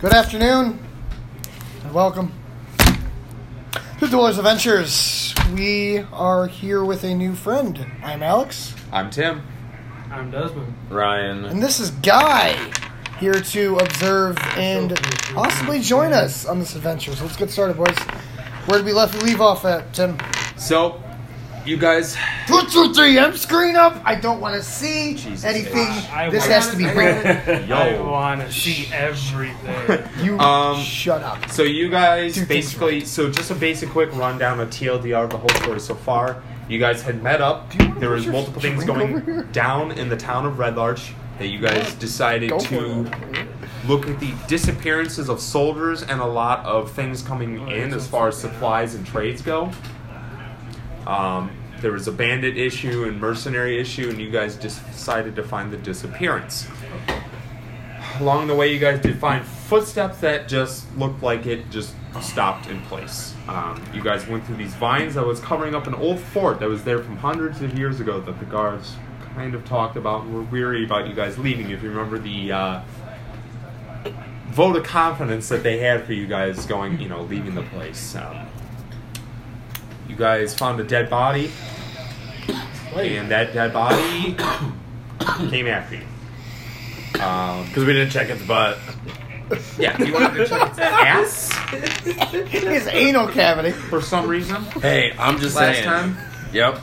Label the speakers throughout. Speaker 1: Good afternoon and welcome to Duelers Adventures. We are here with a new friend. I'm Alex,
Speaker 2: I'm Tim.
Speaker 3: I'm Desmond.
Speaker 2: Ryan.
Speaker 1: and this is Guy here to observe and possibly join us on this adventure. So let's get started, boys. Where did we left leave off at, Tim?
Speaker 2: So, you guys,
Speaker 1: Put your DM screen up. I don't want to see
Speaker 2: Jesus
Speaker 1: anything.
Speaker 2: Christ.
Speaker 3: I
Speaker 1: this
Speaker 3: wanna
Speaker 1: has to be
Speaker 3: see
Speaker 1: real.
Speaker 3: it. I want to see everything.
Speaker 1: You
Speaker 2: Um,
Speaker 1: shut up.
Speaker 2: so you guys
Speaker 1: Dude, thanks,
Speaker 2: basically, so just a basic quick rundown of TLDR of the whole story so far. You guys had met up.
Speaker 1: Do you wanna
Speaker 2: There
Speaker 1: put
Speaker 2: was
Speaker 1: your
Speaker 2: multiple things
Speaker 1: drink over here?
Speaker 2: going down in the town of Red Larch that you guys decided
Speaker 1: Go for
Speaker 2: to
Speaker 1: it.
Speaker 2: look at the disappearances of soldiers and a lot of things coming in as far as supplies and trades go. Um, there was a bandit issue and mercenary issue, and you guys just decided to find the disappearance. Along the way, you guys did find footsteps that just looked like it just stopped in place. Um, you guys went through these vines that was covering up an old fort that was there from hundreds of years ago that the guards kind of talked about and were weary about you guys leaving. If you remember the uh, vote of confidence that they had for you guys going, you know, leaving the place. Um, you guys found a dead body, and that dead body came after you. Um,
Speaker 4: Because we didn't check its butt.
Speaker 2: yeah, you wanted to check its ass
Speaker 1: His anal cavity.
Speaker 2: for some reason
Speaker 4: Hey, I'm just
Speaker 2: last
Speaker 4: saying.
Speaker 2: time.
Speaker 4: Yep.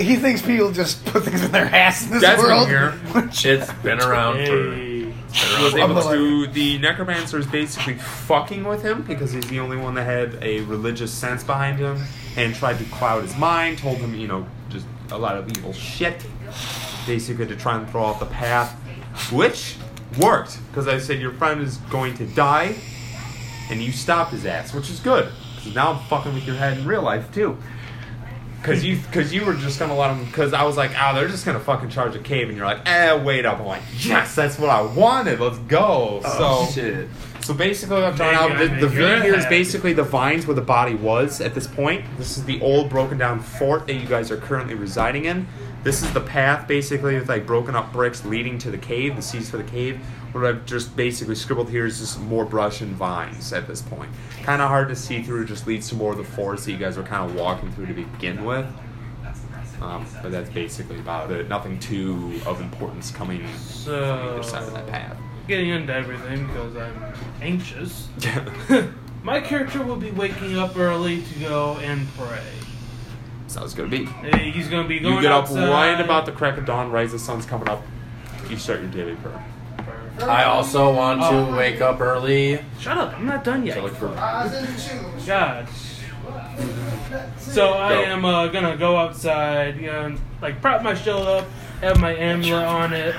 Speaker 1: He thinks people just put things in their ass in this
Speaker 2: That's
Speaker 1: world.
Speaker 2: here.
Speaker 4: It's been around for.
Speaker 3: hey.
Speaker 2: He was able
Speaker 1: Unbelievable.
Speaker 2: to. The necromancer is basically fucking with him because he's the only one that had a religious sense behind him, and tried to cloud his mind. Told him, you know, just a lot of evil shit, basically to try and throw off the path, which worked because I said your friend is going to die, and you stopped his ass, which is good. 'cause now I'm fucking with your head in real life too. Cause you, cause you were just gonna let them. Cause I was like, ah, they're just gonna fucking charge a cave, and you're like, eh, wait up. I'm like, yes, that's what I wanted. Let's go. so,
Speaker 4: shit.
Speaker 2: so basically, what I've drawn
Speaker 3: Maybe
Speaker 2: out
Speaker 3: I
Speaker 2: the,
Speaker 3: make
Speaker 2: the
Speaker 3: your
Speaker 2: view here is
Speaker 3: happy.
Speaker 2: basically the vines where the body was at this point. This is the old broken down fort that you guys are currently residing in. This is the path basically with like broken up bricks leading to the cave, the seas for the cave. What I've just basically scribbled here is just more brush and vines at this point. Kind of hard to see through, just leads to more of the forest that you guys were kind of walking through to begin with. Um, but that's basically about it. Nothing too of importance coming from either side of that
Speaker 3: Getting into everything because I'm anxious.
Speaker 2: path.
Speaker 3: My character will be waking up early to go and pray.
Speaker 2: so it's gonna be.
Speaker 3: Uh, He's going to be going
Speaker 2: you get
Speaker 3: outside.
Speaker 2: up right about the crack of dawn, rise the sun's coming up. You start your daily prayer.
Speaker 4: I also want
Speaker 3: Oh.
Speaker 4: to wake up early.
Speaker 3: Shut up! I'm not done yet.
Speaker 2: So look for
Speaker 3: God. So I am uh, gonna go outside, you know, and, like prop my shield up, have my amulet on it,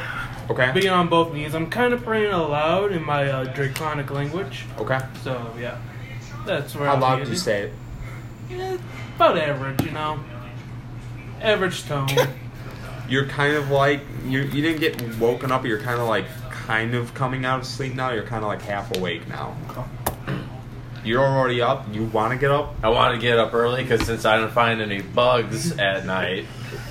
Speaker 3: be
Speaker 2: okay,
Speaker 3: on both knees. I'm kind of praying aloud in my uh, draconic language.
Speaker 2: okay.
Speaker 3: So yeah, that's where.
Speaker 2: How
Speaker 3: I'll
Speaker 2: loud
Speaker 3: be.
Speaker 2: do you say it?
Speaker 3: Eh, about average, you know. Average tone.
Speaker 2: You're kind of like you. You didn't get woken up. You're kind of like kind of coming out of sleep now. You're kind of like half awake now. You're already up. You want to get up.
Speaker 4: I want to get up early because since I don't find any bugs at night,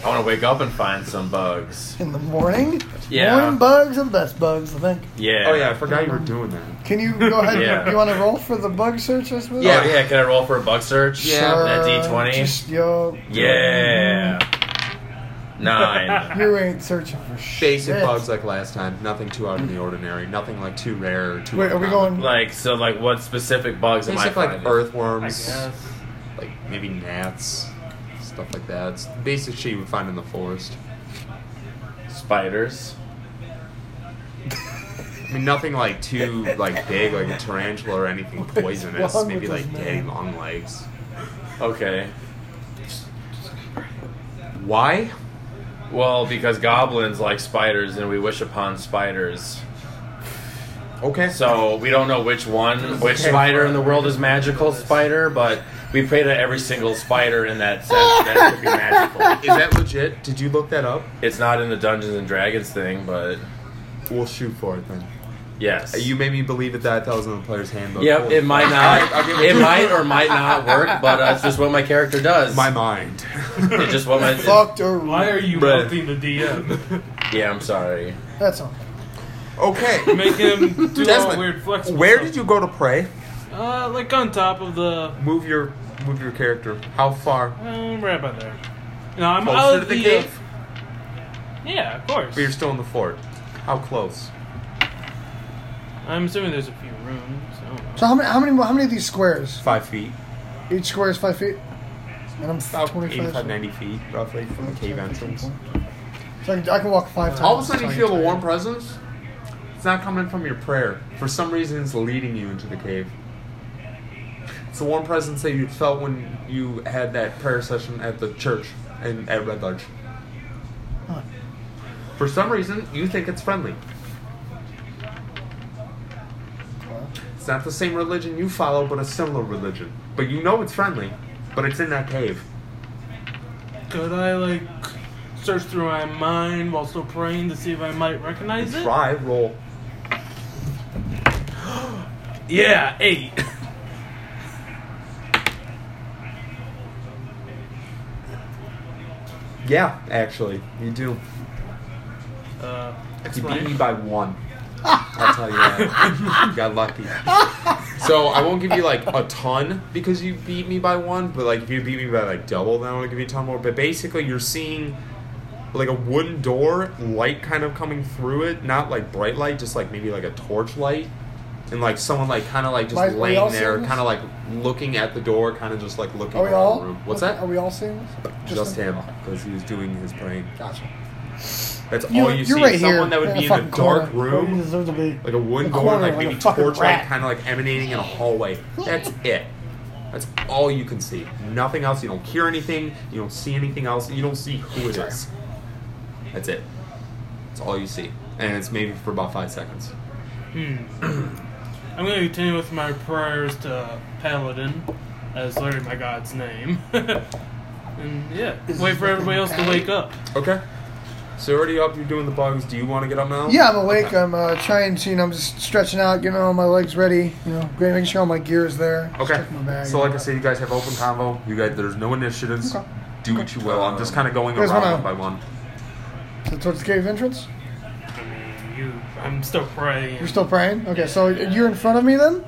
Speaker 4: I want to wake up and find some bugs.
Speaker 1: In the morning?
Speaker 4: Yeah.
Speaker 1: Morning bugs are the best bugs, I think.
Speaker 4: Yeah.
Speaker 2: Oh yeah, I forgot you were doing that.
Speaker 1: Can you go ahead?
Speaker 4: Yeah.
Speaker 1: You want to roll for the bug search, I suppose?
Speaker 4: Yeah. yeah. Can I roll for a bug search?
Speaker 2: Yeah.
Speaker 4: That D20.
Speaker 1: Just, yo,
Speaker 4: yeah. Nine.
Speaker 1: You ain't searching for shit.
Speaker 2: Basic bugs like last time. Nothing too out of the ordinary. Nothing like too rare or too.
Speaker 1: Wait, are we going?
Speaker 2: uncommon.
Speaker 4: like so, like what specific bugs am I
Speaker 2: Basic
Speaker 4: finding?
Speaker 2: like
Speaker 3: I
Speaker 2: earthworms.
Speaker 3: guess.
Speaker 2: like maybe gnats, stuff like that. It's basic shit you would find in the forest.
Speaker 4: Spiders.
Speaker 2: I mean, nothing like too like big, like a tarantula or anything
Speaker 1: is
Speaker 2: poisonous.
Speaker 1: wrong
Speaker 2: Maybe
Speaker 1: with this
Speaker 2: like
Speaker 1: man?
Speaker 2: dang long legs.
Speaker 4: Okay.
Speaker 2: Why?
Speaker 4: Well, because goblins like spiders and we wish upon spiders.
Speaker 2: Okay.
Speaker 4: So we don't know which one, which spider in the world is magical spider, but we pray to every single spider in that sense that it could be magical.
Speaker 2: is that legit? Did you look that up?
Speaker 4: It's not in the Dungeons and Dragons thing, but
Speaker 2: We'll shoot for it then.
Speaker 4: yes.
Speaker 2: Uh, You made me believe that that was in the player's handbook.
Speaker 4: Yep,
Speaker 2: Cool.
Speaker 4: it might
Speaker 2: I'll
Speaker 4: not.
Speaker 2: give
Speaker 4: It might or might not work, but uh, it's just what my character does.
Speaker 2: My mind.
Speaker 4: It's just what my.
Speaker 1: Fucked or
Speaker 3: Why are you
Speaker 2: Bruh.
Speaker 3: melting the DM?
Speaker 4: Yeah, I'm sorry.
Speaker 1: That's all.
Speaker 2: Okay.
Speaker 3: Make him do all
Speaker 2: Desmond,
Speaker 3: weird flex.
Speaker 2: Where did you go to pray?
Speaker 3: Uh, like on top of the.
Speaker 2: Move your move your character. How far?
Speaker 3: Um, right about there. No, I'm
Speaker 2: Closer
Speaker 3: out uh,
Speaker 2: to the cave?
Speaker 3: Yeah, of course.
Speaker 2: But you're still in the fort. How close?
Speaker 3: I'm assuming there's a few rooms. I don't know.
Speaker 1: So how many, how many how many of these squares?
Speaker 2: Five feet.
Speaker 1: Each square is five feet. And I'm
Speaker 2: About
Speaker 1: 25.
Speaker 2: 85,
Speaker 1: so-
Speaker 2: 90 feet, roughly, from the cave entrance.
Speaker 1: So I can, I can walk five times.
Speaker 2: All of a sudden, you
Speaker 1: That's
Speaker 2: feel
Speaker 1: how
Speaker 2: a
Speaker 1: get
Speaker 2: warm
Speaker 1: tired.
Speaker 2: presence. It's not coming from your prayer. For some reason, it's leading you into the cave. It's the warm presence that you felt when you had that prayer session at the church and at Red Lodge.
Speaker 1: Huh.
Speaker 2: For some reason, you think it's friendly.
Speaker 1: Well,
Speaker 2: It's not the same religion you follow, but a similar religion. But you know it's friendly, but it's in that cave.
Speaker 3: Could I like search through my mind while still praying to see if I might recognize it?
Speaker 2: Try, roll.
Speaker 3: Yeah, eight.
Speaker 2: Yeah, actually, you do.
Speaker 3: Uh,
Speaker 2: You beat me
Speaker 3: explain.
Speaker 2: by one. I'll tell you that. You got lucky. So I won't give you like a ton because you beat me by one, but like if you beat me by like double, then I want to give you a ton more. But basically, you're seeing like a wooden door, light kind of coming through it, not like bright light, just like maybe like a torch light, and like someone like kind of like just
Speaker 1: Why- are we all
Speaker 2: laying
Speaker 1: seeing
Speaker 2: there,
Speaker 1: this?
Speaker 2: kind of like looking at the door, kind of just like looking
Speaker 1: Are we
Speaker 2: around
Speaker 1: all?
Speaker 2: the room. What's
Speaker 1: okay,
Speaker 2: that?
Speaker 1: Are we all seeing this?
Speaker 2: just, him because he was doing his praying.
Speaker 1: Gotcha.
Speaker 2: That's all
Speaker 1: You,
Speaker 2: you
Speaker 1: you
Speaker 2: see.
Speaker 1: are right here.
Speaker 2: Someone that would
Speaker 1: in a
Speaker 2: be in a
Speaker 1: fucking
Speaker 2: dark
Speaker 1: corner.
Speaker 2: room.
Speaker 1: You deserve to be
Speaker 2: like a wooden
Speaker 1: in
Speaker 2: door,
Speaker 1: corner
Speaker 2: like
Speaker 1: like
Speaker 2: maybe
Speaker 1: a fucking
Speaker 2: torchlight,
Speaker 1: rat.
Speaker 2: kind of like emanating in a hallway. That's it. That's all you can see. Nothing else. You don't hear anything. You don't see anything else. You don't see who it is. That's it. That's all you see, and it's maybe for about five seconds.
Speaker 3: Hmm. I'm gonna continue with my prayers to Paladin, as learning my god's name. and yeah,
Speaker 1: Is
Speaker 3: wait
Speaker 1: this
Speaker 3: for
Speaker 1: the
Speaker 3: everybody else to
Speaker 1: thing?
Speaker 3: wake up.
Speaker 2: Okay. So you're already up. You're doing the bugs. Do you want to get up now?
Speaker 1: Yeah, I'm awake. I'm uh, trying to, you know, I'm just stretching out, getting all my legs ready, you know, making sure all my gear is there. Just
Speaker 2: Okay.
Speaker 1: checking My bag.
Speaker 2: So like I said, you guys have open convo. You guys, there's no initiatives.
Speaker 1: Okay.
Speaker 2: Do what you will. I'm just kind of going
Speaker 1: Here's
Speaker 2: around
Speaker 1: one
Speaker 2: one
Speaker 1: out.
Speaker 2: by one.
Speaker 1: So towards the cave entrance?
Speaker 3: I mean, you. I'm still praying.
Speaker 1: You're still praying? Okay, so you're in front of me then?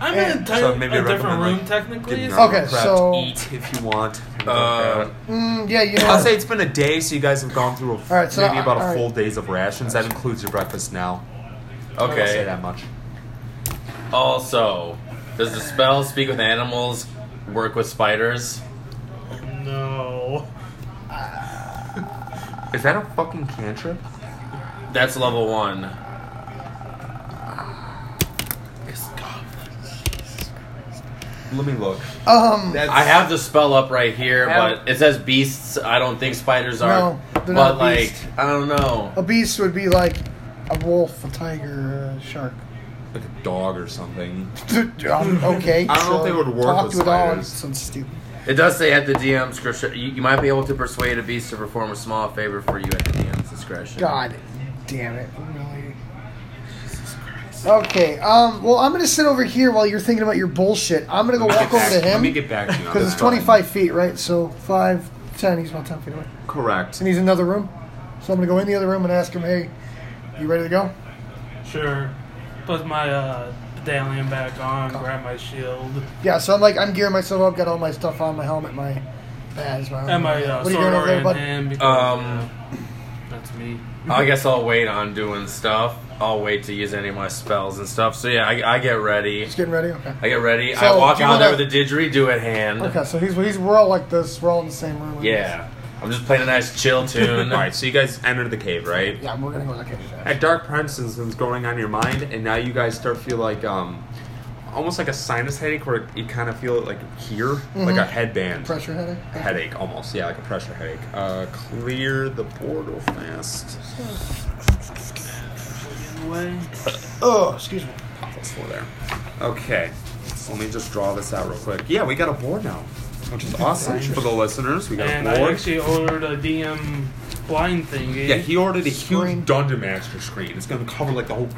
Speaker 3: I'm
Speaker 1: Yeah.
Speaker 3: in a, ti-
Speaker 2: So maybe
Speaker 3: a different
Speaker 2: recommend,
Speaker 3: room
Speaker 2: like,
Speaker 3: technically.
Speaker 2: Get
Speaker 3: so-
Speaker 1: Okay,
Speaker 2: narco prepped.
Speaker 1: so-
Speaker 2: eat if you want.
Speaker 4: Uh,
Speaker 1: Mm, yeah, you know.
Speaker 2: I'll say it's been a day, so you guys have gone through a,
Speaker 1: right, so
Speaker 2: maybe
Speaker 1: I-
Speaker 2: about a
Speaker 1: all right.
Speaker 2: full days of rations. That includes your breakfast now. I'll say
Speaker 4: Okay.
Speaker 2: that much.
Speaker 4: Also, does the spell speak with animals work with spiders?
Speaker 3: No.
Speaker 2: Is that a fucking cantrip?
Speaker 4: That's level one.
Speaker 2: Let me look.
Speaker 1: um,
Speaker 2: That's,
Speaker 4: I have the spell up right here,
Speaker 2: Have-
Speaker 4: but it says beasts. I don't think spiders are.
Speaker 1: No, they're
Speaker 4: but
Speaker 1: not a
Speaker 4: like,
Speaker 1: beast.
Speaker 4: I don't know.
Speaker 1: a beast would be like a wolf, a tiger, a shark.
Speaker 2: like a dog or something.
Speaker 1: Um, okay.
Speaker 2: I don't know if
Speaker 1: so
Speaker 2: they would work
Speaker 1: talk
Speaker 2: with
Speaker 1: to a dog.
Speaker 2: spiders.
Speaker 1: Sounds stupid.
Speaker 4: It does say at the DM's discretion, you, you might be able to persuade a beast to perform a small favor for you at the DM's discretion.
Speaker 1: God damn it. Really. Okay, um, well, I'm gonna sit over here while you're thinking about your bullshit. I'm gonna go
Speaker 2: Let me
Speaker 1: walk
Speaker 2: get
Speaker 1: over to
Speaker 2: back- Let me
Speaker 1: him
Speaker 2: get back to you. on
Speaker 1: because
Speaker 2: this
Speaker 1: it's
Speaker 2: one.
Speaker 1: 25 feet, right? So 5, 10, he's about 10 feet away.
Speaker 2: Correct.
Speaker 1: And he's in another room. So I'm gonna go in the other room and ask him, hey, you ready to go?
Speaker 3: Sure. Put my uh, medallion back on. Grab my shield.
Speaker 1: Yeah, so I'm like, I'm gearing myself up, got all my stuff on, my helmet, my badge, my.
Speaker 3: And my uh,
Speaker 1: what are you
Speaker 3: sword
Speaker 1: doing over there,
Speaker 3: orient
Speaker 1: bud?
Speaker 3: hand. Because,
Speaker 4: Um,
Speaker 3: uh, that's me.
Speaker 4: I guess I'll wait on doing stuff. I'll wait to use any of my spells and stuff. So yeah, I, I get ready.
Speaker 1: Just getting ready. Okay.
Speaker 4: I get ready.
Speaker 1: So,
Speaker 4: I walk
Speaker 1: do you
Speaker 4: out there
Speaker 1: wanna-
Speaker 4: with a didgeridoo at hand.
Speaker 1: Okay, so he's, he's we're all like this. We're all in the same room.
Speaker 4: Yeah, I'm just playing a nice chill tune.
Speaker 2: All right, so you guys entered the cave, right?
Speaker 1: Yeah, we're gonna go look at it.
Speaker 2: At Dark Presence is going on in your mind, and now you guys start feel like um, almost like a sinus headache, where you kind of feel it like here, like a headband.
Speaker 1: Mm-hmm. Pressure headache.
Speaker 2: headache almost yeah like a pressure headache uh clear the portal fast
Speaker 3: Anyway.
Speaker 1: Oh, excuse me.
Speaker 2: That's four there okay so let me just draw this out real quick yeah we got a board now which is awesome for the listeners we got
Speaker 3: And
Speaker 2: a
Speaker 3: I
Speaker 2: board
Speaker 3: actually ordered a DM blind thingy.
Speaker 2: yeah he ordered a huge
Speaker 1: Screen.
Speaker 2: dungeon master screen it's gonna cover like the whole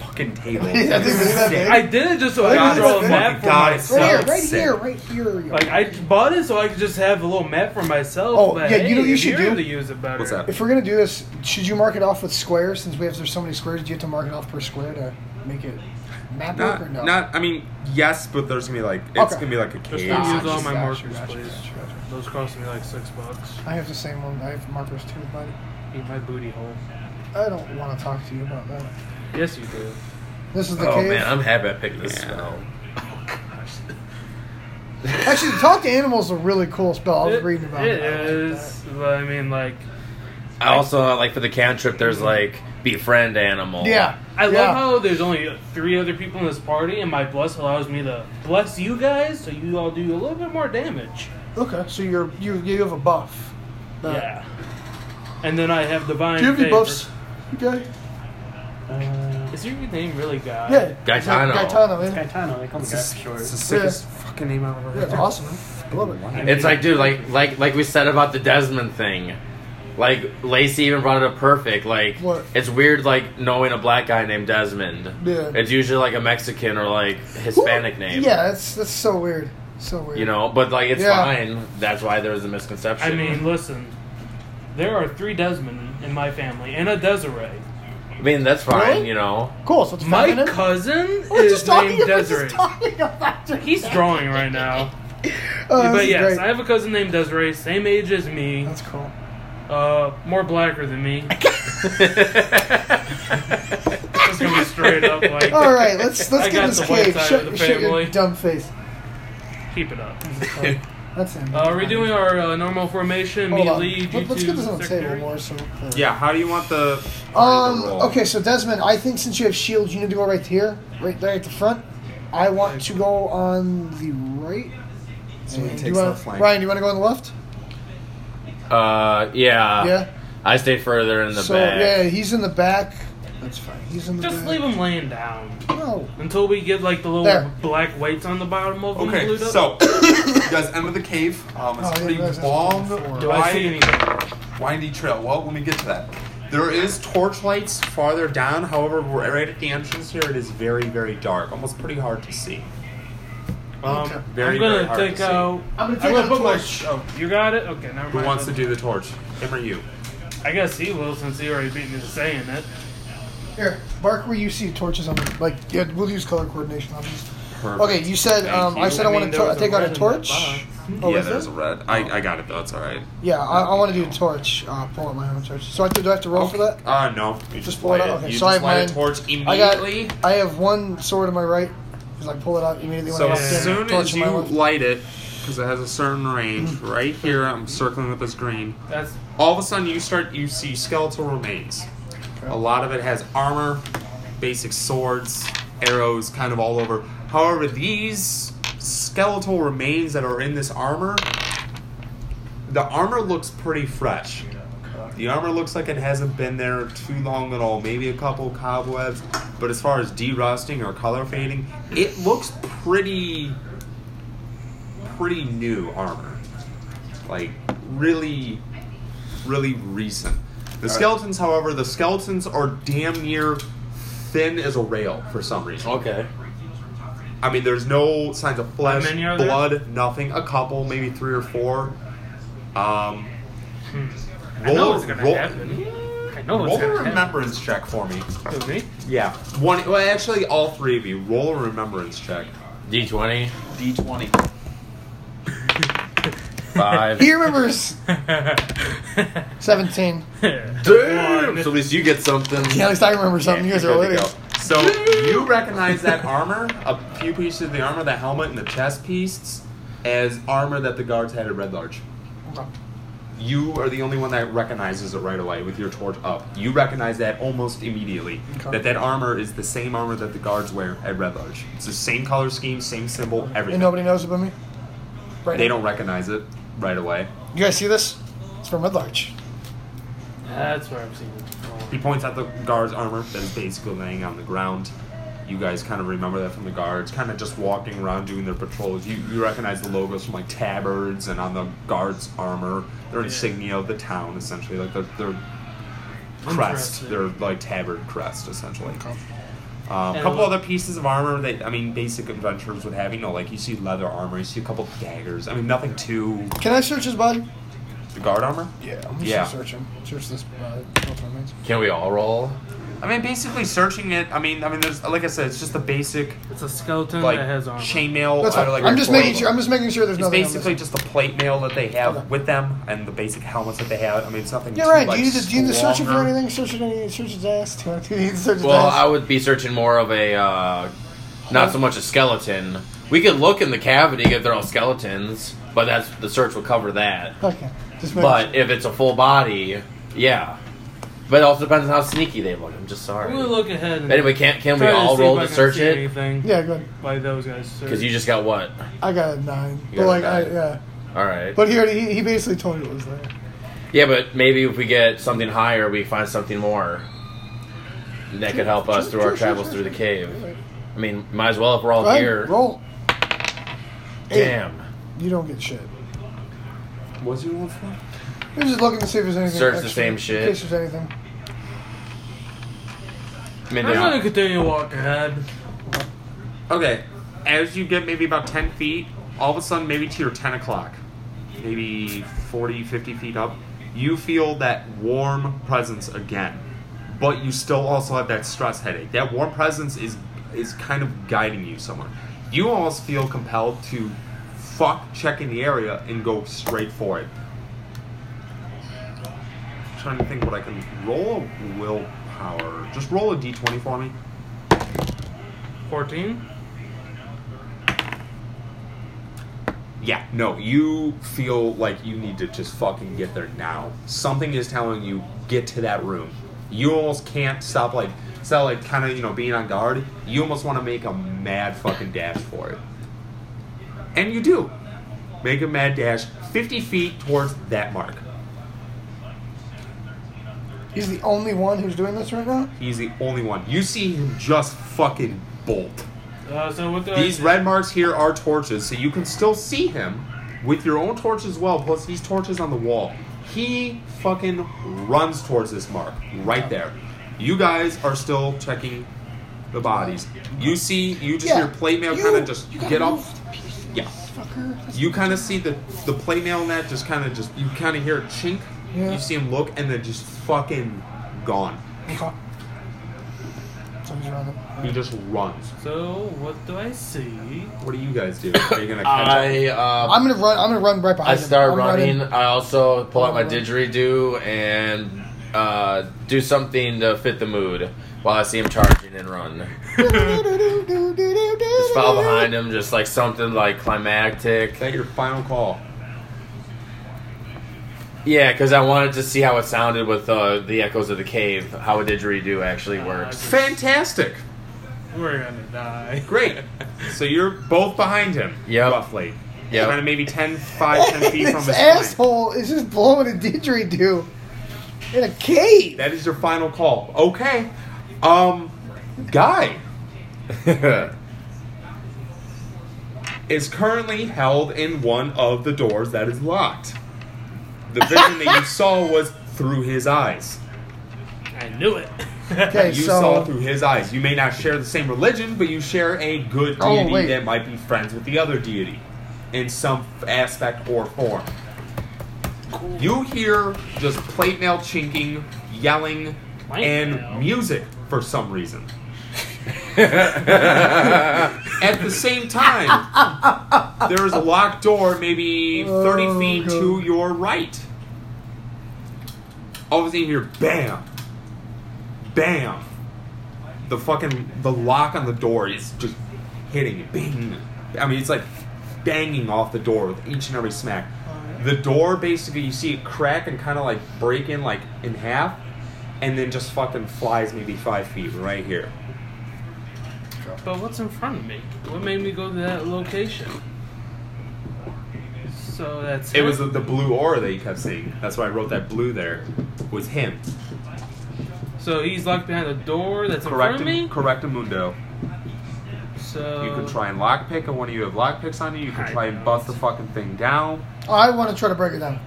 Speaker 2: fucking table.
Speaker 1: Yeah, I think it's that big.
Speaker 3: I did it just so I
Speaker 1: God,
Speaker 3: could draw a
Speaker 1: it's
Speaker 3: map
Speaker 2: fucking
Speaker 3: for
Speaker 2: Oh God, it's
Speaker 3: myself.
Speaker 1: Right here,
Speaker 2: Sounds
Speaker 1: right
Speaker 2: sick.
Speaker 1: here, right here. yo.
Speaker 3: Like I bought it so I could just have a little map for myself.
Speaker 1: Oh,
Speaker 3: but
Speaker 1: yeah, you know
Speaker 3: hey,
Speaker 1: what you
Speaker 3: if
Speaker 1: should
Speaker 3: you're
Speaker 1: do?
Speaker 3: able to use it better.
Speaker 2: What's that?
Speaker 1: if we're gonna do this, should you mark it off with squares? Since we have there's so many squares, do you have to mark it off per square to make it map work or
Speaker 2: Not,
Speaker 1: no?
Speaker 2: not. I mean, yes, but there's gonna be like it's
Speaker 1: Okay.
Speaker 2: gonna be like a
Speaker 3: Just
Speaker 2: cage.
Speaker 3: don't
Speaker 1: Ah,
Speaker 3: use all my
Speaker 1: gotcha,
Speaker 3: markers,
Speaker 1: gotcha,
Speaker 3: please.
Speaker 1: gotcha, gotcha.
Speaker 3: Those cost me like six bucks.
Speaker 1: I have the same one. I have markers too, but
Speaker 3: Eat my booty hole.
Speaker 1: I don't want to talk to you about that.
Speaker 3: Yes, you do.
Speaker 1: This is the
Speaker 4: Oh
Speaker 1: cave.
Speaker 4: man, I'm happy I picked this
Speaker 2: Yeah.
Speaker 4: spell.
Speaker 1: Actually, talk to animals is a really cool spell. I was
Speaker 3: It-
Speaker 1: reading about
Speaker 3: it
Speaker 1: it. I like
Speaker 3: is, but I mean, like,
Speaker 4: I also uh, like for the cantrip. There's like befriend
Speaker 1: that.
Speaker 4: animal.
Speaker 1: Yeah.
Speaker 3: I
Speaker 1: yeah.
Speaker 3: love how there's only three other people in this party, and my bless allows me to bless you guys, so you all do a little bit more damage.
Speaker 1: Okay, so you're you you have a buff. Uh,
Speaker 3: yeah. And then I have divine.
Speaker 1: Do you have any
Speaker 3: favor.
Speaker 1: buffs? Okay.
Speaker 3: Is your name really God?
Speaker 1: Yeah.
Speaker 4: Gaetano.
Speaker 1: Gaetano. Yeah.
Speaker 5: Gaetano, they call me Gaetano short.
Speaker 2: It's the sickest fucking name I've ever heard.
Speaker 1: Yeah, it's awesome. man. I love it.
Speaker 4: It's like, dude, like like like we said about the Desmond thing. Like Lacey even brought it up perfect. Like
Speaker 1: What?
Speaker 4: it's weird, like knowing a black guy named Desmond.
Speaker 1: Yeah.
Speaker 4: It's usually like a Mexican or like Hispanic name.
Speaker 1: Yeah, that's that's so weird. So weird.
Speaker 4: You know, but like it's
Speaker 1: Yeah.
Speaker 4: fine. That's why there was a misconception.
Speaker 3: I mean, listen, there are three Desmond in my family and a Desiree.
Speaker 4: I mean that's fine.
Speaker 1: Really?
Speaker 4: You know,
Speaker 1: Cool. So it's
Speaker 3: My
Speaker 1: feminine. Oh,
Speaker 3: cousin
Speaker 1: We're
Speaker 3: is
Speaker 1: just talking
Speaker 3: named
Speaker 1: about
Speaker 3: Desiree.
Speaker 1: just talking about it.
Speaker 3: He's drawing right now.
Speaker 1: Oh, this
Speaker 3: but
Speaker 1: is
Speaker 3: yes,
Speaker 1: great.
Speaker 3: I have a cousin named Desiree, same age as me,
Speaker 1: That's cool.
Speaker 3: uh, more blacker than me. It's gonna be straight up like
Speaker 1: All right, let's let's
Speaker 3: I
Speaker 1: get
Speaker 3: got
Speaker 1: this
Speaker 3: the white
Speaker 1: cave.
Speaker 3: side
Speaker 1: Shut,
Speaker 3: of the
Speaker 1: shut your
Speaker 3: family.
Speaker 1: dumb face.
Speaker 3: keep it up.
Speaker 1: That's him.
Speaker 3: Uh, are we doing our uh, normal formation? Me
Speaker 1: Hold on.
Speaker 3: lead.
Speaker 1: Let,
Speaker 3: you
Speaker 1: us
Speaker 3: two
Speaker 1: get this on the table
Speaker 3: secondary?
Speaker 1: more. So uh,
Speaker 2: Yeah. How do you want the? party
Speaker 1: Um.
Speaker 2: to roll?
Speaker 1: Okay. So Desmond, I think since you have shields, you need to go right here, right there at the front. I want to go on the right.
Speaker 2: So he
Speaker 1: And
Speaker 2: takes
Speaker 1: you wanna,
Speaker 2: the flank.
Speaker 1: Ryan, you want to go on the left?
Speaker 4: uh,
Speaker 3: Ah.
Speaker 4: yeah.
Speaker 1: yeah.
Speaker 4: I stay further in the
Speaker 1: so
Speaker 4: back.
Speaker 1: yeah, he's in the back. That's fine. He's in the
Speaker 3: Just
Speaker 1: back.
Speaker 3: leave him laying down
Speaker 1: No.
Speaker 3: until we get like the little
Speaker 1: There.
Speaker 3: black weights on the bottom of him
Speaker 2: Okay.
Speaker 3: glued up.
Speaker 2: So you guys enter the cave. Um,
Speaker 1: Oh,
Speaker 2: it's
Speaker 1: yeah,
Speaker 2: a pretty
Speaker 1: that's- that's
Speaker 2: long,
Speaker 1: before.
Speaker 3: do I see
Speaker 2: wide,
Speaker 3: anything?
Speaker 2: windy trail. Well, let me get to that. There is torch lights farther down. However, we're right at the entrance here. It is very, very dark. Almost pretty hard to see.
Speaker 3: Um,
Speaker 1: Okay.
Speaker 2: Very,
Speaker 3: I'm gonna
Speaker 2: very hard
Speaker 3: take
Speaker 2: to see.
Speaker 3: out.
Speaker 1: I'm gonna
Speaker 3: I
Speaker 1: take out
Speaker 3: put
Speaker 1: a
Speaker 3: my-
Speaker 1: torch.
Speaker 3: Oh, you got it. Okay, never mind.
Speaker 2: Who wants to do the torch? Him or you?
Speaker 3: I guess he will since he already beat me to saying it.
Speaker 1: Here, mark where you see torches on. The, like, yeah, we'll use color coordination on these.
Speaker 2: Perfect.
Speaker 1: Okay, you said um, I said I want to
Speaker 3: there was
Speaker 1: take out
Speaker 3: red
Speaker 1: a
Speaker 3: in
Speaker 1: torch.
Speaker 3: that
Speaker 1: Oh,
Speaker 2: yeah,
Speaker 1: is
Speaker 2: there's
Speaker 1: it?
Speaker 2: a red. I, I got it though. It's all right.
Speaker 1: Yeah, I, I want to do a torch. Uh, pull out my own torch. So I have to, do I have to roll for that?
Speaker 2: Uh, no. You
Speaker 1: Just pull it
Speaker 2: light
Speaker 1: out? Okay,
Speaker 2: You
Speaker 1: so I
Speaker 2: just
Speaker 1: have
Speaker 2: light a
Speaker 1: mine.
Speaker 2: torch
Speaker 1: I
Speaker 2: immediately.
Speaker 1: got. I have one sword in my right because I pull it out immediately when
Speaker 2: So
Speaker 1: I walk in.
Speaker 2: as soon
Speaker 1: torch
Speaker 2: as
Speaker 1: in my
Speaker 2: you
Speaker 1: left.
Speaker 2: light it, because it has a certain range, right here I'm circling with this green.
Speaker 3: That's
Speaker 2: All of a sudden you start you see skeletal remains. A lot of it has armor, basic swords, arrows, kind of all over. However, these skeletal remains that are in this armor, the armor looks pretty fresh. The armor looks like it hasn't been there too long at all. Maybe a couple cobwebs, but as far as de-rusting or color fading, it looks pretty, pretty new armor. Like really, really recent. The skeletons, however, the skeletons are damn near thin as a rail for some reason.
Speaker 4: okay.
Speaker 2: I mean, there's no signs of flesh,
Speaker 3: many are there?
Speaker 2: blood, nothing. A couple, maybe three or four. Um,
Speaker 3: Hmm. I know
Speaker 2: roll,
Speaker 3: what's gonna
Speaker 2: roll,
Speaker 3: happen. I know what's
Speaker 2: roll a
Speaker 3: gonna happen.
Speaker 2: remembrance check for me.
Speaker 3: Who, me?
Speaker 2: Yeah, one. Well, actually, all three of you roll a remembrance check.
Speaker 4: D twenty
Speaker 2: D twenty.
Speaker 4: five.
Speaker 1: He remembers seventeen.
Speaker 4: Damn!
Speaker 3: One.
Speaker 4: So at least you get something.
Speaker 1: Yeah, at least I remember something. you guys are
Speaker 2: Good to
Speaker 1: waiting.
Speaker 2: go. So you recognize that armor, a few pieces of the armor, the helmet and the chest piece, as armor that the guards had at Red Larch. You are the only one that recognizes it right away with your torch up. You recognize that almost immediately.
Speaker 1: Okay.
Speaker 2: That that armor is the same armor that the guards wear at Red Larch. It's the same color scheme, same symbol,
Speaker 1: And
Speaker 2: everything.
Speaker 1: nobody knows about me. Right.
Speaker 2: they
Speaker 1: now.
Speaker 2: don't recognize it right away.
Speaker 1: You guys see this? It's from Red Larch.
Speaker 3: That's where I'm seeing. it before.
Speaker 2: He points out the guard's armor that is basically laying on the ground. You guys kind of remember that from the guards, kind of just walking around doing their patrols. You, you recognize the logos from like tabards and on the guards' armor, their insignia of the town, essentially, like their, their crest,
Speaker 3: Interesting.
Speaker 2: their like tabard crest, essentially. Um, a
Speaker 3: And
Speaker 2: couple
Speaker 3: what-
Speaker 2: other pieces of armor that I mean, basic adventurers would have. You know, like you see leather armor, you see a couple daggers. I mean, nothing too
Speaker 1: Can I search his body?
Speaker 2: the guard armor.
Speaker 1: Yeah, I'm just
Speaker 2: Yeah.
Speaker 1: gonna search him. Search this uh, body.
Speaker 4: Can we all roll?
Speaker 2: I mean, basically searching it. I mean, I mean, there's like I said, it's just the basic
Speaker 3: It's a skeleton
Speaker 2: like
Speaker 3: that has armor.
Speaker 2: chainmail.
Speaker 1: That's
Speaker 2: uh,
Speaker 1: fine.
Speaker 2: like,
Speaker 1: I'm just
Speaker 2: foil
Speaker 1: making sure.
Speaker 2: armor.
Speaker 1: I'm just making sure there's
Speaker 2: It's
Speaker 1: nothing. on
Speaker 2: basically
Speaker 1: this.
Speaker 2: just the plate mail that they have
Speaker 1: Okay.
Speaker 2: with them and the basic helmets that they have. I mean, it's nothing.
Speaker 1: Yeah,
Speaker 2: too,
Speaker 1: right.
Speaker 2: Like,
Speaker 1: do you need to, do you need to search him for
Speaker 2: stronger.
Speaker 1: anything? Search it any? Search his ass. Do you need to search his
Speaker 4: Well,
Speaker 1: ass?
Speaker 4: I would be searching more of a, uh, not so much a skeleton. We could look in the cavity if they're all skeletons, but that's the search will cover that.
Speaker 1: okay. Just making
Speaker 4: But if it's a full body, yeah. But it also depends on how sneaky they look. I'm just
Speaker 3: I'm
Speaker 4: sorry.
Speaker 3: gonna look ahead. And
Speaker 4: Anyway, can can we
Speaker 3: try to see
Speaker 4: all
Speaker 3: if
Speaker 4: roll
Speaker 3: I
Speaker 4: to
Speaker 3: can
Speaker 4: search
Speaker 3: see
Speaker 4: it?
Speaker 3: Anything
Speaker 1: Yeah, good.
Speaker 3: by those guys. search.
Speaker 4: Because you just got what?
Speaker 1: I got a nine.
Speaker 4: You
Speaker 1: But
Speaker 4: got a
Speaker 1: like, I,
Speaker 4: nine.
Speaker 1: yeah.
Speaker 4: All right.
Speaker 1: But he already he, he basically told me it was there.
Speaker 4: Yeah, but maybe if we get something higher, we find something more that could help us
Speaker 1: Sure,
Speaker 4: through
Speaker 1: sure,
Speaker 4: our
Speaker 1: sure,
Speaker 4: travels
Speaker 1: sure,
Speaker 4: through the
Speaker 1: sure.
Speaker 4: cave. I mean, might as well if we're all
Speaker 1: Right,
Speaker 4: here.
Speaker 1: Roll. Eight.
Speaker 4: Damn.
Speaker 1: You don't get shit.
Speaker 2: What's your one for?
Speaker 1: I'm just looking to see if there's anything.
Speaker 4: Search the
Speaker 1: extra,
Speaker 4: same shit.
Speaker 1: In case there's anything.
Speaker 4: I mean,
Speaker 3: I'm gonna
Speaker 4: yeah.
Speaker 3: continue to walk ahead.
Speaker 2: Okay, as you get maybe about ten feet, all of a sudden, maybe to your ten o'clock, maybe 40, 50 feet up, you feel that warm presence again, but you still also have that stress headache. That warm presence is is kind of guiding you somewhere. You almost feel compelled to fuck checking the area and go straight for it. trying to think what I can roll a willpower. Just roll a d20 for me.
Speaker 3: 14.
Speaker 2: Yeah, no, you feel like you need to just fucking get there now. Something is telling you get to that room. You almost can't stop like it's not like kind of you know being on guard. You almost want to make a mad fucking dash for it, and you do make a mad dash fifty feet towards that mark.
Speaker 1: He's the only one who's doing this right now.
Speaker 2: He's the only one. You see him just fucking bolt.
Speaker 3: Uh, so what do
Speaker 2: These
Speaker 3: I,
Speaker 2: red marks here are torches, so you can still see him with your own torch as well, plus these torches on the wall. He fucking runs towards this mark right there. You guys are still checking the bodies. You see, you just hear plate mail
Speaker 1: You-
Speaker 2: kind of just
Speaker 1: you gotta
Speaker 2: get
Speaker 1: move,
Speaker 2: off.
Speaker 1: piece of
Speaker 2: Yeah.
Speaker 1: Fucker. That's-
Speaker 2: You kind of see the the plate mail in that just kind of just you kind of hear a chink.
Speaker 1: Yeah.
Speaker 2: You see him look and then just fucking gone.
Speaker 1: Okay. So he's around the-
Speaker 2: He just runs.
Speaker 3: so what do I see?
Speaker 2: What do you guys do? Are you gonna catch up?
Speaker 4: I uh,
Speaker 1: I'm gonna run. I'm gonna run right behind
Speaker 4: I
Speaker 1: him.
Speaker 4: start
Speaker 1: I'm
Speaker 4: running.
Speaker 1: running.
Speaker 4: I also pull out my
Speaker 1: I'm running.
Speaker 4: didgeridoo and uh, do something to fit the mood while I see him charging and run. Just follow behind him, just like something like climactic.
Speaker 2: Is that your final call?
Speaker 4: Yeah, because I wanted to see how it sounded with uh, the echoes of the cave, how a didgeridoo actually works.
Speaker 2: Fantastic.
Speaker 3: We're gonna die.
Speaker 2: Great. So you're both behind him,
Speaker 4: Yep.
Speaker 2: roughly.
Speaker 4: Yep.
Speaker 2: Kind of maybe 10, 5, 10 feet from
Speaker 1: this
Speaker 2: his spine.
Speaker 1: asshole is just blowing a didgeridoo in a cave.
Speaker 2: That is your final call. Okay. Um, Guy is currently held in one of the doors that is locked. The vision that you saw was through his eyes.
Speaker 3: I knew it.
Speaker 1: Okay,
Speaker 2: You
Speaker 1: so
Speaker 2: saw through his eyes. You may not share the same religion, but you share a good
Speaker 1: Oh,
Speaker 2: deity
Speaker 1: wait.
Speaker 2: that might be friends with the other deity in some aspect or form. You hear just plate mail chinking, yelling,
Speaker 3: Plate
Speaker 2: and
Speaker 3: mail?
Speaker 2: music for some reason. At the same time, there is a locked door maybe 30
Speaker 1: Oh,
Speaker 2: feet
Speaker 1: God.
Speaker 2: to your right. All of a sudden, you hear bam, bam. The fucking the lock on the door is just hitting it. Bing. I mean, it's like banging off the door with each and every smack. The door basically, you see it crack and kind of like break in like in half, and then just fucking flies maybe five feet right here.
Speaker 3: But what's in front of me? What made me go to that location? So that's
Speaker 2: It was the, the blue aura that you kept seeing. That's why I wrote that blue there. Was him.
Speaker 3: so he's locked behind a door that's
Speaker 2: Correct.
Speaker 3: in front of me. Uh,
Speaker 2: Correct. Mundo.
Speaker 3: so
Speaker 2: You can try and lockpick, and one of you have lockpicks on you. You can try and bust the fucking thing down.
Speaker 1: I want to try to break it down.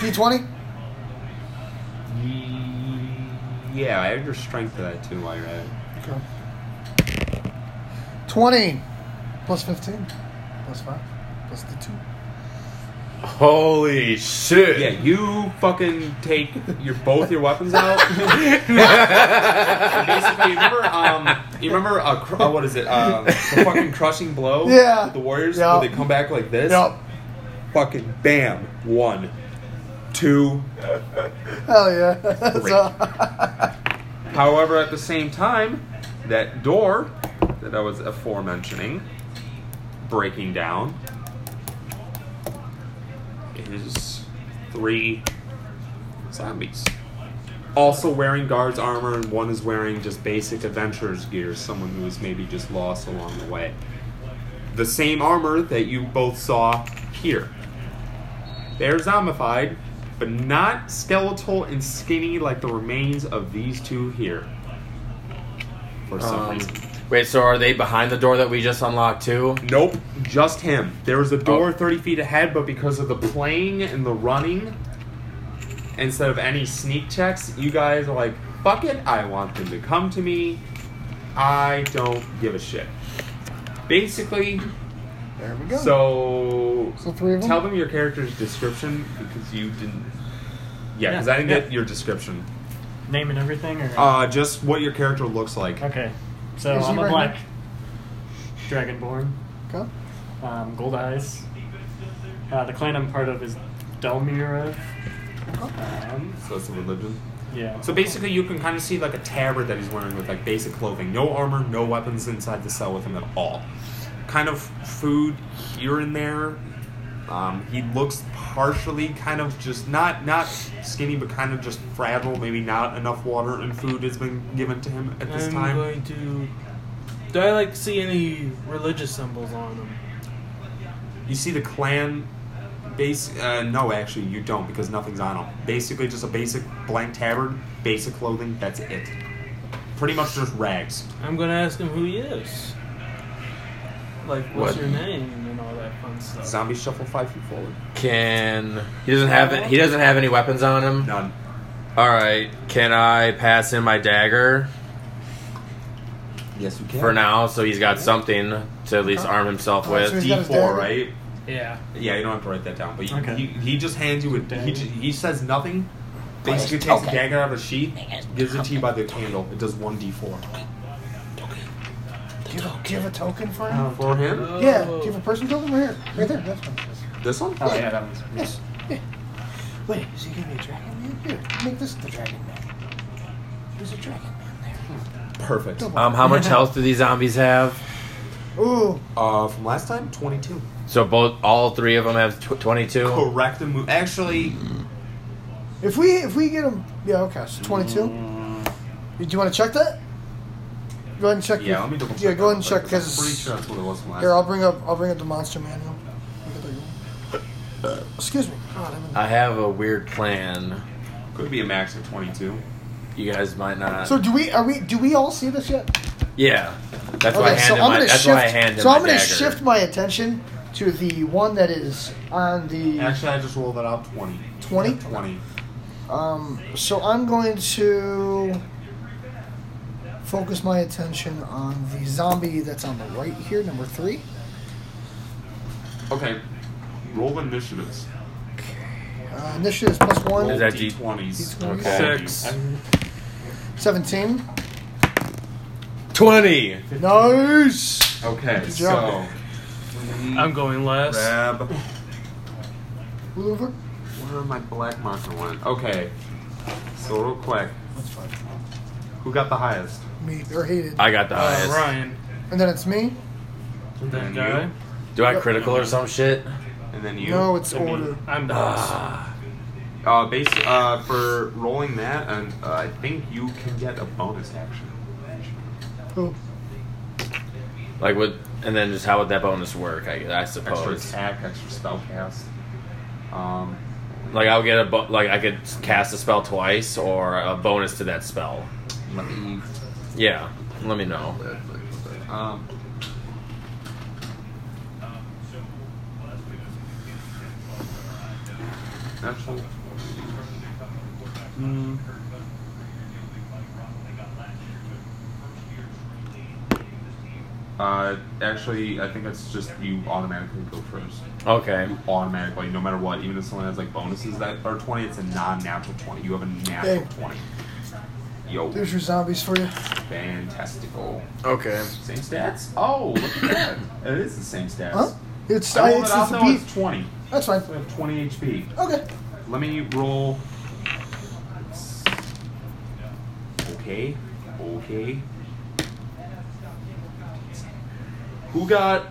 Speaker 1: D twenty.
Speaker 2: Yeah, I have your strength to that too while you're at it.
Speaker 1: Okay. 20 plus 15 plus 5 plus the 2.
Speaker 4: Holy shit!
Speaker 2: Yeah, you fucking take your both your weapons out. Basically, you remember, um, you remember uh, cr- uh, what is it? Um, the fucking crushing blow.
Speaker 1: Yeah.
Speaker 2: with The Warriors
Speaker 1: Yeah.
Speaker 2: where they come back like this.
Speaker 1: Yep.
Speaker 2: Fucking bam! One, two.
Speaker 1: Hell yeah. That's
Speaker 2: Great. However, at the same time, that door that I was aforementioning breaking down is three zombies. Also wearing guards armor, and one is wearing just basic adventurer's gear, someone who was maybe just lost along the way. The same armor that you both saw here. They're zombified, but not skeletal and skinny like the remains of these two here. For some
Speaker 4: Um,
Speaker 2: reason.
Speaker 4: wait, so are they behind the door that we just unlocked too?
Speaker 2: Nope, just him. There was a door
Speaker 4: Oh.
Speaker 2: 30 feet ahead, but because of the playing and the running, instead of any sneak checks, you guys are like, fuck it, I want them to come to me. I don't give a shit. Basically,
Speaker 1: There we go.
Speaker 2: so,
Speaker 1: So three of them?
Speaker 2: tell them your character's description because you didn't. Yeah, because
Speaker 5: Yeah,
Speaker 2: I didn't
Speaker 5: yeah.
Speaker 2: get your description.
Speaker 5: Name and everything, or
Speaker 2: Uh, just what your character looks like.
Speaker 5: okay. So
Speaker 1: Is he
Speaker 5: I'm a
Speaker 1: right
Speaker 5: black dragonborn,
Speaker 1: Go.
Speaker 5: um, gold eyes. Uh, the clan I'm part of is Delmirov. Um,
Speaker 2: So that's the religion.
Speaker 5: yeah.
Speaker 2: So basically, you can kind of see like a tabard that he's wearing with like basic clothing, no armor, no weapons inside the cell with him at all. Kind of food here and there. Um, he looks partially kind of just not not skinny, but kind of just fragile. Maybe not enough water and food has been given to him at this
Speaker 3: I'm
Speaker 2: time.
Speaker 3: going to. Do I like see any religious symbols on them?
Speaker 2: You see the clan base? Uh, no, actually, you don't because nothing's on him. Basically, just a basic blank tabard, basic clothing. That's it. Pretty much just rags.
Speaker 3: I'm gonna ask him who he is. Like, what's
Speaker 4: What?
Speaker 3: your name and all that fun stuff.
Speaker 2: Zombie shuffle five feet forward.
Speaker 4: Can he doesn't have he doesn't have any weapons on him?
Speaker 2: None.
Speaker 4: All right. Can I pass in my dagger
Speaker 2: Yes, you can.
Speaker 4: for now so he's got something to at least
Speaker 1: Uh,
Speaker 4: arm himself
Speaker 1: Alright, so
Speaker 4: with?
Speaker 1: he's got-
Speaker 2: D four, right?
Speaker 3: Yeah.
Speaker 2: Yeah, you don't have to write that down. But he,
Speaker 5: Okay.
Speaker 2: he, he just hands you a he,
Speaker 5: Dagger.
Speaker 2: ju- he says nothing. Basically takes a dagger out of a sheath, gives it to you by the candle. It does one D four.
Speaker 1: Do you, have, do you have a token for him?
Speaker 5: Oh,
Speaker 2: For him,
Speaker 1: yeah.
Speaker 3: Oh.
Speaker 1: Do you have a person token? Right here. Right there. That's one.
Speaker 2: this one.
Speaker 5: oh yeah, that one's.
Speaker 1: Yes. Yeah. Wait, is he going to be a dragon man? Here, make this the dragon man. There's a dragon man
Speaker 2: Perfect.
Speaker 1: Double.
Speaker 4: Um, how much health do these zombies have?
Speaker 1: there. Ooh.
Speaker 2: Uh, from last time, twenty two.
Speaker 4: So both all three of them have tw- 22.
Speaker 2: Correct the move. Actually,
Speaker 1: If we if we get him, yeah, okay. So twenty two.
Speaker 2: Mm.
Speaker 1: Do you want to check that? Go ahead and check.
Speaker 2: yeah. Let me
Speaker 1: your-
Speaker 2: double check.
Speaker 1: Yeah, go ahead
Speaker 2: that
Speaker 1: and
Speaker 2: real
Speaker 1: check
Speaker 2: quick, 'cause I'm pretty sure
Speaker 1: because
Speaker 2: that's what it was from last.
Speaker 1: here I'll
Speaker 2: time.
Speaker 1: bring up I'll bring up the monster manual. Look at that. Excuse me. Oh, God, I'm in-
Speaker 4: I have a weird plan.
Speaker 2: Could be a max of twenty two.
Speaker 4: You guys might not.
Speaker 1: So do we are we do we all see this yet?
Speaker 4: yeah, that's why I handed
Speaker 1: so I'm
Speaker 4: my.
Speaker 1: gonna
Speaker 4: That's
Speaker 1: shift.
Speaker 4: why I handed
Speaker 1: so
Speaker 4: my
Speaker 1: I'm gonna
Speaker 4: dagger.
Speaker 1: shift my attention to the one that is on the
Speaker 2: Actually, I just rolled that out twenty.
Speaker 1: 20?
Speaker 2: Twenty.
Speaker 1: um. So I'm going to focus my attention on the zombie that's on the right here, number three.
Speaker 2: Okay. Roll initiatives.
Speaker 1: Uh, initiative is plus one.
Speaker 2: Roll
Speaker 4: Is that D-
Speaker 2: D20s.
Speaker 1: D20s?
Speaker 4: Okay.
Speaker 3: Six.
Speaker 1: 17.
Speaker 4: 20.
Speaker 1: Nice!
Speaker 2: Okay, so
Speaker 1: job.
Speaker 3: I'm going last.
Speaker 2: grab.
Speaker 1: Louver?
Speaker 2: Where my black marker went? Okay, so real quick,
Speaker 1: That's fine.
Speaker 2: who got the highest?
Speaker 1: Me, they're hated.
Speaker 4: I got the
Speaker 3: Uh,
Speaker 4: highest.
Speaker 3: Ryan.
Speaker 1: and then it's me?
Speaker 3: And that
Speaker 2: And
Speaker 3: guy.
Speaker 2: you?
Speaker 4: Do I critical or some shit?
Speaker 2: And then you.
Speaker 1: No, it's
Speaker 3: I mean,
Speaker 1: order.
Speaker 3: I'm the boss.
Speaker 4: Ah.
Speaker 2: Uh, base uh, for rolling that, and uh, I think you can get a bonus action.
Speaker 1: Who?
Speaker 4: like what? And then just how would that bonus work? I, I
Speaker 2: Extra
Speaker 4: suppose.
Speaker 2: attack, extra spell cast. Um,
Speaker 4: Like I'll get a bo- like I could cast a spell twice or a bonus to that spell.
Speaker 2: let me.
Speaker 4: Yeah, let me know.
Speaker 2: Um, natural. Hmm.
Speaker 3: Mm.
Speaker 2: Uh, actually, I think that's just you automatically go first.
Speaker 4: Okay.
Speaker 2: Automatically, no matter what, even if someone has like bonuses that are twenty, it's a non-natural twenty. You have a natural
Speaker 1: Hey.
Speaker 2: twenty. Yo,
Speaker 1: There's your zombies for you.
Speaker 2: fantastical.
Speaker 6: Okay.
Speaker 2: Same stats? Oh, look at that. it is the same stats.
Speaker 1: Huh? It's
Speaker 2: I
Speaker 1: I,
Speaker 2: rolled
Speaker 1: it's
Speaker 2: it out
Speaker 1: just
Speaker 2: though,
Speaker 1: a beat.
Speaker 2: it's twenty.
Speaker 1: That's fine.
Speaker 2: So I have twenty HP.
Speaker 1: Okay.
Speaker 2: Let me roll. Okay. Okay. Who got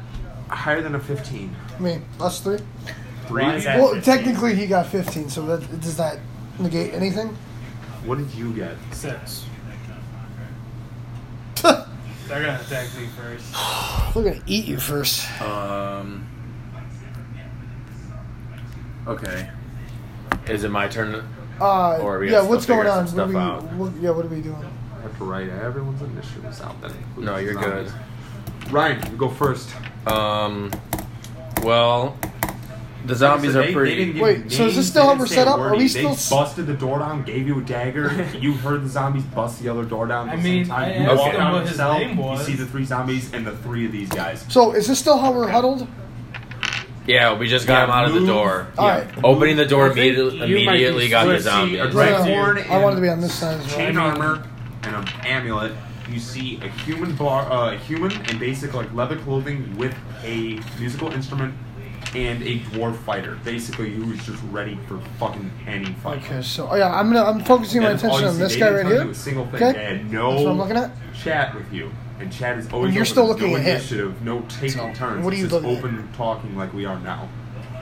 Speaker 2: higher than a 15?
Speaker 1: I mean, us three.
Speaker 2: Three?
Speaker 5: Why is that?
Speaker 1: Well,
Speaker 5: 15.
Speaker 1: technically he got 15, so that does that negate anything?
Speaker 2: What did you get?
Speaker 3: Six.
Speaker 1: They're
Speaker 3: They're gonna attack me first.
Speaker 1: gonna eat you first.
Speaker 4: Um. Okay. Is it my turn?
Speaker 1: Uh,
Speaker 4: Or we
Speaker 1: yeah,
Speaker 4: gotta still
Speaker 1: what's
Speaker 4: figure
Speaker 1: going on?
Speaker 4: some
Speaker 1: What are we,
Speaker 4: stuff out.
Speaker 1: what, yeah, what are we doing?
Speaker 2: I have to write everyone's initials out then.
Speaker 4: No, you're good.
Speaker 2: Ryan, you go first.
Speaker 4: Um. Well, the zombies
Speaker 2: So
Speaker 4: are
Speaker 2: they-
Speaker 4: pretty.
Speaker 2: they didn't give
Speaker 1: Wait,
Speaker 2: you
Speaker 1: so is this
Speaker 2: names,
Speaker 1: still
Speaker 2: they
Speaker 1: how
Speaker 2: didn't
Speaker 1: we're
Speaker 2: say
Speaker 1: set
Speaker 2: a
Speaker 1: up? Are
Speaker 2: word.
Speaker 1: we
Speaker 2: They
Speaker 1: still-
Speaker 2: busted the door down, gave you a dagger. you heard the zombies bust the other door down. At
Speaker 3: I
Speaker 2: the
Speaker 3: mean,
Speaker 2: same time.
Speaker 3: I
Speaker 2: you
Speaker 4: asked
Speaker 2: walk
Speaker 4: him
Speaker 2: down
Speaker 3: what
Speaker 2: the
Speaker 3: his
Speaker 2: cell,
Speaker 3: name was.
Speaker 2: You see the three zombies and the three of these guys.
Speaker 1: So is this still how we're huddled?
Speaker 4: yeah, we just got
Speaker 2: Yeah,
Speaker 4: him out of the
Speaker 2: move.
Speaker 4: door.
Speaker 1: All right.
Speaker 4: Opening the door
Speaker 3: I think
Speaker 4: immediately,
Speaker 3: you might be
Speaker 4: immediately got the
Speaker 3: split seat or
Speaker 4: zombies.
Speaker 1: Right.
Speaker 2: Red horn
Speaker 1: I wanted to be
Speaker 2: and
Speaker 1: on this side as well.
Speaker 2: Chain armor and an amulet. You see a human bar, uh, a human in basic like leather clothing with a musical instrument and a dwarf fighter, basically who's just ready for fucking any fight.
Speaker 1: Okay, so oh yeah, I'm gonna I'm focusing my
Speaker 2: That's all
Speaker 1: attention
Speaker 2: you
Speaker 1: on
Speaker 2: see.
Speaker 1: this
Speaker 2: They
Speaker 1: guy
Speaker 2: didn't
Speaker 1: right
Speaker 2: tell you
Speaker 1: here.
Speaker 2: a single thing.
Speaker 1: Okay.
Speaker 2: They had no
Speaker 1: That's what I'm looking at.
Speaker 2: chat with you, and chat is always
Speaker 1: And you're
Speaker 2: open.
Speaker 1: still
Speaker 2: No
Speaker 1: looking at him.
Speaker 2: initiative, no taking
Speaker 1: So,
Speaker 2: turns.
Speaker 1: what are you
Speaker 2: it's just
Speaker 1: looking at?
Speaker 2: open talking like we are now.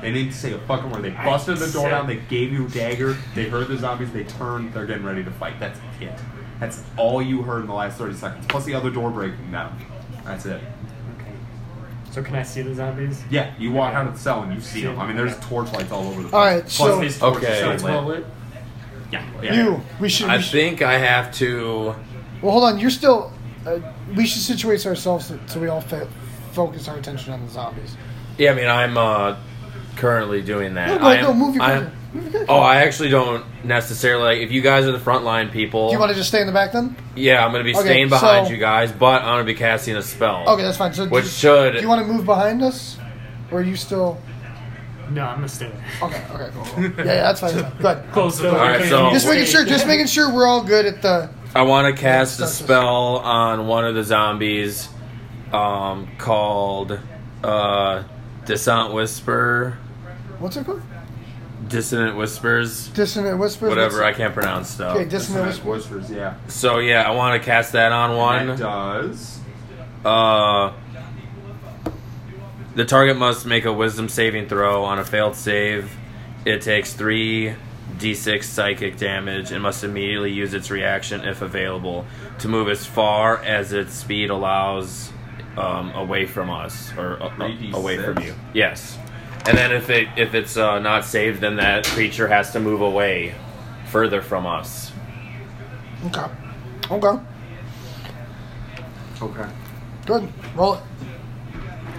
Speaker 2: They didn't say a fucking word. They busted the door
Speaker 3: said-
Speaker 2: down. They gave you a dagger. They heard the zombies. They turned. They're getting ready to fight. That's it. That's all you heard in the last thirty seconds. Plus the other door breaking down. That's it.
Speaker 5: So can I see the zombies?
Speaker 2: Yeah, you walk out of the cell and you see them. I mean, there's torchlights all over the place.
Speaker 1: All right,
Speaker 2: Plus
Speaker 1: so-
Speaker 2: his torch is
Speaker 4: Okay.
Speaker 2: so
Speaker 4: It's
Speaker 2: lit.
Speaker 4: well
Speaker 2: Yeah, yeah.
Speaker 1: You, we should.
Speaker 4: I
Speaker 1: We should
Speaker 4: think I have to.
Speaker 1: well, hold on. You're still. Uh, we should situate ourselves so, so we all fa- focus our attention on the zombies.
Speaker 4: Yeah, I mean, I'm uh, currently doing that.
Speaker 1: No, go-
Speaker 4: I am,
Speaker 1: no, move your
Speaker 4: I
Speaker 1: character. Move your
Speaker 4: oh, I actually don't necessarily. If you guys are the frontline people,
Speaker 1: Do you want to just stay in the back then?
Speaker 4: yeah, I'm going to be
Speaker 1: Okay,
Speaker 4: staying behind
Speaker 1: so-
Speaker 4: you guys, but I'm going to be casting a spell.
Speaker 1: Okay, that's fine. So,
Speaker 4: Which
Speaker 1: do,
Speaker 4: should-
Speaker 1: do you want to move behind us, or are you still?
Speaker 5: No, I'm gonna stay there.
Speaker 1: Okay, okay, cool. cool. yeah, yeah, that's fine. that's fine. Good.
Speaker 5: Close the door.
Speaker 4: All right, so-
Speaker 1: Just making sure. Just making sure we're all good at the.
Speaker 4: I want to cast a
Speaker 1: That's- that's-
Speaker 4: spell on one of the zombies um, called uh, Dissonant Whisper,
Speaker 1: What's it called?
Speaker 4: Dissonant Whispers,
Speaker 1: Dissonant whispers.
Speaker 4: whatever. I
Speaker 1: What's-
Speaker 4: can't pronounce stuff.
Speaker 1: Okay, dissonant
Speaker 2: That's
Speaker 1: whispers.
Speaker 2: whispers, yeah.
Speaker 4: so yeah, I want to cast that on one.
Speaker 2: That does.
Speaker 4: Uh, the target must make a wisdom saving throw. On a failed save, it takes 3 d6 psychic damage and must immediately use its reaction, if available, to move as far as its speed allows um, away from us or uh,
Speaker 2: 3d6?
Speaker 4: away from you. Yes. And then if it if it's uh, not saved, then that creature has to move away further from us.
Speaker 1: Okay. Okay.
Speaker 2: Okay.
Speaker 1: Good. Roll it.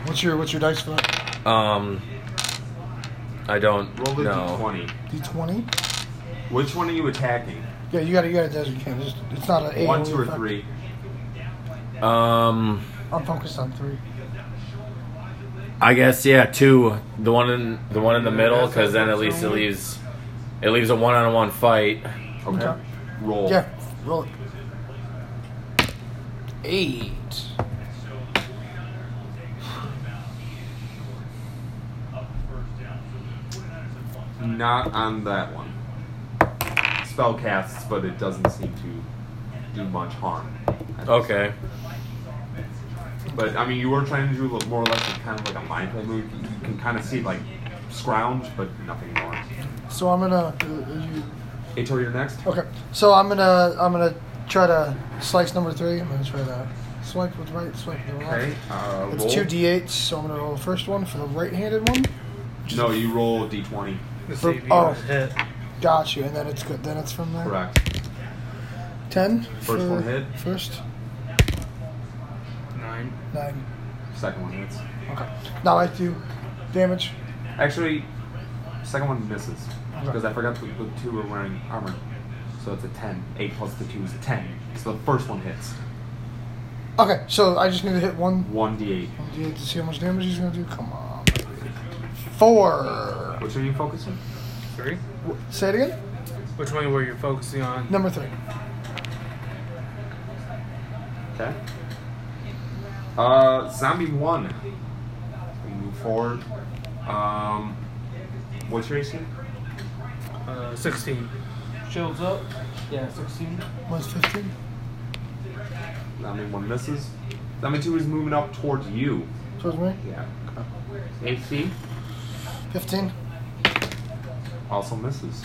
Speaker 1: What's your What's your dice for that?
Speaker 4: Um, I don't
Speaker 2: Roll the
Speaker 4: know.
Speaker 2: d20.
Speaker 1: D twenty.
Speaker 2: Which one are you attacking?
Speaker 1: Yeah, you gotta you gotta designate. It's, it's not an eight.
Speaker 2: One, two, or three?
Speaker 4: Um.
Speaker 1: I'm focused on three.
Speaker 4: I guess yeah, two. The one in the one in the middle, because then at least it leaves it leaves a one-on-one fight.
Speaker 2: Okay.
Speaker 1: Okay.
Speaker 2: Roll.
Speaker 1: Yeah, roll it. Eight.
Speaker 2: Not on that one. Spell casts, but it doesn't seem to do much harm.
Speaker 4: Okay.
Speaker 2: But I mean, you were trying to do a- more or less a- kind of like a mind play move. You can kind of see like scrounge, but nothing more.
Speaker 1: So I'm gonna. uh, you,
Speaker 2: Ator, you're next.
Speaker 1: okay. So I'm gonna I'm gonna try to slice number three. I'm gonna try to swipe with right, swipe with left.
Speaker 2: Okay. Uh,
Speaker 1: It's
Speaker 2: roll.
Speaker 1: two d8s, so I'm gonna roll the first one for the right-handed one.
Speaker 2: No, you roll d20.
Speaker 3: Let's see if he
Speaker 1: Oh.
Speaker 3: was hit.
Speaker 1: Got you, and then it's good. Then it's from there.
Speaker 2: Correct.
Speaker 1: Ten.
Speaker 2: First
Speaker 1: for
Speaker 2: one hit.
Speaker 1: First
Speaker 3: Nine.
Speaker 1: nine.
Speaker 2: Second one hits.
Speaker 1: Okay. Now I do damage.
Speaker 2: Actually, second one misses because I forgot the, the two were wearing armor. So it's a 10. 8 plus the 2 is 10. So the first one hits.
Speaker 1: Okay, so I just need to hit one.
Speaker 2: 1d8.
Speaker 1: one d8 to see how much damage he's gonna do. Come on. baby. Four.
Speaker 2: Which are you focusing?
Speaker 3: Three?
Speaker 1: W- Say it again.
Speaker 3: Which one were you focusing on?
Speaker 1: Number three.
Speaker 2: Okay. Uh, zombie 1. We move forward. Um, what's your AC?
Speaker 3: Uh, 16. Shields up. Yeah, 16.
Speaker 1: One's fifteen.
Speaker 2: Zombie 1 misses. Zombie 2 is moving up towards you.
Speaker 1: So it's me.
Speaker 2: Yeah. AC
Speaker 1: Fifteen.
Speaker 2: also misses.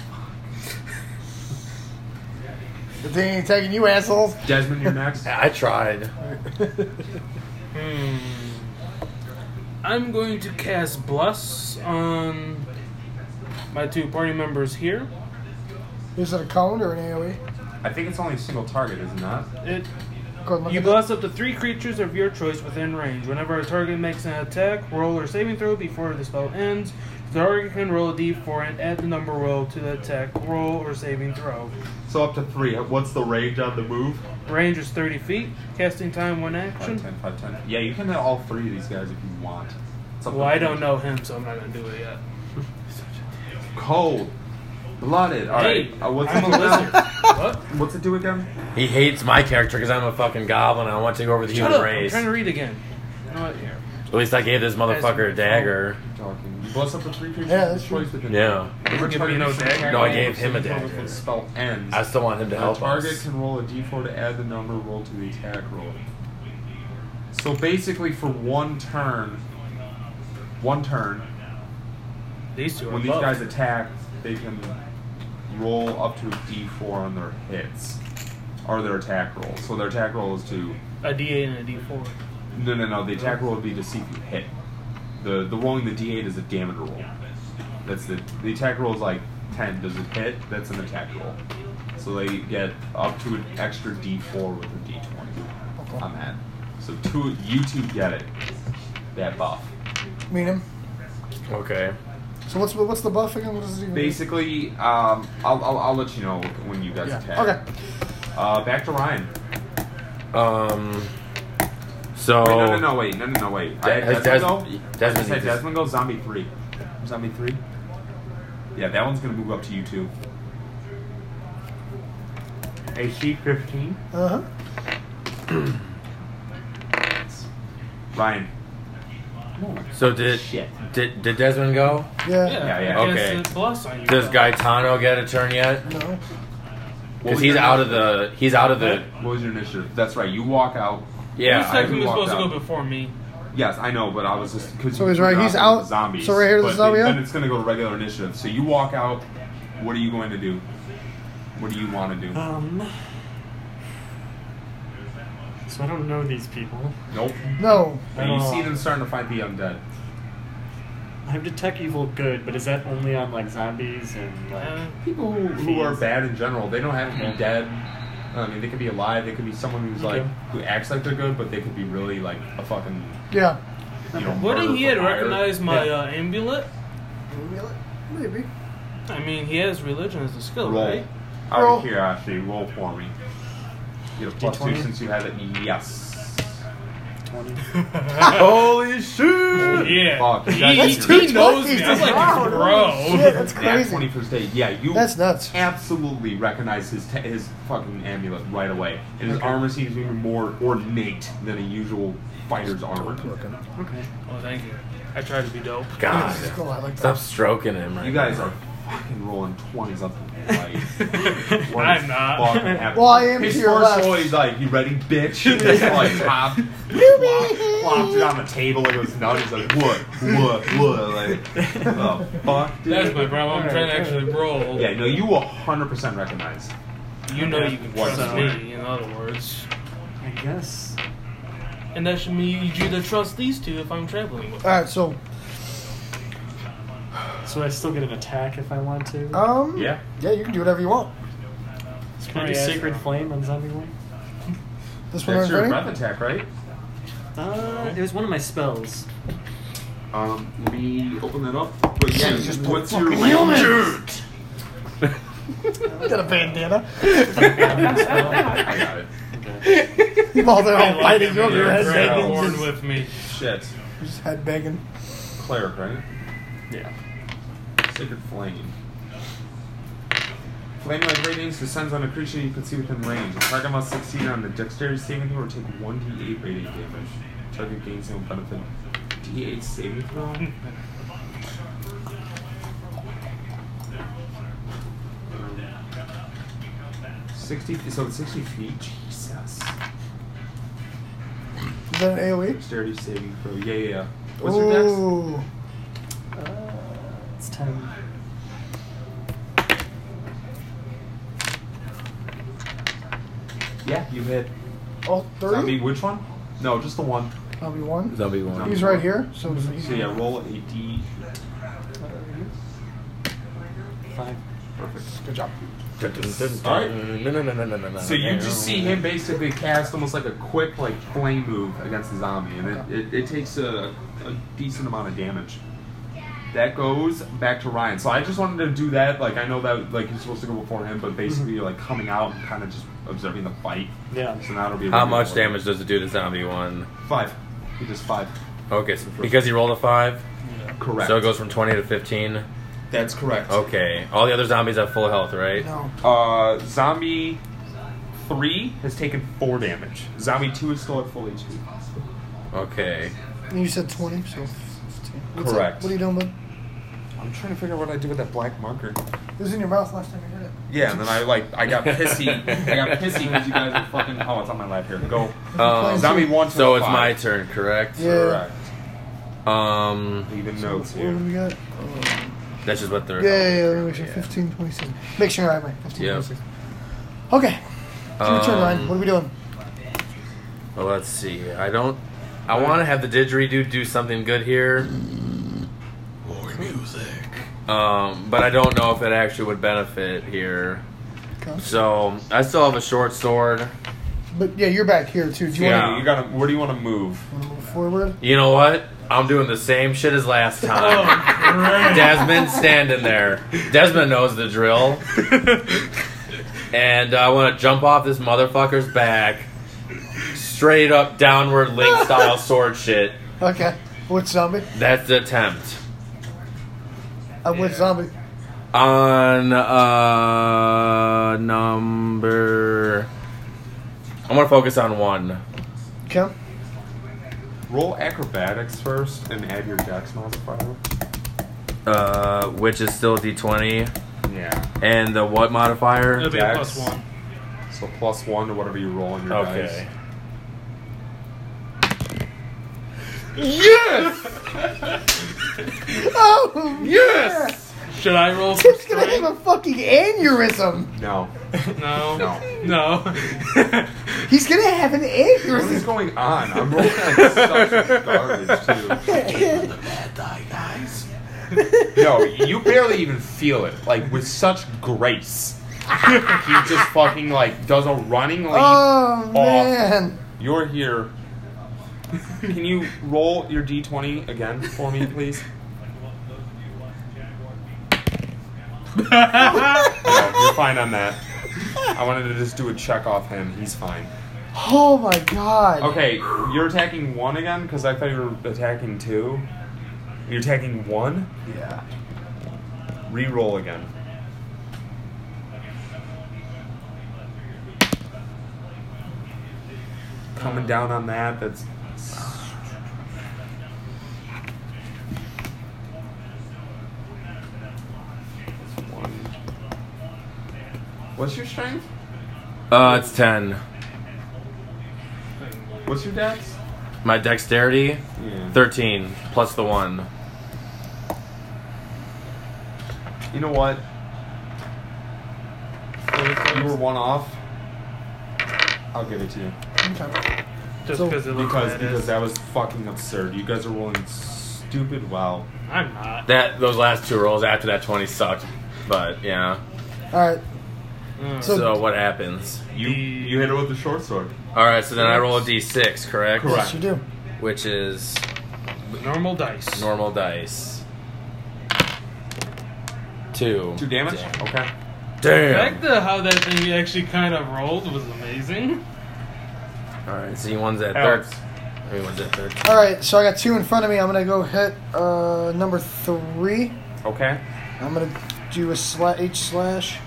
Speaker 1: If they ain't taking you assholes.
Speaker 2: Desmond, you're next.
Speaker 4: I tried.
Speaker 3: Hmm. I'm going to cast Bless on my two party members here.
Speaker 1: Is it a E? cone or an AOE?
Speaker 2: I think it's only a single target, isn't that?
Speaker 3: It,
Speaker 1: Go ahead, look
Speaker 3: you
Speaker 1: at
Speaker 3: bless up to three creatures of your choice within range. Whenever a target makes an attack, roll or saving throw before the spell ends, the target can roll a d4 and add the number rolled to the attack, roll, or saving throw.
Speaker 2: So up to three. What's the range on the move?
Speaker 3: Range is 30 feet. Casting time, one
Speaker 2: 5,
Speaker 3: action.
Speaker 2: 10, 5, 10. Yeah, you can hit all three of these guys if you want. It's up to
Speaker 3: Well, I
Speaker 2: three.
Speaker 3: don't know him, so I'm not going to do it yet.
Speaker 2: Cold. Blooded. Alright.
Speaker 3: Hey,
Speaker 2: uh, what's
Speaker 3: I'm
Speaker 2: it
Speaker 3: a
Speaker 2: do now?
Speaker 3: lizard. what?
Speaker 2: What's it do again?
Speaker 4: He hates my character because I'm a fucking goblin. and I want to take over the
Speaker 3: Shut up.
Speaker 4: human
Speaker 3: I'm
Speaker 4: race.
Speaker 3: trying to read again. You know what? Here.
Speaker 4: At least I gave this motherfucker a dagger.
Speaker 2: Talking. You bust up the three creatures.
Speaker 1: Yeah,
Speaker 2: you
Speaker 1: that's
Speaker 2: choose within-
Speaker 4: Yeah.
Speaker 2: Whatever
Speaker 3: Give
Speaker 2: target
Speaker 3: me no
Speaker 2: you
Speaker 3: dagger.
Speaker 2: attack
Speaker 4: No, I
Speaker 2: on,
Speaker 4: gave him a
Speaker 2: before the
Speaker 4: dagger.
Speaker 2: Spell ends.
Speaker 4: I still want him to
Speaker 2: the
Speaker 4: help
Speaker 2: target
Speaker 4: us.
Speaker 2: can roll a d4 to add the number rolled to the attack roll. So basically, for one turn, one turn,
Speaker 3: These two are
Speaker 2: when these
Speaker 3: buffed.
Speaker 2: guys attack, they can roll up to a d4 on their hits or their attack roll. So their attack roll is to
Speaker 3: A D8 and a D4.
Speaker 2: no, no, no. The attack roll would be to see if you hit. The the rolling the d8 is a damage roll. That's the the attack roll is like ten. Does it hit? That's an attack roll. So they get up to an extra d4 with a d20
Speaker 1: Um,
Speaker 2: on that. So two you two get it. That buff.
Speaker 1: Mean him.
Speaker 4: Okay.
Speaker 1: So what's what's the buff again? What does it even do?
Speaker 2: Basically, um, I'll, I'll I'll let you know when you guys attack.
Speaker 1: Yeah. Okay.
Speaker 2: Uh, back to Ryan.
Speaker 4: Um. So.
Speaker 2: Wait, no, no, no, wait, no, no, no, wait. I
Speaker 4: Des-
Speaker 2: had
Speaker 4: Oh. Des-
Speaker 2: Desmond go.
Speaker 4: Desmond
Speaker 2: I said
Speaker 4: needs-
Speaker 2: Desmond go. Zombie three. Zombie three. Yeah, that one's gonna move up to you too. AC fifteen.
Speaker 1: Uh huh.
Speaker 2: Ryan.
Speaker 4: So did
Speaker 2: Shit.
Speaker 4: did did Desmond go?
Speaker 1: Yeah.
Speaker 2: Yeah, yeah.
Speaker 3: I guess
Speaker 4: Okay.
Speaker 3: it's Plus on you.
Speaker 4: Does Gaetano get a turn yet?
Speaker 1: No.
Speaker 2: What
Speaker 4: Because
Speaker 2: was
Speaker 4: he's
Speaker 2: your
Speaker 4: out of
Speaker 2: initiative?
Speaker 4: the he's out of the
Speaker 2: What was your initiative? That's right. You walk out.
Speaker 4: yeah.
Speaker 3: Who's
Speaker 2: I
Speaker 3: technically
Speaker 2: walked
Speaker 3: supposed to
Speaker 2: out.
Speaker 3: go before me?
Speaker 2: Yes, I know, but I was just because
Speaker 1: So he's right, he's out.
Speaker 2: Zombies.
Speaker 1: So right here, the
Speaker 2: but
Speaker 1: zombie
Speaker 2: Then
Speaker 1: out?
Speaker 2: it's gonna go to regular initiative. So you walk out. What are you going to do? What do you want to do?
Speaker 5: Um. So I don't know these people.
Speaker 2: Nope.
Speaker 1: No.
Speaker 2: And you
Speaker 5: Oh.
Speaker 2: see them starting to fight the undead.
Speaker 5: I have detect evil good, but is that only on like zombies and like?
Speaker 3: Uh,
Speaker 2: people who, who are bad in general, they don't have to be dead. I mean, they could be alive. They could be someone who's like
Speaker 5: Okay.
Speaker 2: who acts like they're good, but they could be really like a fucking
Speaker 1: Yeah.
Speaker 2: you know. murderer
Speaker 3: wouldn't he had
Speaker 2: for hire.
Speaker 3: recognized my uh, amulet?
Speaker 1: Maybe.
Speaker 3: I mean, he has religion as a skill,
Speaker 2: roll?
Speaker 3: right?
Speaker 2: Out
Speaker 1: Roll.
Speaker 2: of curiosity, roll for me. Get a plus two
Speaker 5: D20?
Speaker 2: since you had it. Yes.
Speaker 4: Holy shit!
Speaker 3: Yeah.
Speaker 2: Fuck, you guys
Speaker 3: he,
Speaker 2: just-
Speaker 3: he knows me.
Speaker 1: He's
Speaker 3: I'm
Speaker 1: just wow,
Speaker 3: like,
Speaker 1: holy shit,
Speaker 3: bro.
Speaker 1: that's
Speaker 2: That
Speaker 1: crazy.
Speaker 2: twenty first day. Yeah, you.
Speaker 1: That's nuts.
Speaker 2: Absolutely recognize his t- his fucking amulet right away, and his
Speaker 5: Okay.
Speaker 2: armor seems even more ornate than a usual fighter's armor.
Speaker 5: Okay.
Speaker 3: Oh, thank you. I tried to be dope.
Speaker 4: God,
Speaker 1: This is cool. I like
Speaker 4: stop
Speaker 1: that.
Speaker 4: stroking him. Right
Speaker 2: You guys
Speaker 4: now.
Speaker 2: are fucking rolling twenties up the like. What
Speaker 3: I'm
Speaker 2: is
Speaker 3: not.
Speaker 2: fucking happening?
Speaker 1: Well, I am
Speaker 2: His
Speaker 1: to your
Speaker 2: first
Speaker 1: left.
Speaker 2: roll, he's like, "You ready, bitch?" And just like pop, plopped it on the table like it was nothing. He's like, "What? What? What?" Like, the fuck, dude.
Speaker 3: That's my problem. I'm trying to actually roll.
Speaker 2: yeah, no, you will hundred percent recognize.
Speaker 3: You know you can
Speaker 2: What's
Speaker 3: trust
Speaker 5: up?
Speaker 3: me, in other words.
Speaker 5: I guess.
Speaker 3: And that should mean you either trust these two if I'm traveling with
Speaker 1: All right. So,
Speaker 5: So I still get an attack if I want to.
Speaker 2: Oh.
Speaker 1: um.
Speaker 2: Yeah.
Speaker 1: Yeah, you can do whatever you want.
Speaker 5: Can I do
Speaker 3: Yeah.
Speaker 5: sacred flame on zombie one?
Speaker 1: This one
Speaker 2: That's
Speaker 1: right
Speaker 2: your
Speaker 1: in
Speaker 2: breath
Speaker 1: front of
Speaker 2: attack, right?
Speaker 5: Uh, it was one of my spells.
Speaker 2: Um, let me open that up. But yeah,
Speaker 1: Jesus,
Speaker 2: what's
Speaker 1: fucking
Speaker 2: your
Speaker 1: humans! you. Got a bandana.
Speaker 2: I got it.
Speaker 5: Okay.
Speaker 1: While they're
Speaker 5: I
Speaker 1: all
Speaker 5: like
Speaker 1: biting
Speaker 5: him.
Speaker 1: over
Speaker 5: You're
Speaker 1: your head,
Speaker 2: Right
Speaker 5: right
Speaker 2: now.
Speaker 1: banging,
Speaker 5: on
Speaker 1: just,
Speaker 5: with me.
Speaker 2: Shit.
Speaker 1: just head banging.
Speaker 2: Cleric, right?
Speaker 5: Yeah.
Speaker 2: Sacred Flame. Flame like radiance descends on a creature you can see within range. The target must succeed on a dexterity saving throw or take 1d8 radiant damage. Target gains no benefit. D8 saving throw? Um, Sixty. So it's sixty feet. Jesus.
Speaker 1: Is that an AoE?
Speaker 2: Dexterity saving throw. Yeah, yeah. yeah. What's your
Speaker 1: Ooh.
Speaker 5: Uh, it's ten.
Speaker 2: dex? Yeah, you hit.
Speaker 1: All
Speaker 2: Zombie.
Speaker 1: three?
Speaker 2: Which one? No, just the one.
Speaker 1: I'll be one.
Speaker 4: Zombie
Speaker 2: one.
Speaker 1: He's right here, so it's
Speaker 2: So yeah, roll a d.
Speaker 5: Five.
Speaker 2: Perfect.
Speaker 1: Good job.
Speaker 2: So you just see him basically cast almost like a quick like flame move against the zombie, and it, it, it takes a, a decent amount of damage. That goes back to Ryan. So I just wanted to do that. Like I know that like he's supposed to go before him, but basically
Speaker 4: Mm-hmm.
Speaker 2: you're like coming out and kind of just observing the fight.
Speaker 5: Yeah.
Speaker 2: So now it'll be
Speaker 4: How much damage does it do to zombie one?
Speaker 2: Five. He does five.
Speaker 4: Okay, so because he rolled a five,
Speaker 2: Correct.
Speaker 4: so it goes from twenty to fifteen.
Speaker 2: That's correct.
Speaker 4: Okay, all the other zombies have full health, right?
Speaker 1: No.
Speaker 2: Uh, zombie three has taken four damage. Zombie two is still at full HP.
Speaker 4: Okay,
Speaker 1: And you said 20, so 15. What's up?
Speaker 2: Correct.
Speaker 1: What are you doing, bud?
Speaker 2: I'm trying to figure out what I do with that black marker.
Speaker 1: It was in your mouth last time you heard it.
Speaker 2: Yeah, and then I like I got pissy. I got pissy because you guys were fucking. Oh, it's on my lap here. Go.
Speaker 4: um,
Speaker 2: Zombie one.
Speaker 4: So it's my
Speaker 2: five.
Speaker 4: turn, correct?
Speaker 1: Yeah.
Speaker 2: Correct.
Speaker 4: Um,
Speaker 2: Leaving notes
Speaker 1: What do
Speaker 2: here.
Speaker 1: we got? Um,
Speaker 4: that's just what they're.
Speaker 1: yeah, yeah, yeah. Let me make sure. 15, 27. Make sure I have my 15,
Speaker 4: Yep.
Speaker 1: 26. Okay. It's your turn, Ryan. What are we doing?
Speaker 4: Well, let's see. I don't. I want to have the didgeridoo do something good here.
Speaker 6: More music.
Speaker 4: Um, but I don't know if it actually would benefit here.
Speaker 1: Okay.
Speaker 4: So I still have a short sword.
Speaker 1: But yeah, you're back here too. Do you
Speaker 4: Yeah.
Speaker 2: Yeah, you gotta. Where do you want to move?
Speaker 1: want to move forward?
Speaker 4: You know what? I'm doing the same shit as
Speaker 6: Oh.
Speaker 4: last
Speaker 3: Oh,
Speaker 4: time. Desmond standing there. Desmond knows the drill. and I want to jump off this motherfucker's back. Straight up downward link style sword shit.
Speaker 1: Okay. Which zombie?
Speaker 4: That's the attempt.
Speaker 1: Uh, Which zombie?
Speaker 4: on uh number I'm gonna focus on one.
Speaker 1: Kim?
Speaker 2: Roll acrobatics first and add your dex modifier.
Speaker 4: Uh which is still D twenty.
Speaker 2: Yeah.
Speaker 4: And the what modifier?
Speaker 3: It'll be a plus
Speaker 2: Dex.
Speaker 3: one.
Speaker 2: So plus one to whatever you roll on your
Speaker 4: Okay.
Speaker 1: Oh! Yes!
Speaker 3: Should I roll for
Speaker 1: Kim's gonna have
Speaker 3: strength?
Speaker 1: a fucking aneurysm.
Speaker 2: dice. No.
Speaker 3: No.
Speaker 2: No.
Speaker 3: No.
Speaker 1: He's gonna have an
Speaker 2: What is
Speaker 1: aneurysm.
Speaker 2: going on? I'm rolling like such garbage too.
Speaker 6: Bad die, guys.
Speaker 2: No, you barely even feel it. Like with such grace, he just fucking like does a running leap.
Speaker 1: Oh
Speaker 2: Off.
Speaker 1: man.
Speaker 2: You're here. Can you roll your d20 again for me, please? no, you're fine on that. I wanted to just do a check off him. He's fine.
Speaker 1: Oh my god.
Speaker 2: Okay, you're attacking one again because I thought you were attacking two. You're attacking one? Yeah. Reroll again. Coming down on that, that's. One. What's your strength?
Speaker 4: Uh it's ten.
Speaker 2: What's your dex?
Speaker 4: My dexterity?
Speaker 2: Yeah.
Speaker 4: Thirteen plus the one.
Speaker 2: You know what? You were one off. I'll give it to you
Speaker 1: Okay.
Speaker 3: Just
Speaker 1: So-
Speaker 3: because it looks
Speaker 2: because
Speaker 3: like
Speaker 2: because that was fucking absurd. You guys are rolling stupid well.
Speaker 3: I'm not.
Speaker 4: That those last two rolls after that twenty sucked. But yeah.
Speaker 1: Alright.
Speaker 3: Mm.
Speaker 1: So-
Speaker 4: So what happens?
Speaker 2: You you hit it with the short sword.
Speaker 4: Alright, so then I roll a D six, correct?
Speaker 2: Correct.
Speaker 1: Yes, you do.
Speaker 4: Which is
Speaker 3: normal dice.
Speaker 4: normal dice. Two.
Speaker 2: Two damage. Okay.
Speaker 3: The
Speaker 4: Damn.
Speaker 3: fact that how that thing actually kind of rolled was amazing.
Speaker 4: All right, so he wins that third.
Speaker 5: Alex.
Speaker 4: He wins that third.
Speaker 1: All right, so I got two in front of me. I'm gonna go hit uh, number three.
Speaker 2: Okay.
Speaker 1: I'm gonna do a sla- H slash.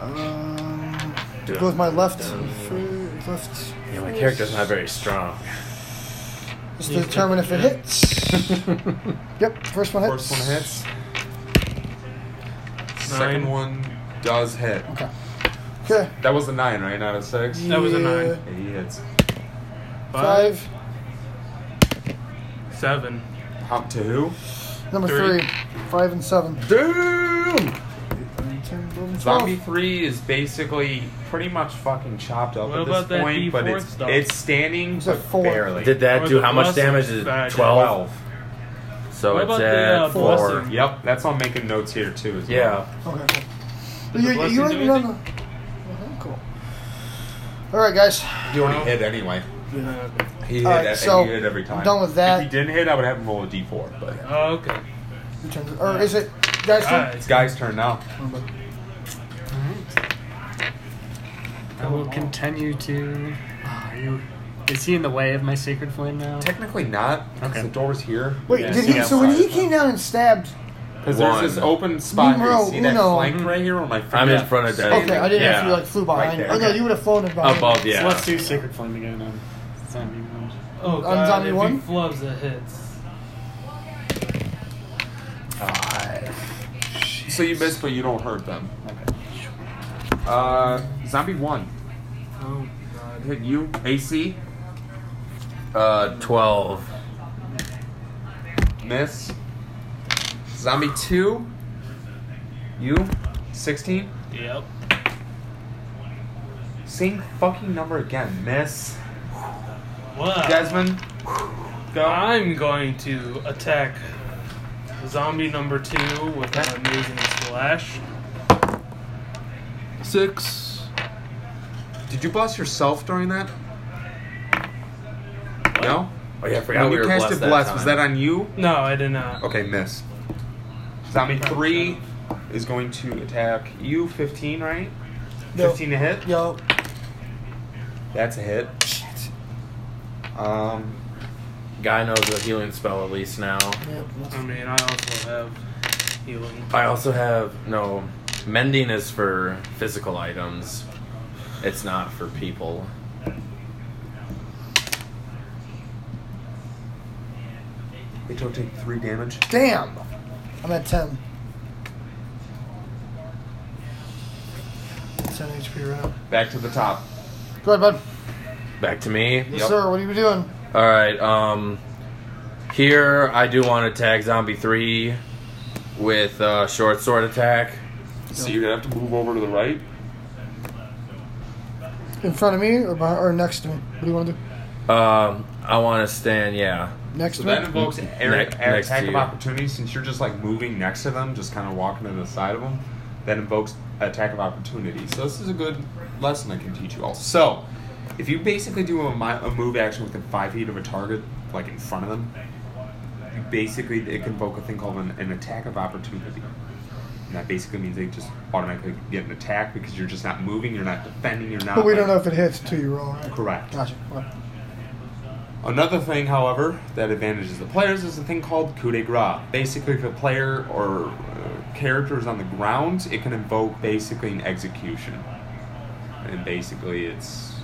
Speaker 1: Um,
Speaker 4: Do
Speaker 1: go with my left.
Speaker 4: Down.
Speaker 1: fo- left.
Speaker 4: Yeah, my character's not very strong.
Speaker 1: Just to determine if it hits. yep, first one hits.
Speaker 2: First one hits. Second
Speaker 5: Nine.
Speaker 2: one does hit.
Speaker 1: Okay. Okay.
Speaker 2: That was a nine, right? Not a six.
Speaker 1: That was a nine.
Speaker 2: Yeah, he hits.
Speaker 1: Five.
Speaker 3: Seven.
Speaker 2: How to who?
Speaker 1: Number three.
Speaker 3: Three.
Speaker 1: Five and seven.
Speaker 2: Damn!
Speaker 1: Nine, ten, eleven, twelve.
Speaker 2: Zombie three is basically pretty much fucking chopped up
Speaker 3: What
Speaker 2: at this
Speaker 3: about that
Speaker 2: point, but
Speaker 3: D4
Speaker 2: it's
Speaker 3: stuff?
Speaker 2: it's standing
Speaker 1: It's a
Speaker 2: but
Speaker 1: four.
Speaker 2: barely.
Speaker 4: Did that
Speaker 3: Or
Speaker 4: do
Speaker 3: the
Speaker 4: how much
Speaker 3: blessing
Speaker 4: damage? Is
Speaker 3: side.
Speaker 4: it twelve?
Speaker 2: twelve?
Speaker 4: So
Speaker 3: What
Speaker 4: it's
Speaker 3: about
Speaker 4: at
Speaker 3: the, uh,
Speaker 4: four.
Speaker 3: blessing?
Speaker 2: Yep, that's why I'm making notes here too. As
Speaker 4: Yeah.
Speaker 1: Okay. Cool. You,
Speaker 3: blessing
Speaker 1: you already
Speaker 3: do
Speaker 1: done the. Okay, cool. All right, guys.
Speaker 2: well. he only hit anyway. He hit,
Speaker 1: All right,
Speaker 2: at-
Speaker 1: so
Speaker 2: he hit every time.
Speaker 1: I'm done with that.
Speaker 2: If he didn't hit, I would have him roll a d4. But
Speaker 3: Oh, okay.
Speaker 1: In terms of- or is it guys?
Speaker 3: All
Speaker 1: turn?
Speaker 3: right.
Speaker 2: it's guy's turn now.
Speaker 5: I will continue to. Ah, you. Is he in the way of my sacred flame now?
Speaker 2: Technically not, because
Speaker 5: Okay.
Speaker 2: the door's here.
Speaker 1: Wait,
Speaker 5: Yeah,
Speaker 1: did he?
Speaker 5: see that
Speaker 1: So when he
Speaker 5: side.
Speaker 1: came down and stabbed,
Speaker 2: Because there's
Speaker 4: One.
Speaker 2: this open spot. here.
Speaker 1: Numero
Speaker 2: See that
Speaker 1: uno.
Speaker 2: flank right here where my finger?
Speaker 4: I'm in front of that.
Speaker 1: okay, I didn't know if you
Speaker 4: Yeah.
Speaker 1: like flew behind.
Speaker 2: Oh, there,
Speaker 1: oh no,
Speaker 2: okay.
Speaker 1: you would have flown in behind.
Speaker 4: Above,
Speaker 5: So
Speaker 4: yeah.
Speaker 5: let's do sacred flame again. On zombie one.
Speaker 3: Oh, God.
Speaker 1: zombie
Speaker 3: if
Speaker 1: one?
Speaker 3: he flubs, it hits.
Speaker 2: So you miss, but you don't hurt them.
Speaker 5: Okay.
Speaker 2: Uh, zombie one. Uh,
Speaker 3: Oh, God.
Speaker 2: Hit you. AC.
Speaker 4: Uh, twelve.
Speaker 2: Miss. Zombie two. You. 16.
Speaker 3: Yep.
Speaker 2: Same fucking number again. Miss.
Speaker 3: What?
Speaker 2: Desmond. Go.
Speaker 3: I'm going to attack zombie number two with an amazing splash.
Speaker 2: Six. Did you bless yourself during that? No?
Speaker 4: Oh yeah, I forgot
Speaker 2: When
Speaker 4: we
Speaker 2: you
Speaker 4: were
Speaker 2: casted
Speaker 4: blessed. that
Speaker 2: bless, was
Speaker 4: time.
Speaker 2: that on you?
Speaker 3: No, I did not.
Speaker 2: Okay, miss. Zombie three is going to attack you. Fifteen, right?
Speaker 1: No.
Speaker 2: Fifteen to hit.
Speaker 1: Yo,
Speaker 2: That's a hit. Um,
Speaker 4: Guy knows the healing spell at least now.
Speaker 1: yeah,
Speaker 3: I
Speaker 2: Um,
Speaker 3: mean, I also have healing.
Speaker 4: I also have no mending is for physical items. It's not for people.
Speaker 2: they don't take three damage.
Speaker 1: damn. I'm at ten. Ten HP right now.
Speaker 2: Back to the top.
Speaker 1: Go ahead, bud.
Speaker 4: Back to me.
Speaker 1: Yes,
Speaker 2: Yep.
Speaker 1: sir. What are you doing?
Speaker 4: All right. Um, here I do want to attack Zombie Three with uh, short sword attack.
Speaker 2: So you're gonna have to move over to the right.
Speaker 1: In front of me or behind, or next to me? What do you want to do?
Speaker 4: Um, I want to stand. Yeah.
Speaker 1: Next
Speaker 2: So
Speaker 1: to me.
Speaker 2: that invokes an air,
Speaker 4: Next-
Speaker 2: air
Speaker 4: next
Speaker 2: attack
Speaker 4: to
Speaker 2: of
Speaker 4: you.
Speaker 2: opportunity since you're just like moving next to them, just kind of walking to the side of them. That invokes attack of opportunity. So this is a good lesson I can teach you all. So, if you basically do a, mi- a move action within five feet of a target, like in front of them, you basically it can invoke a thing called an, an attack of opportunity. And that basically means they just automatically get an attack because you're just not moving, you're not defending, you're not.
Speaker 1: But we don't know
Speaker 2: like-
Speaker 1: if it hits until you roll. Right?
Speaker 2: Correct.
Speaker 1: Gotcha. Okay.
Speaker 2: Another thing, however, that advantages the players is a thing called coup de grace. Basically, if a player or uh, character is on the ground, it can invoke basically an execution. And basically, it's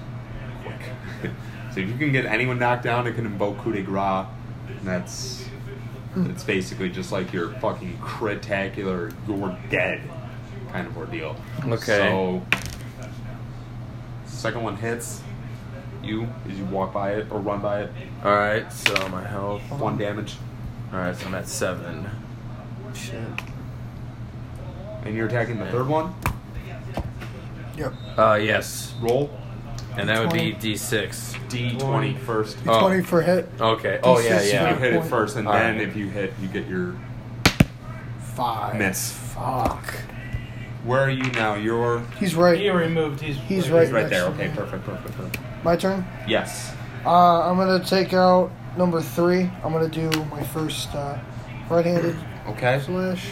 Speaker 2: quick. so if you can get anyone knocked down, it can invoke coup de grace. And that's it's basically just like your fucking critacular, you're dead kind of ordeal.
Speaker 4: Okay.
Speaker 2: So, second one hits you as you walk by it or run by it.
Speaker 4: All right. So my health.
Speaker 1: Uh-huh.
Speaker 4: All
Speaker 2: One damage.
Speaker 4: right. So I'm at seven.
Speaker 1: Shit.
Speaker 2: And you're attacking the third one.
Speaker 1: Yep.
Speaker 4: Uh, yes.
Speaker 2: Roll
Speaker 4: And that would be D6.
Speaker 2: D20 first.
Speaker 1: It's
Speaker 4: Oh.
Speaker 1: Twenty for hit.
Speaker 4: Okay. Oh yeah,
Speaker 1: D6
Speaker 2: You
Speaker 1: yeah.
Speaker 4: yeah.
Speaker 2: hit it first, and
Speaker 4: All
Speaker 2: then
Speaker 4: right.
Speaker 2: if you hit, you get your
Speaker 1: Five.
Speaker 2: miss.
Speaker 1: Fuck.
Speaker 2: Where are you now? You're
Speaker 1: He's right.
Speaker 3: He removed his.
Speaker 1: He's
Speaker 3: his-
Speaker 1: right.
Speaker 2: right there.
Speaker 1: Next.
Speaker 2: Okay, perfect, perfect, perfect.
Speaker 1: My turn.
Speaker 2: Yes.
Speaker 1: Uh, I'm gonna take out number three. I'm gonna do my first uh, right-handed
Speaker 2: Okay.
Speaker 1: slash.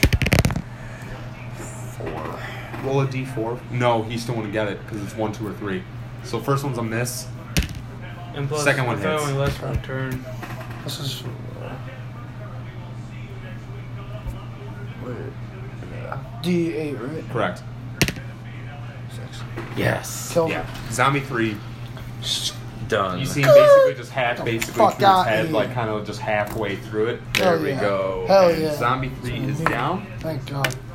Speaker 2: Four. Roll a D4. No, he's still want to get it because it's one, two, or three. So first one's a miss.
Speaker 3: And plus,
Speaker 2: Second one
Speaker 3: if I
Speaker 2: hits.
Speaker 3: only lasts for a turn.
Speaker 1: This is. uh, D eight, right?
Speaker 2: Correct.
Speaker 1: Six.
Speaker 4: Yes.
Speaker 1: Kill
Speaker 2: Yeah. Zombie three.
Speaker 4: Done.
Speaker 2: You see him basically just half, basically through
Speaker 1: Fuck
Speaker 2: his
Speaker 1: out
Speaker 2: head,
Speaker 1: here.
Speaker 2: like kind of just halfway through it. There
Speaker 1: Hell
Speaker 2: we
Speaker 1: yeah.
Speaker 2: go.
Speaker 1: Hell
Speaker 2: And
Speaker 1: yeah.
Speaker 2: Zombie three is
Speaker 1: Mhm.
Speaker 2: down.
Speaker 1: Thank God.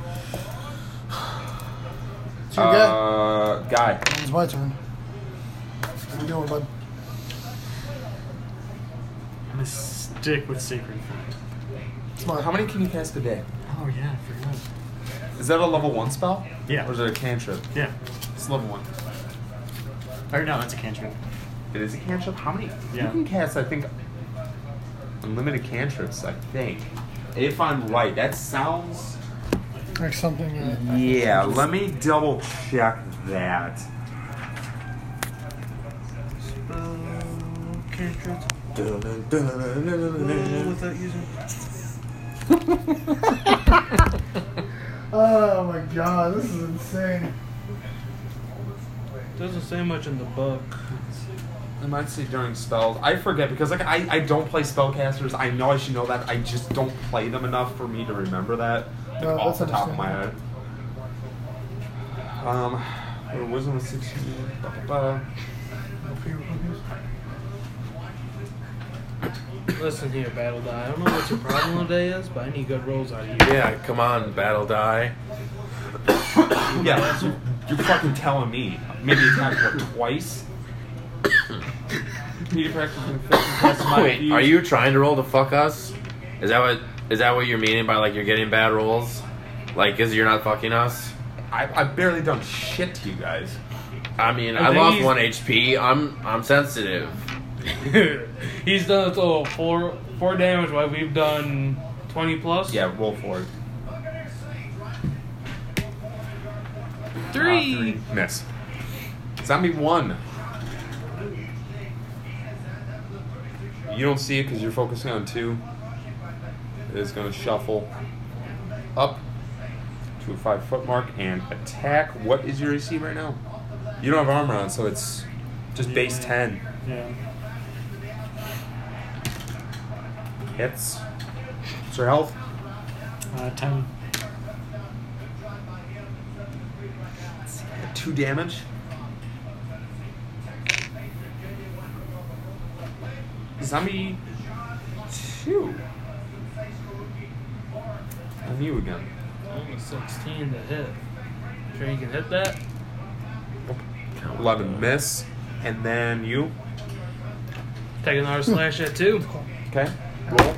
Speaker 1: It's your guy.
Speaker 2: Uh, guy.
Speaker 1: It's my turn. What you doing, bud?
Speaker 5: I'm gonna stick with Sacred Flame.
Speaker 1: Smart.
Speaker 2: How many can you cast a day?
Speaker 5: Oh yeah, I forgot.
Speaker 2: Is that a level one spell?
Speaker 5: Yeah.
Speaker 2: Or is it a cantrip?
Speaker 5: Yeah.
Speaker 2: It's level one.
Speaker 5: Or no, that's a cantrip.
Speaker 2: It is a cantrip. How many?
Speaker 5: Yeah.
Speaker 2: You can cast, I think, unlimited cantrips. I think, if I'm right. That sounds.
Speaker 1: Like something. Uh,
Speaker 2: Yeah. Let me double check that.
Speaker 3: Um, cantrips.
Speaker 2: Dun-dun-dun-dun-dun-dun-dun.
Speaker 3: Without using.
Speaker 1: oh my God, this is insane.
Speaker 3: Doesn't say much in the book.
Speaker 2: I might say during spells. I forget because like I, I don't play spellcasters. I know I should know that. I just don't play them enough for me to remember that like,
Speaker 1: No,
Speaker 2: off the
Speaker 1: that's
Speaker 2: top of my head. Um, what a wisdom of sixteen. Ba, ba, ba.
Speaker 3: Listen here, Battle Die. I don't know what your problem today is, but I need good rolls out of you.
Speaker 4: Yeah, come on, battle die.
Speaker 2: Yeah, you- you're fucking telling me. Maybe attack what twice. Need to practice with fifty plus my
Speaker 4: Wait,
Speaker 2: feet.
Speaker 4: are you trying to roll to fuck us? Is that what is that what you're meaning by like you're getting bad rolls? Like, is you're not fucking us?
Speaker 2: I, I've barely done shit to you guys.
Speaker 4: I mean,
Speaker 3: I
Speaker 4: I
Speaker 3: think
Speaker 4: lost
Speaker 3: he's-
Speaker 4: one HP. I'm I'm sensitive.
Speaker 3: He's done a total of four four damage. While we've done twenty plus.
Speaker 2: Yeah, roll for it.
Speaker 3: Three.
Speaker 2: Uh, Miss. Zombie one. You don't see it because you're focusing on two. It is going to shuffle up to a five foot mark and attack. What is your AC right now? You don't have armor on, so it's just base 10.
Speaker 5: Yeah.
Speaker 2: Hits. What's your health?
Speaker 5: Uh, ten.
Speaker 2: Two damage. Zombie two. On you again.
Speaker 3: Only sixteen to hit. Sure you can hit that?
Speaker 2: Eleven miss, and then you.
Speaker 3: Take another slash at two.
Speaker 2: Okay. Roll.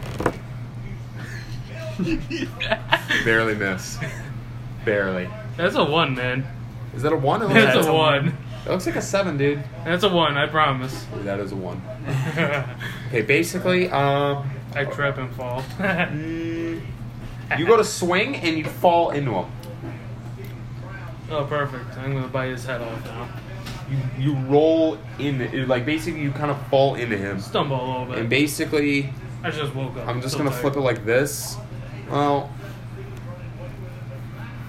Speaker 2: Barely miss. Barely.
Speaker 3: That's a one, man.
Speaker 2: Is that a one? It looks
Speaker 3: That's
Speaker 2: like
Speaker 3: a one.
Speaker 2: It looks like a seven, dude.
Speaker 3: That's a one. I promise.
Speaker 2: That is a one.
Speaker 3: I
Speaker 2: Okay, basically, um,
Speaker 3: trip and fall.
Speaker 2: mm, you go to swing and you fall into him.
Speaker 3: oh, perfect. I'm gonna bite his head off now.
Speaker 2: you, you roll in it, like basically you kind of fall into him
Speaker 3: Stumble a little bit.
Speaker 2: and basically
Speaker 3: I just woke up.
Speaker 2: i'm just gonna flip it like this well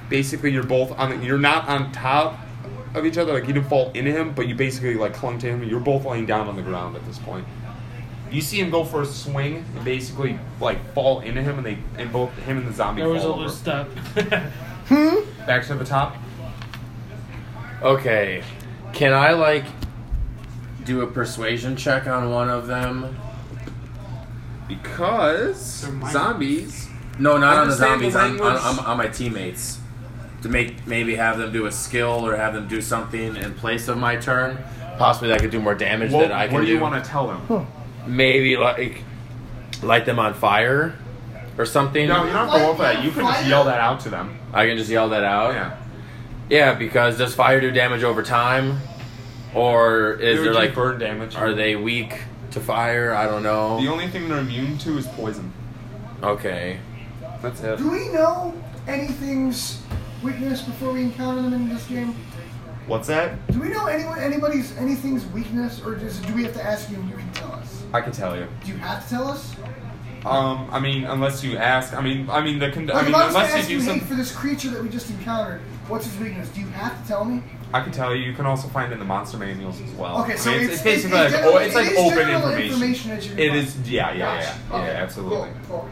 Speaker 2: basically you're both on the, you're not on top of each other like you didn't fall into him but you basically like clung to him you're both laying down on the ground at this point you see him go for a swing and basically like fall into him and they and both him and the zombie
Speaker 3: There was a
Speaker 2: fall
Speaker 3: loose
Speaker 2: over.
Speaker 3: step.
Speaker 2: back to the top
Speaker 4: Okay, can I like do a persuasion check on one of them?
Speaker 2: because
Speaker 5: They're minor.
Speaker 2: zombies
Speaker 4: No, not on the
Speaker 2: Understand the
Speaker 4: zombies. on, on,
Speaker 2: language.
Speaker 4: on, on my teammates to make maybe have them do a skill or have them do something in place of my turn. Possibly that could do more damage
Speaker 2: what,
Speaker 4: than I can
Speaker 2: what do you
Speaker 4: do.
Speaker 2: want to tell them
Speaker 4: maybe like light them on fire or something.
Speaker 2: No, you don't have to roll for that. You can just yell that out to them.
Speaker 4: I can just yell that out.
Speaker 2: Yeah.
Speaker 4: Yeah, because does fire do damage over time, or
Speaker 2: It
Speaker 4: is
Speaker 2: would
Speaker 4: there
Speaker 2: do
Speaker 4: like
Speaker 2: burn damage?
Speaker 4: are they weak to fire? I don't know.
Speaker 2: The only thing they're immune to is poison.
Speaker 4: okay.
Speaker 2: That's it.
Speaker 1: Do we know anything's weakness before we encounter them in this game?
Speaker 2: What's that?
Speaker 1: Do we know anyone, anybody's anything's weakness, or just, do we have to ask you and you can tell us?
Speaker 2: I can tell you.
Speaker 1: Do you have to tell us?
Speaker 2: Um, I mean, unless you ask. I mean, I mean, the con-
Speaker 1: Like,
Speaker 2: I mean,
Speaker 1: if I was to
Speaker 2: unless
Speaker 1: ask
Speaker 2: you
Speaker 1: you,
Speaker 2: do
Speaker 1: hey,
Speaker 2: some.
Speaker 1: for this creature that we just encountered, what's his weakness? Do you have to tell me?
Speaker 2: I can tell you. You can also find it in the monster manuals as well.
Speaker 1: Okay, so
Speaker 2: I mean,
Speaker 1: it's-
Speaker 2: basically
Speaker 1: it's
Speaker 2: like,
Speaker 1: general-
Speaker 2: oh, it's
Speaker 1: it
Speaker 2: like
Speaker 1: is
Speaker 2: open
Speaker 1: general
Speaker 2: information.
Speaker 1: information that you can
Speaker 2: It
Speaker 1: find.
Speaker 2: is, yeah, yeah,
Speaker 1: Gotcha.
Speaker 2: yeah,
Speaker 1: Okay,
Speaker 2: yeah, absolutely.
Speaker 1: Cool,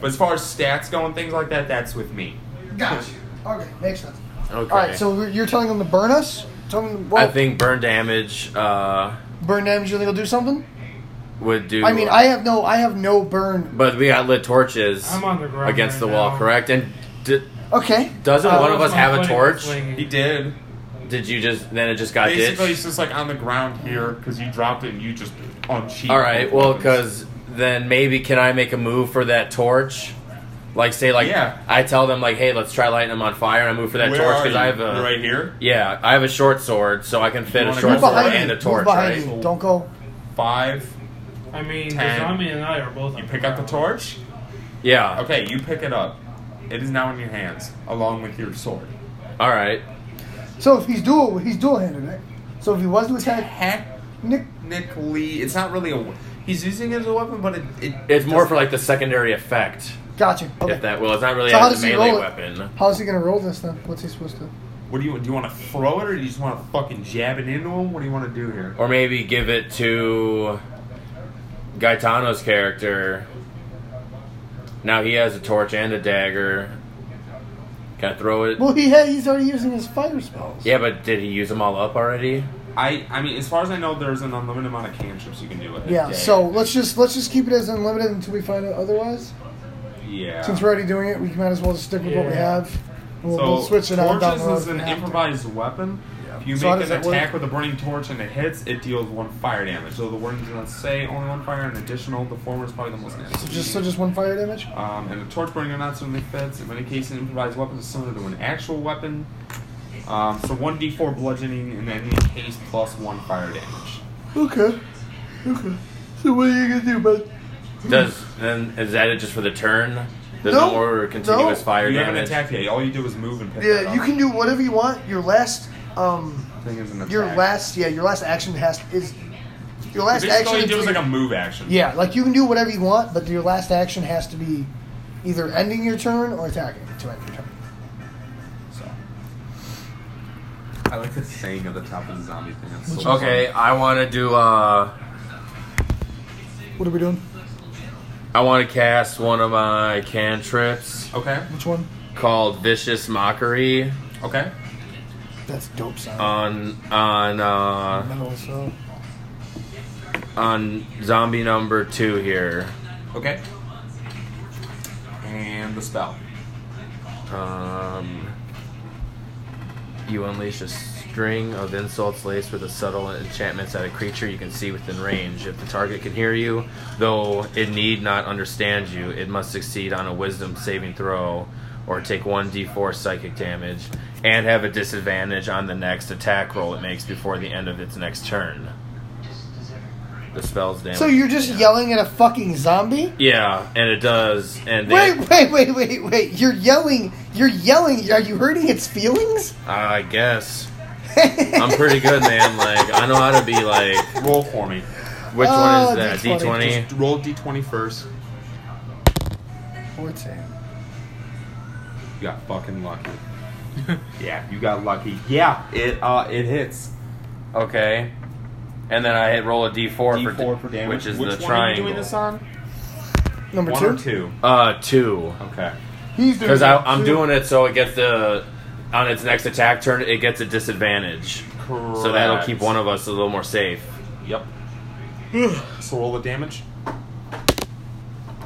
Speaker 2: But as far as stats go and things like that, that's with me.
Speaker 1: cool. Gotcha. Okay, makes sense.
Speaker 4: Okay.
Speaker 1: All right, so you're telling them to burn us? Telling them to roll.
Speaker 4: I think burn damage uh,
Speaker 1: burn damage. You think will do something?
Speaker 4: would do.
Speaker 1: I mean, I have no, I have no burn.
Speaker 4: But we got lit torches
Speaker 3: I'm on the ground
Speaker 4: against
Speaker 3: right
Speaker 4: the wall,
Speaker 3: now.
Speaker 4: correct? And d-
Speaker 1: Okay.
Speaker 4: doesn't
Speaker 1: Uh,
Speaker 4: one of us
Speaker 3: I'm
Speaker 4: have a
Speaker 3: playing
Speaker 4: torch?
Speaker 3: swinging.
Speaker 2: He did.
Speaker 4: Did you just then it just got
Speaker 2: Basically,
Speaker 4: ditched?
Speaker 2: it's just like on the ground here because you dropped it and you just on cheap.
Speaker 4: All right. Well, because then maybe can I make a move for that torch? Like say like
Speaker 2: Yeah.
Speaker 4: I tell them like hey let's try lighting them on fire and I move for that
Speaker 2: Where
Speaker 4: torch
Speaker 2: are
Speaker 4: because
Speaker 2: you?
Speaker 4: I have
Speaker 2: You're
Speaker 4: a
Speaker 2: right here.
Speaker 4: yeah I have a short sword so I can fit
Speaker 2: You
Speaker 4: a
Speaker 2: wanna
Speaker 1: Move
Speaker 2: go
Speaker 4: short sword
Speaker 1: behind
Speaker 4: and
Speaker 1: you.
Speaker 4: a torch
Speaker 1: Move behind
Speaker 4: right
Speaker 1: you. Don't go.
Speaker 2: Five.
Speaker 3: I mean,
Speaker 2: Ten.
Speaker 3: the zombie and I are both.
Speaker 2: You pick up the torch.
Speaker 4: yeah
Speaker 2: Okay, you pick it up. It is now in your hands, along with your sword.
Speaker 4: all right
Speaker 1: So if he's dual, he's dual-handed, right? So if he was to attack, Nick,
Speaker 2: Technically, it's not really a. we- He's using it as a weapon, but it. it
Speaker 4: it's more
Speaker 2: doesn't-
Speaker 4: for like the secondary effect
Speaker 1: gotcha. Okay.
Speaker 4: if that will it's not really
Speaker 1: So how
Speaker 4: as
Speaker 1: does
Speaker 4: a
Speaker 1: he
Speaker 4: melee
Speaker 1: roll it?
Speaker 4: weapon
Speaker 1: How's he gonna roll this then? What's he supposed to?
Speaker 2: What do you do? You want to throw it, or do you just want to fucking jab it into him? What do you want to do here?
Speaker 4: or maybe give it to Gaetano's character now he has a torch and a dagger can I throw it
Speaker 1: Well, he had, he's already using his fire spells.
Speaker 4: yeah but did he use them all up already
Speaker 2: I I mean, as far as I know, there's an unlimited amount of cantrips you can do with it.
Speaker 1: Yeah. So let's just let's just keep it as unlimited until we find out otherwise.
Speaker 2: yeah.
Speaker 1: Since we're already doing it, we might as well just stick with what we
Speaker 5: Yeah.
Speaker 1: have. And we'll,
Speaker 2: so
Speaker 1: we'll switch it out down
Speaker 2: torches
Speaker 1: the road.
Speaker 2: is an
Speaker 1: if we have to.
Speaker 2: improvised weapon. If you
Speaker 1: So how
Speaker 2: make
Speaker 1: does
Speaker 2: an
Speaker 1: that work?
Speaker 2: attack with a burning torch and it hits, it deals one fire damage. So the wording's gonna say only one fire, and additional. The former is probably the most damage.
Speaker 1: So just so just one fire damage.
Speaker 2: Um, and a torch burning not certainly fits. In many cases, improvised weapons are similar to an actual weapon. Um, so 1d4 bludgeoning in any case plus 1 fire damage.
Speaker 1: Okay. Okay. So what are you gonna do, bud?
Speaker 4: Does then is that it just for the turn? There's
Speaker 1: No,
Speaker 4: no, more continuous
Speaker 1: no.
Speaker 4: fire
Speaker 2: you haven't
Speaker 4: damage.
Speaker 2: attacked yet. All you do is move and pick that
Speaker 1: Yeah,
Speaker 2: up.
Speaker 1: you can do whatever you want. Your last, um,
Speaker 2: Thing is an attack.
Speaker 1: your last, yeah, your last action has is your last
Speaker 2: Basically, all
Speaker 1: action.
Speaker 2: you do is
Speaker 1: until
Speaker 2: like a
Speaker 1: you-
Speaker 2: move action.
Speaker 1: yeah, like you can do whatever you want, but your last action has to be either ending your turn or attacking to end your turn.
Speaker 2: So. I like the saying at the top of the zombie thing. That's so
Speaker 4: Okay, I want to do. uh
Speaker 1: What are we doing?
Speaker 4: I want to cast one of my cantrips
Speaker 2: funny. Okay.
Speaker 1: Which one?
Speaker 4: called Vicious Mockery
Speaker 2: Okay.
Speaker 1: That's dope sound.
Speaker 4: on on uh
Speaker 1: Metal, so.
Speaker 4: on zombie number two here.
Speaker 2: Okay. And the spell.
Speaker 4: Um, you unleash a string of insults laced with the subtle enchantments at a creature you can see within range. If the target can hear you, though it need not understand you, it must succeed on a wisdom saving throw or take 1d4 psychic damage and have a disadvantage on the next attack roll it makes before the end of its next turn. The spell's damage.
Speaker 1: So you're just yelling at a fucking zombie?
Speaker 4: yeah, and it does. And they-
Speaker 1: Wait, wait, wait, wait, wait! You're yelling! You're yelling! Are you hurting its feelings?
Speaker 4: I guess. I'm pretty good, man. Like I know how to be like.
Speaker 2: Roll for me.
Speaker 4: Which
Speaker 1: Oh,
Speaker 4: one is that? D
Speaker 1: D20.
Speaker 4: twenty.
Speaker 2: Roll d20 first.
Speaker 1: Fourteen.
Speaker 2: You got fucking lucky. yeah, you got lucky. Yeah, it uh it hits.
Speaker 4: Okay. And then I hit roll a D four
Speaker 2: D4 for, damage.
Speaker 4: which is
Speaker 2: Which
Speaker 4: the
Speaker 2: one
Speaker 4: triangle.
Speaker 2: Are you doing this on?
Speaker 1: Number
Speaker 2: One
Speaker 1: two.
Speaker 2: or two?
Speaker 4: Uh, two.
Speaker 2: Okay.
Speaker 1: He's doing
Speaker 4: Because
Speaker 1: it.
Speaker 4: I'm
Speaker 1: Two.
Speaker 4: doing it so it gets the on its next attack turn it gets a disadvantage.
Speaker 2: Correct.
Speaker 4: So that'll keep one of us a little more safe.
Speaker 2: Yep. so roll the damage.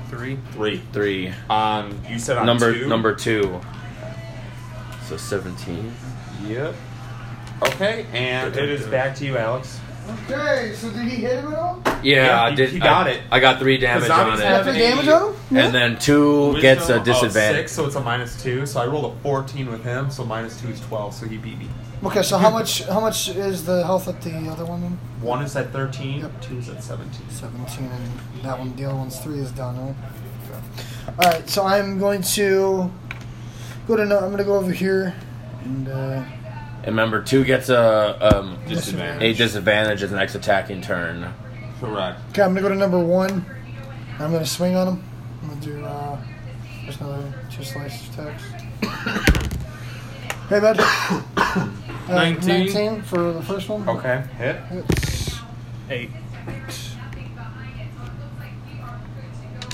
Speaker 3: Three.
Speaker 2: Three.
Speaker 4: Three.
Speaker 2: Um, you said on
Speaker 4: number
Speaker 2: two.
Speaker 4: number two. So seventeen.
Speaker 2: Yep. Okay, and it is back to you, Alex.
Speaker 1: Okay, so did he hit him at all?
Speaker 4: Yeah,
Speaker 2: Yeah,
Speaker 4: I
Speaker 2: he-
Speaker 4: did.
Speaker 2: he got
Speaker 4: I-
Speaker 2: it.
Speaker 4: I got three damage on
Speaker 2: zombies
Speaker 4: it,
Speaker 2: have-
Speaker 1: After damage on him?
Speaker 4: and then two
Speaker 2: Wisdom
Speaker 4: gets a
Speaker 2: of
Speaker 4: disadvantage.
Speaker 2: Six, so it's a minus two. So I rolled a fourteen with him. So minus two is twelve. So he beat me.
Speaker 1: Okay, so how much? How much is the health at the other one? Then?
Speaker 2: One is at thirteen. Two is at seventeen.
Speaker 1: Seventeen, and that one. The other one's three is done, right? Okay. All right, so I'm going to go to. No, I'm going to go over here and. Uh,
Speaker 4: And member two gets a um,
Speaker 2: Disadvantage.
Speaker 4: a disadvantage at the next attacking turn.
Speaker 2: Correct.
Speaker 1: Okay, I'm gonna go to number one. I'm gonna swing on him. I'm gonna do uh, just another two slice attacks. hey, bud. Uh,
Speaker 3: 19.
Speaker 1: 19 for the first one.
Speaker 2: Okay, hit.
Speaker 1: It's
Speaker 5: Eight.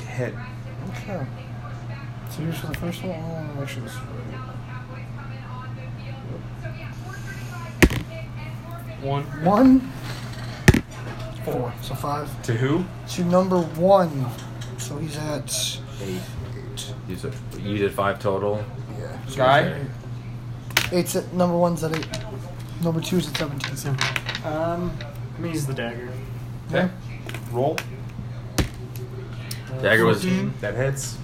Speaker 2: Hit.
Speaker 1: okay. So here's for the first one. Oh, I want to make sure this is right.
Speaker 3: One.
Speaker 1: One, four, so five
Speaker 2: To who?
Speaker 1: to number one. So he's at
Speaker 2: Eight.
Speaker 4: You said- You did five total.
Speaker 1: yeah.
Speaker 2: Guy?
Speaker 1: Eight's at number one's at eight. Number two's at seventeen.
Speaker 5: So, um, I'm gonna use the dagger.
Speaker 1: Yeah.
Speaker 2: Roll.
Speaker 4: Dagger was,
Speaker 5: Fourteen.
Speaker 2: That hits.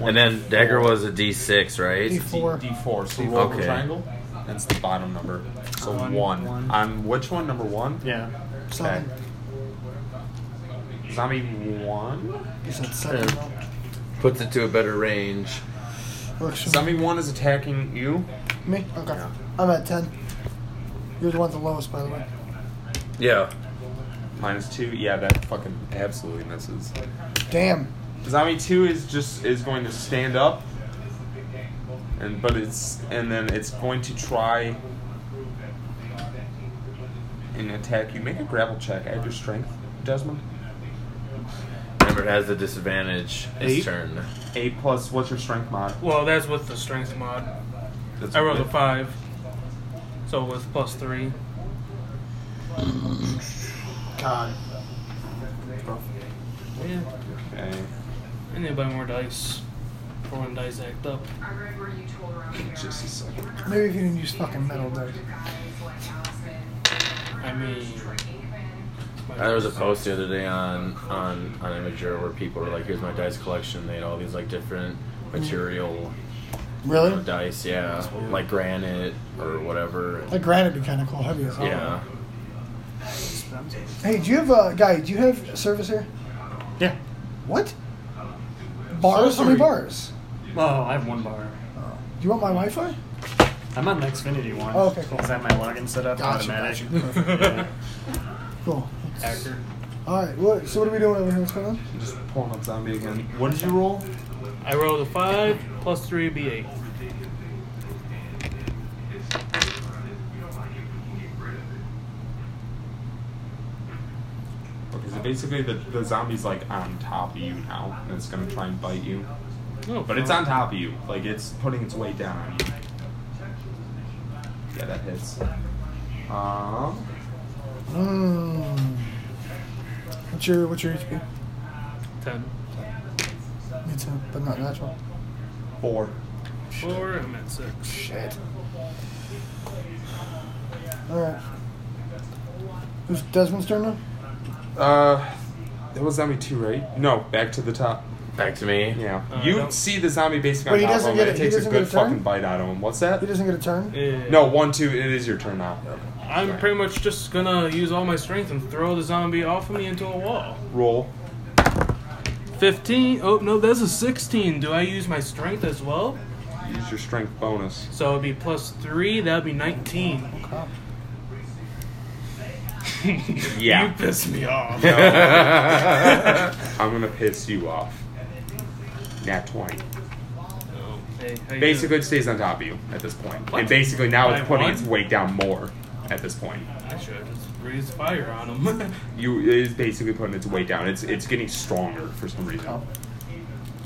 Speaker 4: and then dagger was a D6, right?
Speaker 2: D-
Speaker 1: Four.
Speaker 2: D4. So roll the
Speaker 4: Okay.
Speaker 2: triangle. That's the bottom number. So
Speaker 5: One,
Speaker 2: one.
Speaker 5: one.
Speaker 2: On which one? Number one?
Speaker 5: Yeah.
Speaker 1: Seven.
Speaker 2: Zombie one?
Speaker 1: He's at seven.
Speaker 4: Yeah. Puts it to a better range.
Speaker 1: now. Works for
Speaker 2: Zombie one is attacking you.
Speaker 1: Oh, me. Okay.
Speaker 2: Yeah.
Speaker 1: I'm at ten. You're the one at the lowest, by the way.
Speaker 4: Yeah.
Speaker 2: Minus two. Yeah, that fucking absolutely misses.
Speaker 1: Damn.
Speaker 2: Zombie two is just is going to stand up, and but it's and then it's going to try and attack you. Make a grapple check. Add your strength, Desmond.
Speaker 4: Remember, it has the disadvantage.
Speaker 2: Eight.
Speaker 4: Its turn.
Speaker 2: Eight plus. What's your strength mod?
Speaker 3: Well, that's with the strength mod.
Speaker 2: That's
Speaker 3: I rolled a
Speaker 2: with-
Speaker 3: five, so with plus three.
Speaker 1: God.
Speaker 3: Yeah,
Speaker 2: Okay.
Speaker 3: I need to buy more dice for when dice act up.
Speaker 2: Just a second.
Speaker 1: Maybe if you didn't use fucking metal dice.
Speaker 3: I mean, my
Speaker 4: There was a post the other day on on on Imager where people were like, "Here's my dice collection." They had all these like different material
Speaker 1: Really?
Speaker 4: dice, yeah, like granite or whatever.
Speaker 1: Like granite would be kind of cool. Heavy as hell.
Speaker 4: Yeah.
Speaker 1: Hey, do you have uh, guy? Do you have service here?
Speaker 5: Yeah.
Speaker 1: What? Bars? How many
Speaker 2: Sorry.
Speaker 1: bars?
Speaker 5: Well, I have one bar.
Speaker 1: Oh. Do you want my Wi-Fi?
Speaker 5: I'm on the Xfinity one.
Speaker 1: Oh, okay, cool.
Speaker 5: Is that my login set up?
Speaker 1: Gotcha,
Speaker 5: Automatic.
Speaker 1: gotcha.
Speaker 5: Yeah.
Speaker 1: Cool.
Speaker 5: Hacker.
Speaker 1: All right. What, so what are we doing over here? What's going on?
Speaker 2: I'm just pulling up zombie again. What did you roll?
Speaker 3: I rolled a five plus three would be eight.
Speaker 2: Okay, so basically the, the zombie's like on top of you now, and it's gonna try and bite you.
Speaker 3: No,
Speaker 2: But it's on top of you. Like it's putting its weight down on you. Yeah, that hits. Um,
Speaker 1: Mm. What's your What's your HP?
Speaker 3: ten.
Speaker 1: Me too, but not natural.
Speaker 2: four.
Speaker 3: Four. I'm at six.
Speaker 1: Shit. All right. Who's Desmond's turn now?
Speaker 2: Uh, that was zombie two, right? No, back to the top.
Speaker 4: Back to me.
Speaker 2: Yeah,
Speaker 3: Uh,
Speaker 2: you
Speaker 3: no.
Speaker 2: see the zombie basically
Speaker 1: Wait, he
Speaker 2: on top
Speaker 1: doesn't
Speaker 2: of him.
Speaker 1: get
Speaker 2: and
Speaker 1: it-
Speaker 2: It
Speaker 1: he
Speaker 2: takes a
Speaker 1: doesn't
Speaker 2: good
Speaker 1: get a turn?
Speaker 2: fucking bite out of him. What's that?
Speaker 1: He doesn't get a turn.
Speaker 3: Yeah.
Speaker 2: No, one, two. It is your turn now.
Speaker 3: I'm pretty much just gonna use all my strength and throw the zombie off of me into a wall.
Speaker 2: Roll.
Speaker 3: 15. Oh, no, that's a 16. Do I use my strength as well?
Speaker 2: Use your strength bonus.
Speaker 3: So it'd be plus 3, that'd be 19.
Speaker 1: Oh.
Speaker 4: Yeah.
Speaker 3: You pissed me off.
Speaker 2: I'm gonna piss you off. Nat twenty.
Speaker 3: Hey, how you
Speaker 2: Basically,
Speaker 3: doing?
Speaker 2: it stays on top of you at this point,
Speaker 3: What?
Speaker 2: and basically now
Speaker 3: By
Speaker 2: it's putting
Speaker 3: one?
Speaker 2: its weight down more at this point.
Speaker 3: I should have just breathed fire on him.
Speaker 2: You it is basically putting its weight down. It's it's getting stronger for some reason.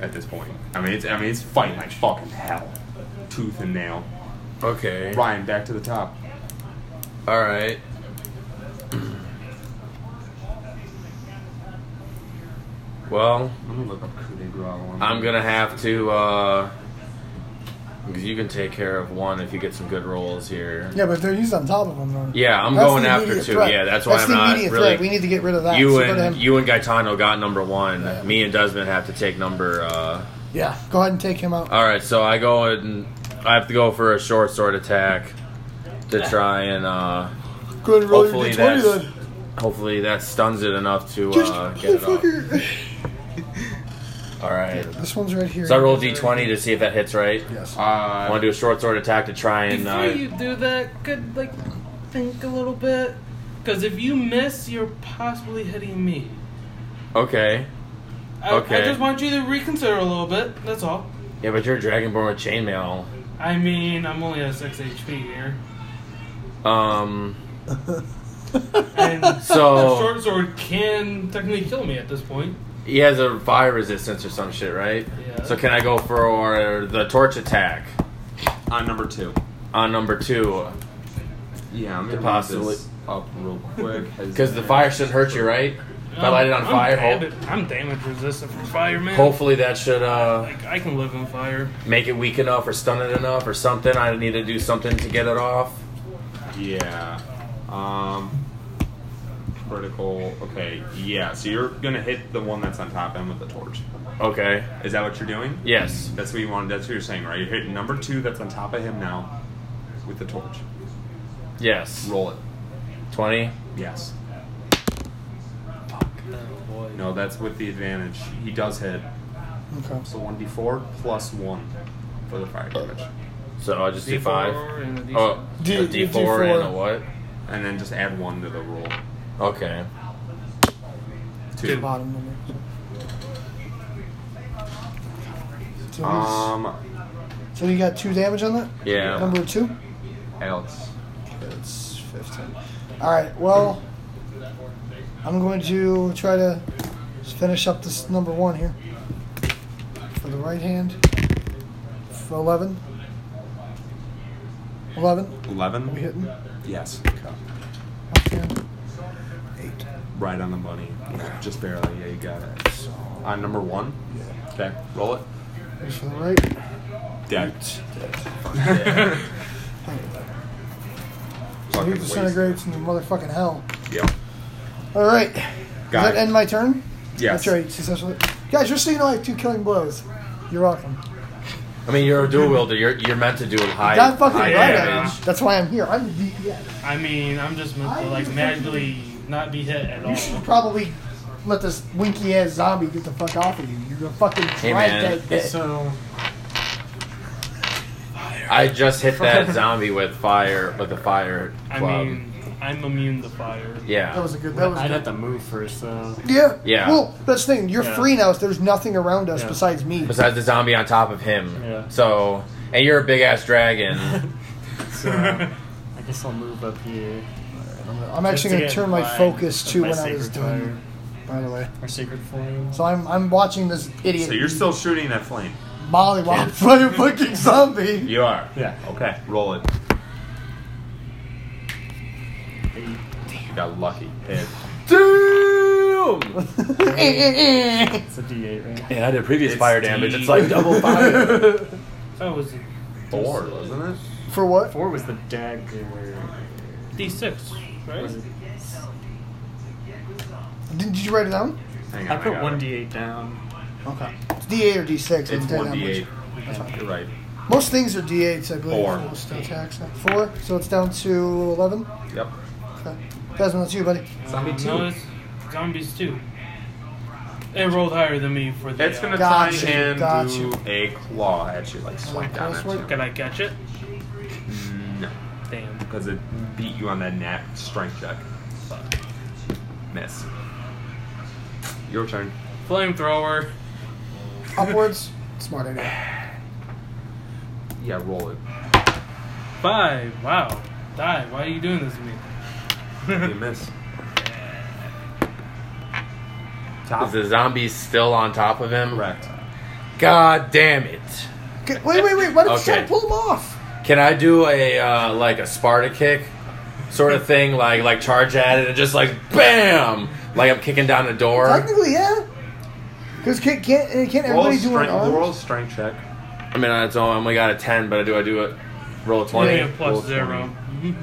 Speaker 2: At this point, I mean it's I mean it's fighting like fucking hell, tooth and nail.
Speaker 4: Okay.
Speaker 2: Ryan, back to the top.
Speaker 4: All right. Well,
Speaker 2: I'm gonna look up coup de grace. while
Speaker 4: I'm gonna have to. uh Because you can take care of one if you get some good rolls here.
Speaker 1: Yeah, but they're used on top of him. Though.
Speaker 4: Yeah, I'm
Speaker 1: That's
Speaker 4: going
Speaker 1: the
Speaker 4: after
Speaker 1: immediate
Speaker 4: two.
Speaker 1: threat.
Speaker 4: Yeah, that's why I'm
Speaker 1: the
Speaker 4: not
Speaker 1: immediate
Speaker 4: really-
Speaker 1: threat. We need to get rid of that.
Speaker 4: you
Speaker 1: So go to
Speaker 4: and
Speaker 1: him.
Speaker 4: you and Gaetano got number one. Me and Desmond have to take number. uh
Speaker 1: yeah, go ahead and take him out.
Speaker 4: All right, so I go and I have to go for a short sword attack to try and uh
Speaker 1: go ahead and roll your
Speaker 4: hopefully
Speaker 1: d20
Speaker 4: that's-
Speaker 1: then.
Speaker 4: hopefully that stuns it enough to
Speaker 1: Just
Speaker 4: uh, get it off.
Speaker 1: motherfucker.
Speaker 4: All right.
Speaker 1: This one's right here.
Speaker 4: So I roll d20 to see if that hits right.
Speaker 1: Yes.
Speaker 4: I
Speaker 2: Uh,
Speaker 4: want to do a short sword attack to try and
Speaker 3: Before you
Speaker 4: uh,
Speaker 3: do that, could, like, think a little bit. Because if you miss, you're possibly hitting me.
Speaker 4: okay.
Speaker 3: I, I
Speaker 4: Okay.
Speaker 3: just want you to reconsider a little bit, that's all.
Speaker 4: Yeah, but you're a dragonborn with chainmail.
Speaker 3: I mean, I'm only at 6 HP here.
Speaker 4: Um,
Speaker 3: And
Speaker 4: So-
Speaker 3: the short sword can technically kill me at this point.
Speaker 4: he has a fire resistance or some shit, right?
Speaker 3: Yeah.
Speaker 4: So can I go for the torch attack
Speaker 2: On number two.
Speaker 4: on number two?
Speaker 2: Yeah, I'm gonna possibly
Speaker 4: Possibly.
Speaker 2: this up real quick
Speaker 4: Because the fire shouldn't hurt you, right? If I light it on
Speaker 3: I'm
Speaker 4: fire, ho-
Speaker 3: damage- I'm damage resistant from fire, man.
Speaker 4: hopefully that should uh,
Speaker 3: Like, I can live on fire.
Speaker 4: make it weak enough or stun it enough or something. I need to do something to get it off.
Speaker 2: Yeah. Um. Critical. Okay. Yeah. So you're gonna hit the one that's on top end with the torch.
Speaker 4: Okay.
Speaker 2: Is that what you're doing?
Speaker 4: Yes.
Speaker 2: That's what you wanted. That's what you're saying, right? You're hitting number two that's on top of him now with the torch.
Speaker 4: Yes.
Speaker 2: Roll it.
Speaker 4: Twenty.
Speaker 2: Yes. No, that's with the advantage. He does hit.
Speaker 1: Okay.
Speaker 2: So 1d4 plus 1 for the fire damage.
Speaker 4: So I just do
Speaker 3: D4
Speaker 4: five.
Speaker 3: and a D6.
Speaker 4: Oh,
Speaker 1: D-
Speaker 4: a D four and a
Speaker 1: D4.
Speaker 4: what?
Speaker 2: And then just add 1 to the roll.
Speaker 4: Okay.
Speaker 2: Two.
Speaker 1: Bottom number. So, he's-
Speaker 2: Um,
Speaker 1: so you got two damage on that?
Speaker 4: Yeah.
Speaker 1: Number two?
Speaker 2: Alex.
Speaker 1: It's 15. Alright, well, I'm going to try to finish up this number one here. For the right hand. For 11. 11. Are we
Speaker 2: 11?
Speaker 1: hitting?
Speaker 2: Yes.
Speaker 1: Left hand. Eight.
Speaker 2: Right on the money. Just barely. Yeah, you got it.
Speaker 1: So,
Speaker 2: On number 1?
Speaker 1: yeah.
Speaker 2: Okay. Roll it.
Speaker 1: Here's for the right.
Speaker 2: Dead.
Speaker 1: So
Speaker 2: Fucking
Speaker 1: he
Speaker 2: waste.
Speaker 1: disintegrates in motherfucking hell.
Speaker 2: Yep.
Speaker 1: Alright. Does
Speaker 2: Got
Speaker 1: that
Speaker 2: it.
Speaker 1: end my turn?
Speaker 2: Yes.
Speaker 1: That's right, successfully. Guys, just so you know, I have two killing blows. You're welcome.
Speaker 4: I mean, you're a dual wielder. You're you're meant to do high,
Speaker 1: That fucking
Speaker 4: high
Speaker 1: right.
Speaker 4: damage.
Speaker 1: I- That's why I'm here. I'm the, yeah.
Speaker 3: I mean, I'm just meant
Speaker 1: I
Speaker 3: to like
Speaker 1: just-
Speaker 3: magically not be hit at all.
Speaker 1: You should probably let this winky ass zombie get the fuck off of you. You're gonna fucking drag
Speaker 4: Hey, man.
Speaker 1: that bitch.
Speaker 5: So
Speaker 4: I just hit that zombie with fire with a fire
Speaker 3: I
Speaker 4: club.
Speaker 3: mean, I'm immune to fire.
Speaker 4: yeah.
Speaker 1: That was a good. That was
Speaker 5: I'd have
Speaker 1: good.
Speaker 5: to move first, though.
Speaker 1: Yeah.
Speaker 4: Yeah.
Speaker 1: Well, that's the thing. You're
Speaker 5: Yeah.
Speaker 1: free now. So there's nothing around us
Speaker 5: Yeah.
Speaker 1: besides me.
Speaker 4: Besides the zombie on top of him.
Speaker 5: Yeah.
Speaker 4: So, and you're a big ass dragon.
Speaker 5: So uh, I guess I'll move up here.
Speaker 1: I'm actually gonna
Speaker 5: Just to
Speaker 1: turn
Speaker 5: get
Speaker 1: my
Speaker 5: by
Speaker 1: focus
Speaker 5: with
Speaker 1: to
Speaker 5: my
Speaker 1: when I was
Speaker 5: sacred
Speaker 1: doing.
Speaker 5: fire,
Speaker 1: By the way.
Speaker 5: Or sacred flame.
Speaker 1: So I'm I'm watching this idiot.
Speaker 2: So you're still shooting that flame.
Speaker 1: Molly fucking fucking zombie.
Speaker 2: You are.
Speaker 5: Yeah.
Speaker 2: Okay. Roll it.
Speaker 5: Eight.
Speaker 2: You got lucky. Hit.
Speaker 4: Damn!
Speaker 5: It's a D8, right?
Speaker 4: Yeah, I did previous
Speaker 2: It's
Speaker 4: fire damage.
Speaker 2: deep.
Speaker 4: It's like double fire.
Speaker 3: That was a
Speaker 2: Four, wasn't it?
Speaker 1: For what?
Speaker 5: Four was the dagger.
Speaker 3: D6, right?
Speaker 5: Was it-
Speaker 1: Did, did you write it down?
Speaker 2: Hang
Speaker 5: I put
Speaker 2: got
Speaker 5: one
Speaker 2: it.
Speaker 5: D8 down.
Speaker 1: Okay. It's D8 or D6. I
Speaker 2: It's
Speaker 1: didn't tell you
Speaker 2: one
Speaker 1: that much.
Speaker 2: d8. You're right.
Speaker 1: Most things are D8s, I believe.
Speaker 2: Four.
Speaker 1: for Most uh, attacks. Four. So it's down to 11.
Speaker 2: Yep.
Speaker 1: Okay. Desmond, that's you, buddy.
Speaker 2: Zombie
Speaker 3: Um,
Speaker 2: two.
Speaker 3: no, it's zombies two. It rolled higher than me for the.
Speaker 2: It's gonna
Speaker 3: Uh,
Speaker 1: Got
Speaker 2: try
Speaker 1: you,
Speaker 2: and
Speaker 1: got
Speaker 2: do
Speaker 1: you.
Speaker 2: a claw at you, like swipe down at
Speaker 1: close
Speaker 2: you.
Speaker 1: one?
Speaker 3: can I catch it?
Speaker 2: No,
Speaker 3: Damn.
Speaker 2: because it beat you on that nat strength check. Miss. Your turn.
Speaker 3: Flamethrower.
Speaker 1: Upwards. Smart idea.
Speaker 2: Yeah, roll it.
Speaker 3: Five. Wow. Die. Why are you doing this to me?
Speaker 2: You miss.
Speaker 4: Is
Speaker 2: Top.
Speaker 4: the zombie still on top of him?
Speaker 2: Correct.
Speaker 4: God damn it.
Speaker 1: Okay, Wait, wait, wait. Why don't you try
Speaker 4: Okay.
Speaker 1: to pull him off?
Speaker 4: Can I do a uh, like a Sparta kick sort of thing, like like charge at it and just like bam, like I'm kicking down a door?
Speaker 1: Technically, yeah. Because can't, can't, uh, can't
Speaker 2: Roll
Speaker 1: everybody do
Speaker 2: a
Speaker 1: an
Speaker 2: strength,
Speaker 1: arm?
Speaker 2: roll a strength check.
Speaker 4: I mean, I don't- I only got a ten, but I do I do a roll a
Speaker 3: Only
Speaker 4: twenty.
Speaker 3: a plus
Speaker 2: roll
Speaker 3: zero.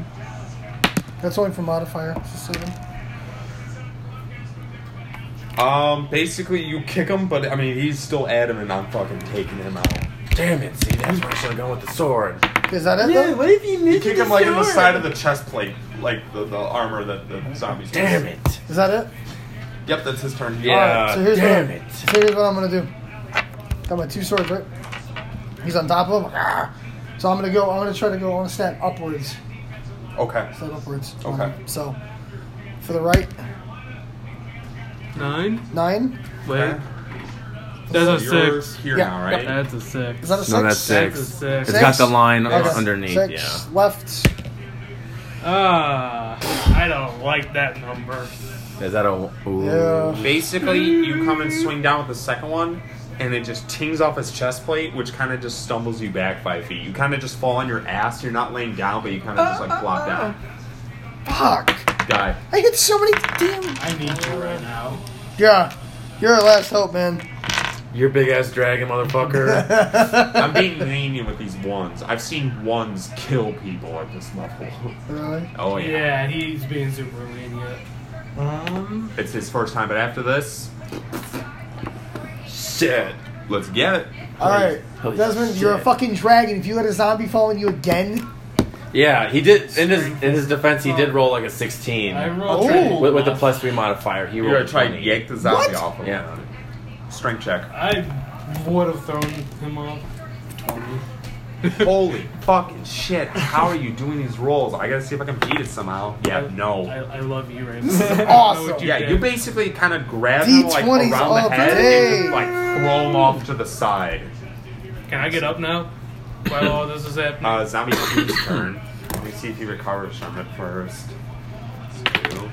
Speaker 1: That's only for modifier. It's a seven.
Speaker 2: Um, basically, you kick him, but I mean, he's still adamant on fucking taking him out.
Speaker 4: Damn it! See, that's where I should have gone with the sword.
Speaker 1: Is that it, though?
Speaker 4: if you
Speaker 2: You kick him like in the side of the chest plate, like the, the armor that the zombies.
Speaker 4: Damn it!
Speaker 1: Is that it?
Speaker 2: Yep, that's his turn.
Speaker 4: Yeah.
Speaker 1: Alright, so here's
Speaker 4: Uh, damn
Speaker 1: what,
Speaker 4: it.
Speaker 1: So here's what I'm gonna do. Got my two swords, right? He's on top of him. Ah. So I'm gonna go. I'm gonna try to go. I'm gonna stand upwards.
Speaker 2: Okay.
Speaker 1: Stand upwards.
Speaker 2: Okay.
Speaker 1: Um, So, for the right,
Speaker 3: Nine.
Speaker 1: nine.
Speaker 3: Wait.
Speaker 2: Okay.
Speaker 3: That's
Speaker 2: So
Speaker 3: a
Speaker 2: you're
Speaker 3: six.
Speaker 2: here
Speaker 1: Yeah.
Speaker 2: now, right?
Speaker 3: That's a six.
Speaker 1: Is that a six?
Speaker 4: No, that's six.
Speaker 3: That's a six.
Speaker 4: It's got the line
Speaker 1: Okay.
Speaker 4: underneath.
Speaker 1: Six
Speaker 4: Yeah.
Speaker 1: left.
Speaker 3: Ah, I don't like that number.
Speaker 4: Is that a? Ooh.
Speaker 1: Yeah.
Speaker 2: Basically, you come and swing down with the second one, and it just tings off his chest plate, which kind of just stumbles you back five feet. You kind of just fall on your ass. You're not laying down, but you kind of just like flop down.
Speaker 1: Fuck.
Speaker 2: Die.
Speaker 1: I get so many damn.
Speaker 5: I need you right now.
Speaker 1: Yeah. You're our last hope, man.
Speaker 4: Your big ass dragon, motherfucker.
Speaker 2: I'm being lenient with these ones. I've seen ones kill people at this level.
Speaker 1: Really?
Speaker 2: Oh yeah.
Speaker 3: Yeah, he's being super lenient. Um,
Speaker 2: It's his first time, but after this,
Speaker 4: Shit.
Speaker 2: let's get it.
Speaker 1: All right,
Speaker 4: Holy
Speaker 1: Desmond, you're a
Speaker 4: shit.
Speaker 1: fucking dragon. If you let a zombie fall on you again,
Speaker 4: Yeah, he did. In his in his defense, he did roll like a sixteen
Speaker 3: I
Speaker 4: with,
Speaker 3: rolled.
Speaker 1: Oh.
Speaker 4: with the plus three modifier. He
Speaker 2: You're gonna
Speaker 4: rolled
Speaker 2: try
Speaker 4: twenty.
Speaker 2: and yank the zombie
Speaker 1: What?
Speaker 2: off of
Speaker 4: Yeah.
Speaker 2: him. Strength check.
Speaker 3: I would have thrown him off.
Speaker 2: Holy fucking shit! How are you doing these rolls? I gotta see if I can beat it somehow. Yeah, no.
Speaker 3: I, I love you right
Speaker 1: This
Speaker 3: now.
Speaker 1: is
Speaker 3: I don't know
Speaker 1: awesome.
Speaker 3: what
Speaker 2: Yeah,
Speaker 3: did.
Speaker 2: you basically kind of grab him like
Speaker 1: D20s
Speaker 2: around
Speaker 1: all
Speaker 2: the head
Speaker 1: day.
Speaker 2: and just, like throw him off to the side.
Speaker 3: Can I get up now? While all this is happening.
Speaker 2: Uh, zombie two's turn. Let me see if he recovers from it first. Two.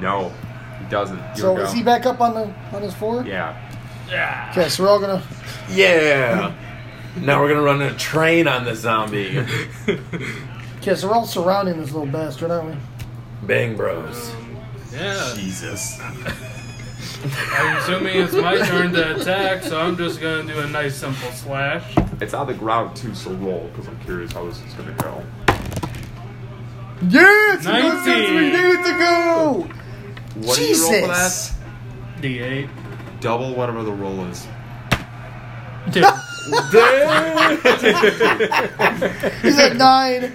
Speaker 2: No, he doesn't. Here
Speaker 1: so
Speaker 2: we go.
Speaker 1: is he back up on the on his floor?
Speaker 2: Yeah.
Speaker 3: yeah.
Speaker 1: Okay, so we're all gonna.
Speaker 4: Yeah. now we're gonna run a train on the zombie.
Speaker 1: Okay, so we're all surrounding this little bastard, aren't we?
Speaker 4: Bang Bros.
Speaker 2: Ah,
Speaker 3: Yeah.
Speaker 2: Jesus.
Speaker 3: I'm assuming it's my turn to attack, so I'm just gonna do a nice simple slash.
Speaker 2: It's on the ground too, so roll because I'm curious how this is gonna go.
Speaker 1: Yeah, it's another
Speaker 3: 19.
Speaker 1: thing we needed to go.
Speaker 2: What
Speaker 1: Jesus.
Speaker 2: do you roll for that?
Speaker 3: D8.
Speaker 2: Double whatever the roll is.
Speaker 1: He's at nine.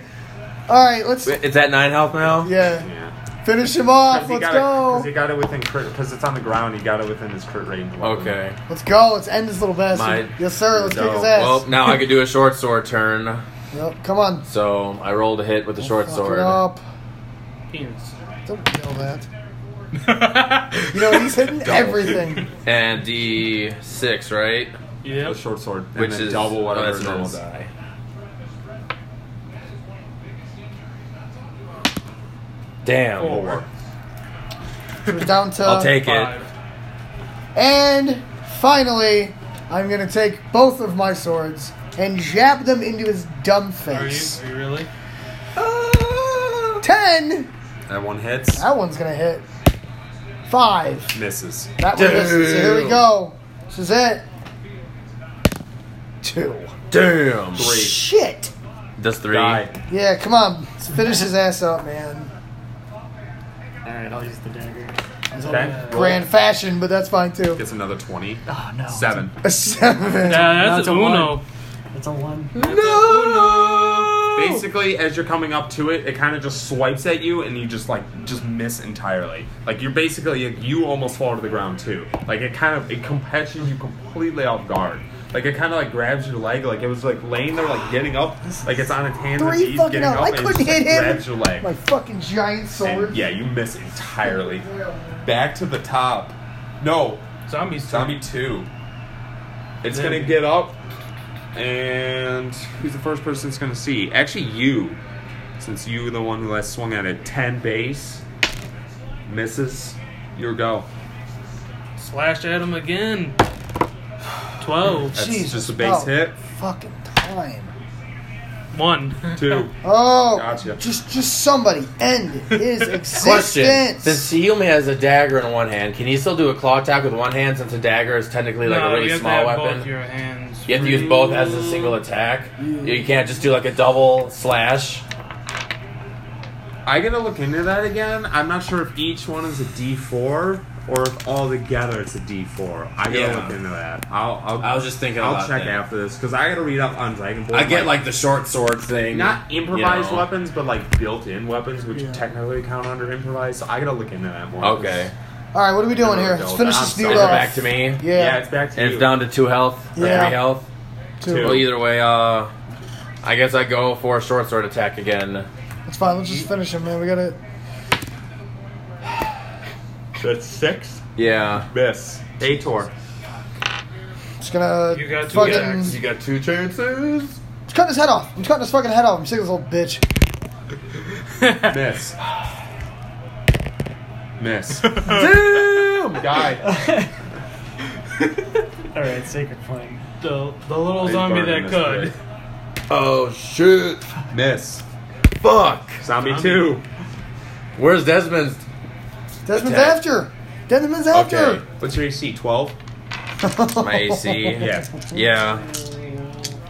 Speaker 1: All right, let's.
Speaker 4: Is that nine health now?
Speaker 1: Yeah,
Speaker 2: Yeah.
Speaker 1: finish him off.
Speaker 2: he
Speaker 1: Let's
Speaker 2: got it- 'cause he
Speaker 1: go.
Speaker 2: got it within crit because it's on the ground. He got it within his crit range. weapon.
Speaker 4: Okay.
Speaker 1: Let's go. Let's end this little bastard.
Speaker 4: Mine.
Speaker 1: Yes, sir. Let's
Speaker 2: No.
Speaker 1: kick his
Speaker 4: Well,
Speaker 1: ass.
Speaker 4: now I could do a short sword turn.
Speaker 1: Yep, come on.
Speaker 4: So I rolled a hit with the short
Speaker 1: Fuck it
Speaker 4: sword.
Speaker 1: up.
Speaker 3: Penis.
Speaker 1: Don't kill that. You know he's hitting everything.
Speaker 4: And D6, right?
Speaker 2: A
Speaker 3: Yep.
Speaker 2: short sword, and
Speaker 4: Which
Speaker 2: then
Speaker 4: is
Speaker 2: double whatever
Speaker 4: oh, that's a
Speaker 2: normal
Speaker 4: normal
Speaker 2: die.
Speaker 4: die. Damn.
Speaker 3: Four.
Speaker 1: So we're down to.
Speaker 4: I'll take it.
Speaker 3: Uh, Five.
Speaker 1: And finally, I'm gonna take both of my swords and jab them into his dumb
Speaker 3: Are you,
Speaker 1: face.
Speaker 3: are you really?
Speaker 1: Ten.
Speaker 2: That one hits,
Speaker 1: That one's gonna hit. Five.
Speaker 2: misses.
Speaker 1: That one misses. So here we go. This is it. Two.
Speaker 4: Damn.
Speaker 2: Three.
Speaker 1: Shit.
Speaker 4: Does three.
Speaker 2: Die.
Speaker 1: Yeah, come on. Let's finish his ass up, man.
Speaker 5: Alright, I'll use the dagger.
Speaker 1: It's all
Speaker 2: Okay. roll.
Speaker 1: Grand fashion, but that's fine too.
Speaker 2: Gets another twenty.
Speaker 5: Oh no.
Speaker 2: Seven.
Speaker 1: A seven.
Speaker 3: Yeah,
Speaker 5: No,
Speaker 3: that's
Speaker 5: it's
Speaker 3: a
Speaker 5: a one.
Speaker 3: uno.
Speaker 5: It's a one.
Speaker 2: Basically, as you're coming up to it, it kind of just swipes at you, and you just like just miss entirely. Like you're basically you almost fall to the ground too. Like it kind of it com- catches you completely off guard. Like it kind of like grabs your leg. Like it was like laying there, like getting up, like it's on its hands and
Speaker 1: Three
Speaker 2: knees,
Speaker 1: fucking
Speaker 2: getting
Speaker 1: out.
Speaker 2: up,
Speaker 1: I
Speaker 2: and it just,
Speaker 1: couldn't hit
Speaker 2: like,
Speaker 1: him.
Speaker 2: grabs your leg.
Speaker 1: My fucking giant sword.
Speaker 2: And yeah, you miss entirely. Back to the top. No,
Speaker 3: Zombies.
Speaker 2: zombie two. It's gonna get up, and who's the first person it's gonna see? Actually, you, since you were the one who last swung at it. Ten base, misses. Your go.
Speaker 3: Slash at him again. 12.
Speaker 2: That's
Speaker 1: Jesus.
Speaker 2: just a base
Speaker 1: oh,
Speaker 2: hit.
Speaker 1: Fucking time.
Speaker 3: 1.
Speaker 2: Two.
Speaker 1: Oh,
Speaker 2: Gotcha.
Speaker 1: just just somebody end his
Speaker 4: Question:
Speaker 1: existence.
Speaker 4: Since he only has a dagger in one hand, can he still do a claw attack with one hand? Since a dagger is technically like
Speaker 3: No, you
Speaker 4: a really
Speaker 3: have to
Speaker 4: small
Speaker 3: have
Speaker 4: weapon,
Speaker 3: Both your hands.
Speaker 4: you have to use both as a single attack. You can't just do like a double slash.
Speaker 2: I gotta look into that again. I'm not sure if each one is a D4 or if all together it's a D4. I gotta
Speaker 4: Yeah.
Speaker 2: look into that. I'll. I'll
Speaker 4: I was just thinking.
Speaker 2: I'll
Speaker 4: about
Speaker 2: check
Speaker 4: that.
Speaker 2: after this because I gotta read up on Dragon Ball.
Speaker 4: I get like the short sword thing.
Speaker 2: not improvised
Speaker 4: you know.
Speaker 2: weapons, but like built-in weapons, which
Speaker 1: Yeah.
Speaker 2: technically count under improvised. So I gotta look into that more.
Speaker 4: Okay.
Speaker 1: All right, what are we doing
Speaker 2: No,
Speaker 1: here?
Speaker 2: no,
Speaker 1: Let's finish
Speaker 2: I'm
Speaker 1: this
Speaker 2: sorry.
Speaker 1: dude
Speaker 4: Is it
Speaker 1: off.
Speaker 4: back to me?
Speaker 1: Yeah.
Speaker 2: Yeah, it's back to
Speaker 4: And
Speaker 2: you.
Speaker 4: it's down to two health or
Speaker 1: Yeah.
Speaker 4: three health. Well, either way, uh, I guess I go for a short sword attack again.
Speaker 1: It's fine. Let's just finish him, man. We gotta.
Speaker 2: That's six.
Speaker 4: Yeah.
Speaker 2: Miss. Ator.
Speaker 1: Just gonna.
Speaker 3: You got two
Speaker 1: fucking.
Speaker 3: attacks.
Speaker 4: got two chances.
Speaker 1: Just cutting his head off. I'm just cutting his fucking head off. I'm sick of this old bitch.
Speaker 2: Miss. Miss. Damn! Guy.
Speaker 5: All right, sacred flame. The the little
Speaker 2: They
Speaker 5: zombie
Speaker 2: burned
Speaker 5: that
Speaker 2: this
Speaker 5: could.
Speaker 2: bridge.
Speaker 6: Oh shit!
Speaker 2: Miss.
Speaker 6: Fuck!
Speaker 2: Zombie 2.
Speaker 6: Where's Desmond's?
Speaker 1: Desmond's
Speaker 6: Attack.
Speaker 1: after. Desmond's after.
Speaker 6: Okay.
Speaker 2: What's your AC? 12?
Speaker 4: My AC.
Speaker 2: Yeah.
Speaker 4: Yeah.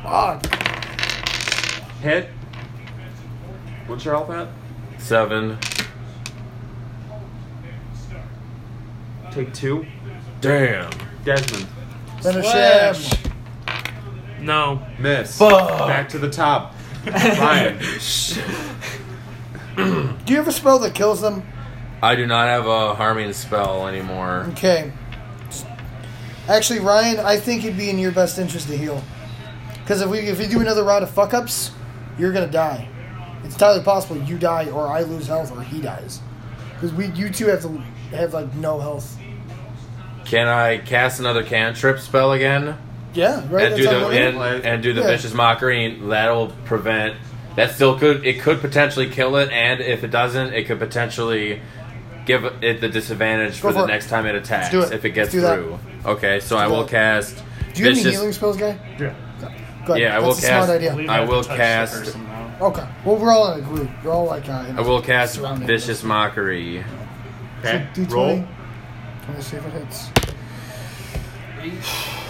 Speaker 1: Fuck.
Speaker 2: Hit. What's your health at?
Speaker 4: Seven.
Speaker 2: Take two.
Speaker 4: Damn.
Speaker 2: Desmond.
Speaker 1: Finish
Speaker 5: Slash.
Speaker 1: him.
Speaker 3: No.
Speaker 2: Miss.
Speaker 6: Fuck.
Speaker 2: Back to the top. Ryan.
Speaker 1: Do you have a spell that kills them?
Speaker 4: I do not have a harming spell anymore.
Speaker 1: Okay. Actually, Ryan, I think it'd be in your best interest to heal. Because if we if we do another round of fuck ups, you're gonna die. It's entirely possible you die, or I lose health, or he dies. Because we you two have to have like no health.
Speaker 4: Can I cast another cantrip spell again?
Speaker 1: Yeah, right.
Speaker 4: and do
Speaker 1: how
Speaker 4: the
Speaker 1: it
Speaker 4: and,
Speaker 1: works.
Speaker 4: and do the
Speaker 1: Yeah.
Speaker 4: vicious mockery and that'll prevent that still could it could potentially kill it and if it doesn't it could potentially give it the disadvantage
Speaker 1: Go
Speaker 4: for
Speaker 1: for
Speaker 4: the
Speaker 1: it.
Speaker 4: next time it attacks
Speaker 1: do it.
Speaker 4: if it
Speaker 1: Let's
Speaker 4: gets
Speaker 1: do that.
Speaker 4: through okay so i will
Speaker 1: that.
Speaker 4: cast
Speaker 1: do you have any
Speaker 4: vicious
Speaker 1: healing spells, guy?
Speaker 5: Yeah.
Speaker 1: Go ahead.
Speaker 4: Yeah, I
Speaker 1: That's
Speaker 4: will
Speaker 1: a smart
Speaker 4: cast-
Speaker 1: idea.
Speaker 5: Believe
Speaker 4: I will
Speaker 5: touched the
Speaker 4: cast-
Speaker 5: person, though.
Speaker 1: Okay. Well, we're all in a group. We're all like. Uh, in
Speaker 4: i will cast
Speaker 1: surrounding
Speaker 4: vicious mockery
Speaker 2: Okay.
Speaker 1: D20.
Speaker 2: Roll.
Speaker 1: Let's see if it hits.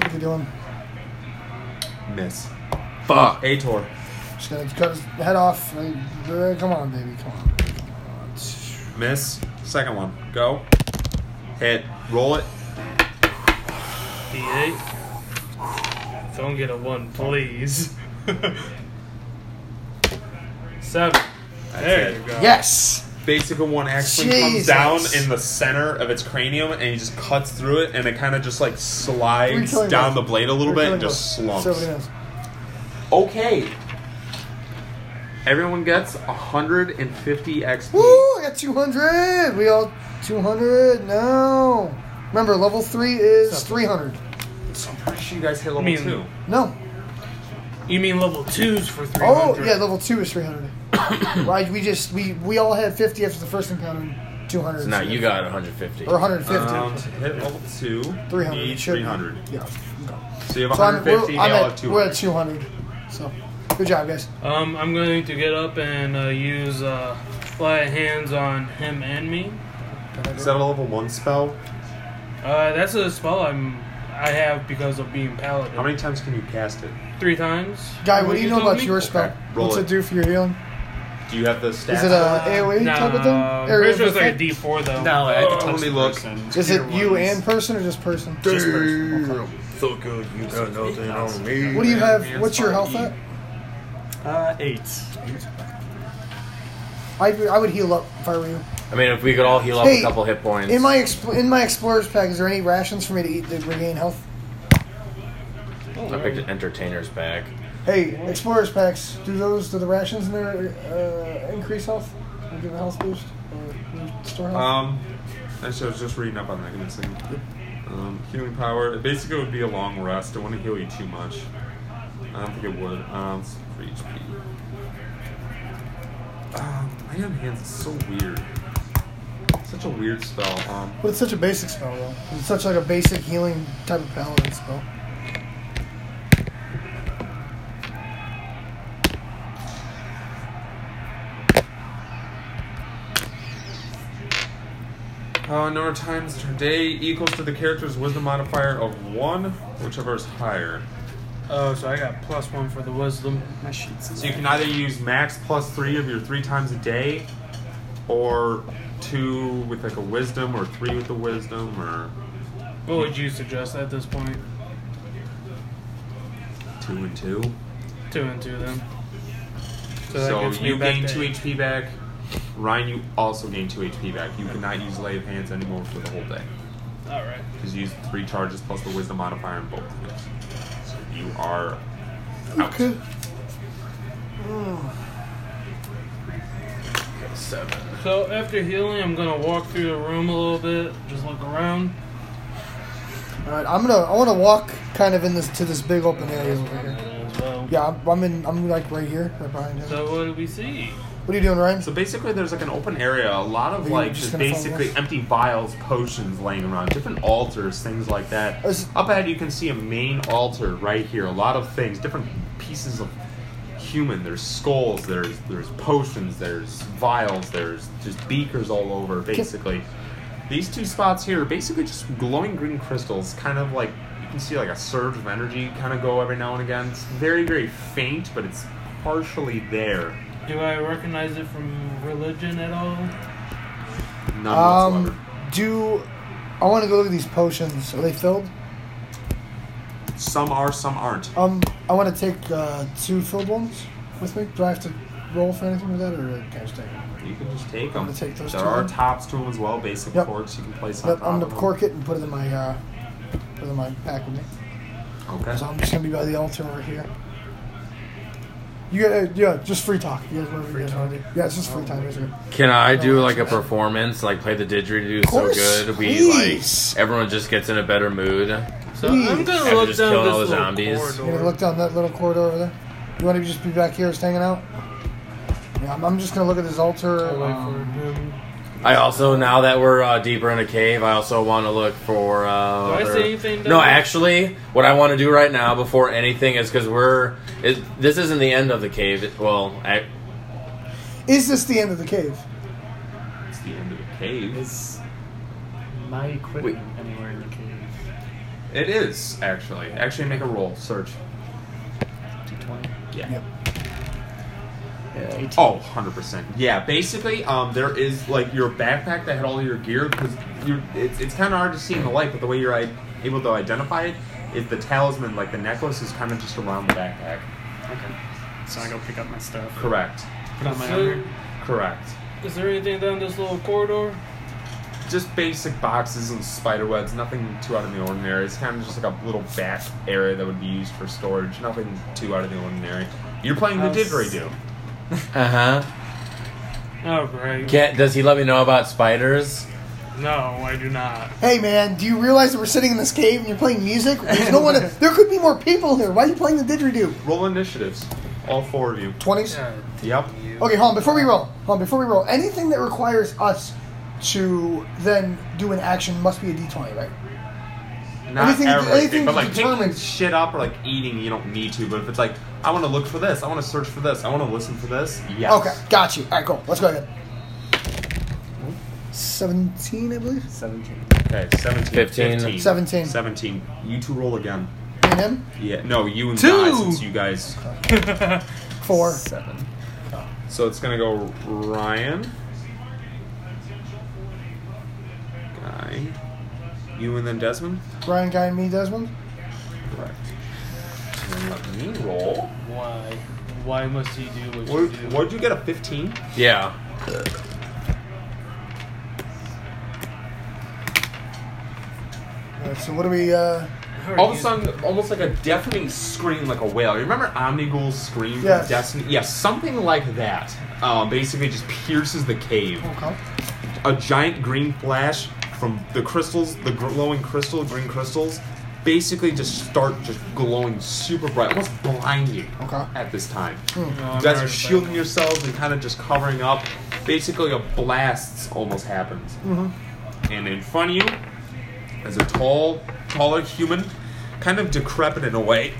Speaker 1: What are we doing?
Speaker 2: Miss.
Speaker 4: fuck
Speaker 2: Ator.
Speaker 1: Just gonna cut his head off. Like, uh, Come on, baby. Come on.
Speaker 2: Miss. Second one. Go. Hit. Roll it.
Speaker 3: D8. Don't get a one, please. Seven. there
Speaker 2: it.
Speaker 3: you go.
Speaker 1: Yes.
Speaker 2: Basic one actually
Speaker 1: Jesus.
Speaker 2: comes down in the center of its cranium and he just cuts through it and it kind of just like
Speaker 1: We're
Speaker 2: slides
Speaker 1: killing
Speaker 2: down
Speaker 1: both.
Speaker 2: the blade a little
Speaker 1: We're
Speaker 2: bit and
Speaker 1: killing
Speaker 2: just
Speaker 1: both.
Speaker 2: slumps.
Speaker 1: So everybody knows.
Speaker 2: Okay. Everyone gets 150 XP.
Speaker 1: Woo! I got 200. We all 200. No. Remember, level three is 300.
Speaker 2: I'm pretty sure you guys hit level
Speaker 3: mean-
Speaker 2: two.
Speaker 1: No.
Speaker 3: You mean level twos for 300?
Speaker 1: Oh yeah, level two is 300. right? We just we we all had 50 after the first encounter. and 200.
Speaker 4: so now you got 150
Speaker 1: Or 150.
Speaker 2: Um, to hit level two.
Speaker 1: 300.
Speaker 2: you
Speaker 1: it
Speaker 2: need
Speaker 1: should be.
Speaker 2: 300.
Speaker 1: Yeah.
Speaker 2: So you have
Speaker 1: So I'm,
Speaker 2: 150.
Speaker 1: we're,
Speaker 2: you
Speaker 1: I'm
Speaker 2: all have
Speaker 1: at, we're
Speaker 2: 200.
Speaker 1: at 200. So good job, guys.
Speaker 3: Um, I'm going to get up and uh, use uh, fly hands on him and me.
Speaker 2: Is that a level one spell?
Speaker 3: Uh, that's a spell I'm I have because of being paladin.
Speaker 2: How many times can you cast it?
Speaker 3: Three times.
Speaker 1: Guy, what do you know
Speaker 3: told
Speaker 1: about
Speaker 3: me?
Speaker 1: your spell?
Speaker 2: roll
Speaker 1: What's
Speaker 2: it.
Speaker 1: it do for your healing?
Speaker 2: Do you have the stats?
Speaker 1: Is it a AOE
Speaker 3: Nah,
Speaker 1: type of thing? Area
Speaker 3: I'm pretty
Speaker 1: of
Speaker 3: sure it's like a
Speaker 1: effect?
Speaker 3: D4 though.
Speaker 5: No, I
Speaker 2: Oh,
Speaker 5: had to touch
Speaker 2: let me
Speaker 5: the
Speaker 2: look.
Speaker 5: person.
Speaker 1: Is
Speaker 5: Tier
Speaker 1: it you
Speaker 5: ones.
Speaker 1: and person or just person? Just person. Okay.
Speaker 6: So good, you got nothing on me.
Speaker 1: What do you have? What's your health at?
Speaker 5: Uh, eight.
Speaker 1: I, I would heal up if I were you.
Speaker 4: i mean if we could all heal up
Speaker 1: Hey,
Speaker 4: a couple hit points
Speaker 1: In my expl- in my explorer's pack, is there any rations for me to eat to regain health?
Speaker 4: i picked an entertainer's back
Speaker 1: Hey, explorer's packs. Do those do the rations in there uh, increase health? Or give a health boost or restore health?
Speaker 2: Um, actually, I was just reading up on that. Give me a second. Um, healing power. It basically would be a long rest. I don't want to heal you too much. I don't think it would. Um, it's for HP. Um, man, hands is so weird. Such a weird spell. Um,
Speaker 1: but it's such a basic spell though. It's such like a basic healing type of paladin spell.
Speaker 2: uh, number of times per day equals to the character's wisdom modifier of one, whichever is higher.
Speaker 3: Oh, so I got plus one for the wisdom.
Speaker 5: My sheets.
Speaker 2: So you can either use max plus three of your three times a day, or two with like a wisdom, or three with a wisdom, or
Speaker 3: What would you suggest at this point?
Speaker 2: two and two.
Speaker 3: Two and two then. that
Speaker 2: So,
Speaker 3: gets me
Speaker 2: you
Speaker 3: back
Speaker 2: gain
Speaker 3: to
Speaker 2: two
Speaker 3: eight.
Speaker 2: HP back. Ryan, you also gain two HP back. You cannot use lay of hands anymore for the whole day
Speaker 3: All right.
Speaker 2: because you used three charges plus the wisdom modifier in both. So you are out.
Speaker 1: Okay.
Speaker 3: So after healing, I'm gonna walk through the room a little bit, just look around.
Speaker 1: All right, I'm gonna I want to walk kind of in this to this big open area over here.
Speaker 3: As well.
Speaker 1: Yeah, I'm, I'm in. I'm like right here, right behind him.
Speaker 3: So what do we see?
Speaker 1: What are you doing, Ryan?
Speaker 2: So basically, there's like an open area, a lot
Speaker 1: Are
Speaker 2: of
Speaker 1: you
Speaker 2: like
Speaker 1: just
Speaker 2: just
Speaker 1: gonna follow
Speaker 2: basically
Speaker 1: us?
Speaker 2: empty vials, potions laying around, different altars, things like that.
Speaker 1: I was-
Speaker 2: Up ahead, you can see a main altar right here. A lot of things, different pieces of human. There's skulls. There's there's potions. There's vials. There's just beakers all over. Basically, these two spots here are basically just glowing green crystals, kind of like you can see like a surge of energy kind of go every now and again. It's very very faint, but it's partially there.
Speaker 3: Do I recognize it from religion at all?
Speaker 2: None whatsoever.
Speaker 1: Um, do I want to go look at these potions? Are they filled?
Speaker 2: Some are, some aren't.
Speaker 1: Um, I want to take uh, two filled ones with me. Do I have to roll for anything with that, or can I just take it?
Speaker 2: You can just take them.
Speaker 1: gonna take those
Speaker 2: there
Speaker 1: two
Speaker 2: are
Speaker 1: then.
Speaker 2: tops to them as well, basic
Speaker 1: Yep.
Speaker 2: corks you can place on
Speaker 1: Yep,
Speaker 2: top
Speaker 1: I'm
Speaker 2: of
Speaker 1: gonna
Speaker 2: them.
Speaker 1: cork it and put it in my uh, put it in my pack with me.
Speaker 2: Okay.
Speaker 1: So I'm just gonna be by the altar over here. You got uh, yeah, just free talk. Oh, You guys, whatever you guys want to do. Yeah, it's just free time. It's good.
Speaker 4: Can I do like a performance, like play the didgeridoo
Speaker 1: Of course,
Speaker 4: so good we
Speaker 1: please.
Speaker 4: like everyone just gets in a better mood?
Speaker 3: So
Speaker 1: Please.
Speaker 3: I'm gonna
Speaker 4: After
Speaker 3: look
Speaker 4: just
Speaker 3: down
Speaker 4: killing
Speaker 3: this little
Speaker 4: all the zombies.
Speaker 1: You gonna
Speaker 3: corridor.
Speaker 1: look down that little corridor over there? You want to just be back here, just hanging out? Yeah, I'm, I'm just gonna look at this altar.
Speaker 3: Wait for
Speaker 1: um,
Speaker 3: him.
Speaker 4: I also now that we're uh, deeper in a cave, I also want to look for. Uh,
Speaker 3: Do I
Speaker 4: other-
Speaker 3: see anything down
Speaker 4: No,
Speaker 3: there?
Speaker 4: actually, what I want to do right now before anything is because we're it, this isn't the end of the cave. It- Well, I,
Speaker 1: is this the end of the cave?
Speaker 2: It's the end of the cave.
Speaker 5: Is my equipment anywhere in the cave?
Speaker 2: It is, actually. Actually, make a roll. Search.
Speaker 5: D20?
Speaker 2: Yeah.
Speaker 1: Yep.
Speaker 2: Oh, 100%. Yeah, basically, um, there is, like, your backpack that had all your gear, because it's, it's kind of hard to see in the light, but the way you're like, able to identify it is the talisman, like, the necklace is kind of just around the backpack.
Speaker 5: Okay. So I go pick up my stuff.
Speaker 2: Correct.
Speaker 5: Put on my
Speaker 3: So-
Speaker 5: armor.
Speaker 2: Correct.
Speaker 3: Is there anything down this little corridor?
Speaker 2: just basic boxes and spider webs, nothing too out of the ordinary. It's kind of just like a little back area that would be used for storage, nothing too out of the ordinary. You're playing the
Speaker 5: How's-
Speaker 2: didgeridoo.
Speaker 1: Uh-huh.
Speaker 4: uh huh.
Speaker 3: Oh, great.
Speaker 4: Can does he let me know about spiders?
Speaker 3: no, I do not.
Speaker 1: Hey man, do you realize that we're sitting in this cave and you're playing music? There's no one. There could be more people here. Why are you playing the didgeridoo?
Speaker 2: Roll initiatives, all four of you.
Speaker 1: Twenties.
Speaker 3: Yeah.
Speaker 2: Yep.
Speaker 1: Okay, hold on. Before we roll, hold on. Before we roll, anything that requires us to then do an action must be a d20, right?
Speaker 2: Not
Speaker 1: Anything-
Speaker 2: everything,
Speaker 1: anything
Speaker 2: but like picking
Speaker 1: determined.
Speaker 2: shit up or like eating, you don't need to. But if it's like, I want to look for this, I want to search for this, I want to listen for this. Yes.
Speaker 1: Okay, got you. All right, cool. Let's go ahead. Seventeen, I believe.
Speaker 5: 17.
Speaker 2: Okay. 17.
Speaker 4: Fifteen.
Speaker 2: 15,
Speaker 1: Seventeen.
Speaker 2: 17. You two roll again.
Speaker 1: And him
Speaker 2: Yeah. No, you and
Speaker 3: Two!
Speaker 2: I, since you guys.
Speaker 1: four.
Speaker 5: 7.
Speaker 2: So it's gonna go Ryan, Guy, you, and then Desmond.
Speaker 1: Ryan, guy, and me, Desmond.
Speaker 2: Correct. And then let me roll.
Speaker 3: Why? Why must he do what,
Speaker 2: What
Speaker 3: you do?
Speaker 2: what'd you get? A fifteen.
Speaker 4: Yeah.
Speaker 1: All right, so what do we? uh
Speaker 3: How are
Speaker 2: All of a
Speaker 3: you-
Speaker 2: sudden, almost like a deafening scream, like a wail. You remember Omnigul's scream
Speaker 1: Yes.
Speaker 2: from Destiny? Yes, something like that. Um, basically, just pierces the cave.
Speaker 1: Okay.
Speaker 2: a giant green flash from the crystals, the glowing crystal, green crystals, basically just start just glowing super bright, almost blinding
Speaker 1: Okay.
Speaker 2: at this time.
Speaker 3: No, I'm
Speaker 2: You guys are
Speaker 3: nervous.
Speaker 2: shielding yourselves and kind of just covering up. Basically, a blast almost happens. And in front of you is a tall, taller human, kind of decrepit in a way.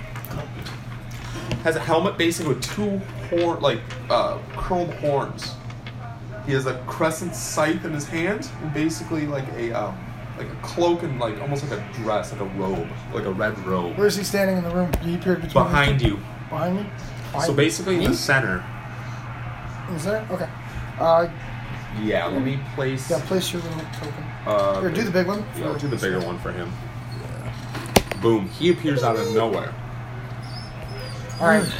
Speaker 2: Has a helmet basically with two horn, like uh, curled horns. He has a crescent scythe in his hand, and basically like a um, like a cloak and like almost like a dress, like a robe, like a red robe,
Speaker 1: Where is he standing in the room? He appeared between us
Speaker 2: behind
Speaker 1: two?
Speaker 2: you.
Speaker 1: Behind me. Behind
Speaker 2: So basically in
Speaker 1: me?
Speaker 2: the center.
Speaker 1: Is there? Okay. Uh,
Speaker 2: Yeah, let me place.
Speaker 1: yeah. Place your little token.
Speaker 2: Uh,
Speaker 1: Here, do the big one.
Speaker 2: Yeah, I'll do the bigger one for him. Boom! He appears out of nowhere.
Speaker 1: All right.
Speaker 2: He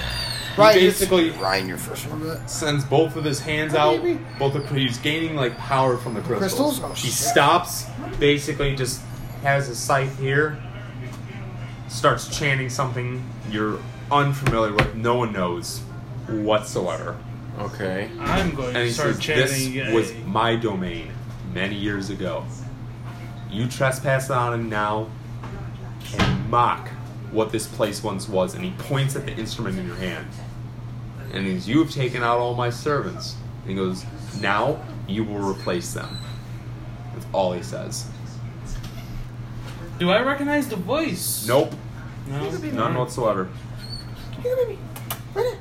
Speaker 1: Right.
Speaker 2: basically
Speaker 1: Ryan, your first one. Remember that?
Speaker 2: sends both of his hands
Speaker 1: Oh,
Speaker 2: out.
Speaker 1: baby.
Speaker 2: Both of he's gaining like power from the
Speaker 1: crystals?
Speaker 2: crystals.
Speaker 1: Oh,
Speaker 2: he
Speaker 1: shit.
Speaker 2: stops. Basically, just has his scythe here. Starts chanting something you're unfamiliar with. No one knows whatsoever.
Speaker 4: Okay.
Speaker 3: I'm
Speaker 2: And
Speaker 3: going to
Speaker 2: he
Speaker 3: start
Speaker 2: says, "This
Speaker 3: chanting. uh,
Speaker 2: was my domain many years ago. You trespass on it now and mock what this place once was." And he points at the instrument in your hand. And as you have taken out all my servants, And he goes, Now you will replace them. That's all he says.
Speaker 3: Do I recognize the voice?
Speaker 2: Nope.
Speaker 3: No.
Speaker 2: None whatsoever.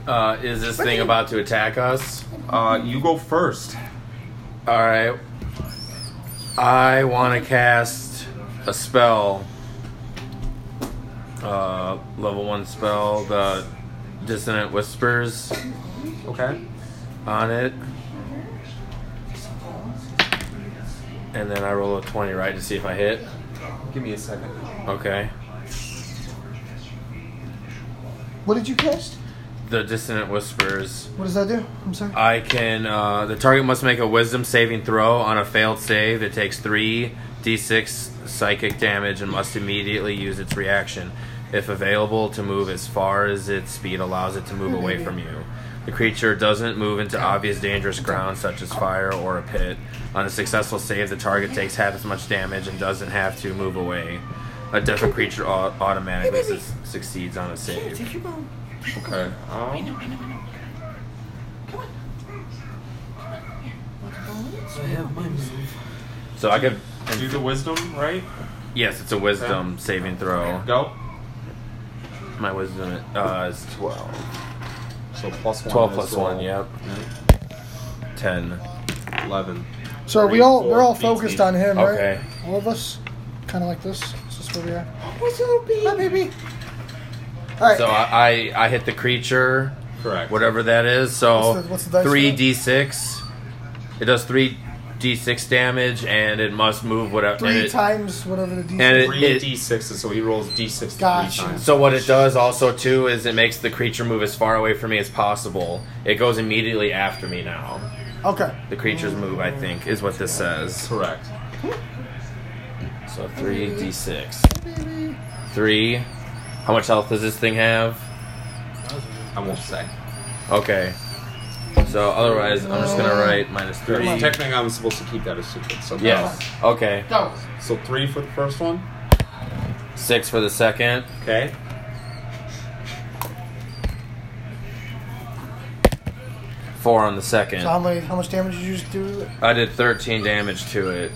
Speaker 4: Uh, is this thing about to attack us?
Speaker 2: Uh, you go first.
Speaker 4: All right. I want to cast a spell. Uh, level one spell, the dissonant whispers
Speaker 2: Okay.
Speaker 4: on it, and then I roll a twenty right to see if I hit.
Speaker 2: Give me a second.
Speaker 4: Okay.
Speaker 1: What did you cast?
Speaker 4: The dissonant whispers.
Speaker 1: What does that do? I'm sorry.
Speaker 4: I can. Uh, the target must make a Wisdom saving throw. On a failed save, it takes three d6 psychic damage and must immediately use its reaction, if available, to move as far as its speed allows it to move away from you. The creature doesn't move into obvious dangerous ground, such as fire or a pit. On a successful save, the target takes half as much damage and doesn't have to move away. A deafened creature au- automatically su- succeeds on a save.
Speaker 2: Okay. Um,
Speaker 3: I have my move.
Speaker 4: So I could.
Speaker 2: Um, do the wisdom, right?
Speaker 4: Yes, it's a Wisdom saving throw.
Speaker 2: Go.
Speaker 4: My wisdom uh, is 12.
Speaker 2: So plus one.
Speaker 4: 12
Speaker 2: is
Speaker 4: plus
Speaker 2: roll.
Speaker 4: 1, yep. 10.
Speaker 2: 11.
Speaker 1: So are we
Speaker 2: Three,
Speaker 1: all
Speaker 2: four,
Speaker 1: we're all
Speaker 2: eight,
Speaker 1: focused
Speaker 2: eight.
Speaker 1: on him,
Speaker 4: Okay.
Speaker 1: right? All of us, kind of like this. Is this where we are? What's little baby? Hi, baby. All right.
Speaker 4: So I, I, I hit the creature,
Speaker 2: Correct.
Speaker 4: whatever that is. So
Speaker 1: What's the- what's the dice
Speaker 4: 3d6. It does 3d6 damage and it must move whatever.
Speaker 1: three
Speaker 4: and it-
Speaker 1: times whatever the DC.
Speaker 4: and it-
Speaker 2: Three d6s, so he rolls d6
Speaker 1: Gotcha.
Speaker 2: three times.
Speaker 4: So what it does also too is it makes the creature move as far away from me as possible. It goes immediately after me now.
Speaker 1: okay.
Speaker 4: The creature's move, I think, is what this says.
Speaker 2: Correct.
Speaker 4: So 3d6. 3. How much health does this thing have?
Speaker 2: I won't say.
Speaker 4: Okay. So otherwise, I'm just gonna write minus three.
Speaker 2: Technically, I'm supposed to keep that a secret. So
Speaker 4: Yes. Okay.
Speaker 1: Go.
Speaker 2: So three for the first one.
Speaker 4: Six for the second.
Speaker 2: Okay.
Speaker 4: Four on the
Speaker 1: So how
Speaker 4: second.
Speaker 1: many? How much damage did you just do?
Speaker 4: I did 13 damage to it.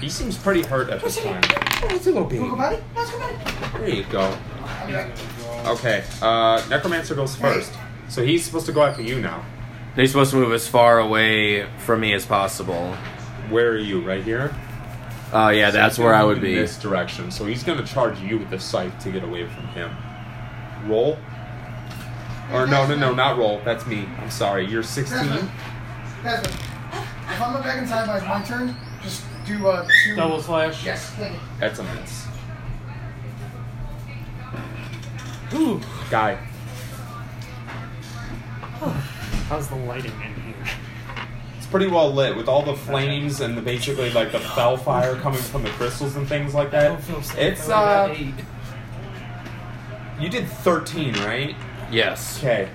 Speaker 2: He seems pretty hurt at this time.
Speaker 1: Go buddy. Let's go buddy.
Speaker 2: There you go. Okay. Uh, Necromancer goes first. So he's supposed to go after you now.
Speaker 4: They're supposed to move as far away from me as possible.
Speaker 2: Where are you? Right here.
Speaker 4: Oh yeah, that's where I would
Speaker 2: In
Speaker 4: be.
Speaker 2: this direction. So he's going to charge you with the scythe to get away from him. Roll. Or no, no, no, not roll. That's me. I'm sorry. You're 16.
Speaker 3: Uh-huh.
Speaker 1: Guys, if I'm back inside by my turn, just do uh, two.
Speaker 5: Double slash.
Speaker 1: Yes. Thank you.
Speaker 2: That's a miss.
Speaker 5: Ooh,
Speaker 2: Guy.
Speaker 5: how's the lighting in here?
Speaker 2: It's pretty well lit with all the flames and the basically like the fell fire coming from the crystals and things like
Speaker 3: I
Speaker 2: that.
Speaker 3: don't feel safe.
Speaker 2: It's
Speaker 3: I only got
Speaker 2: uh
Speaker 3: eight.
Speaker 2: you did 13, right?
Speaker 4: Yes.
Speaker 2: Okay.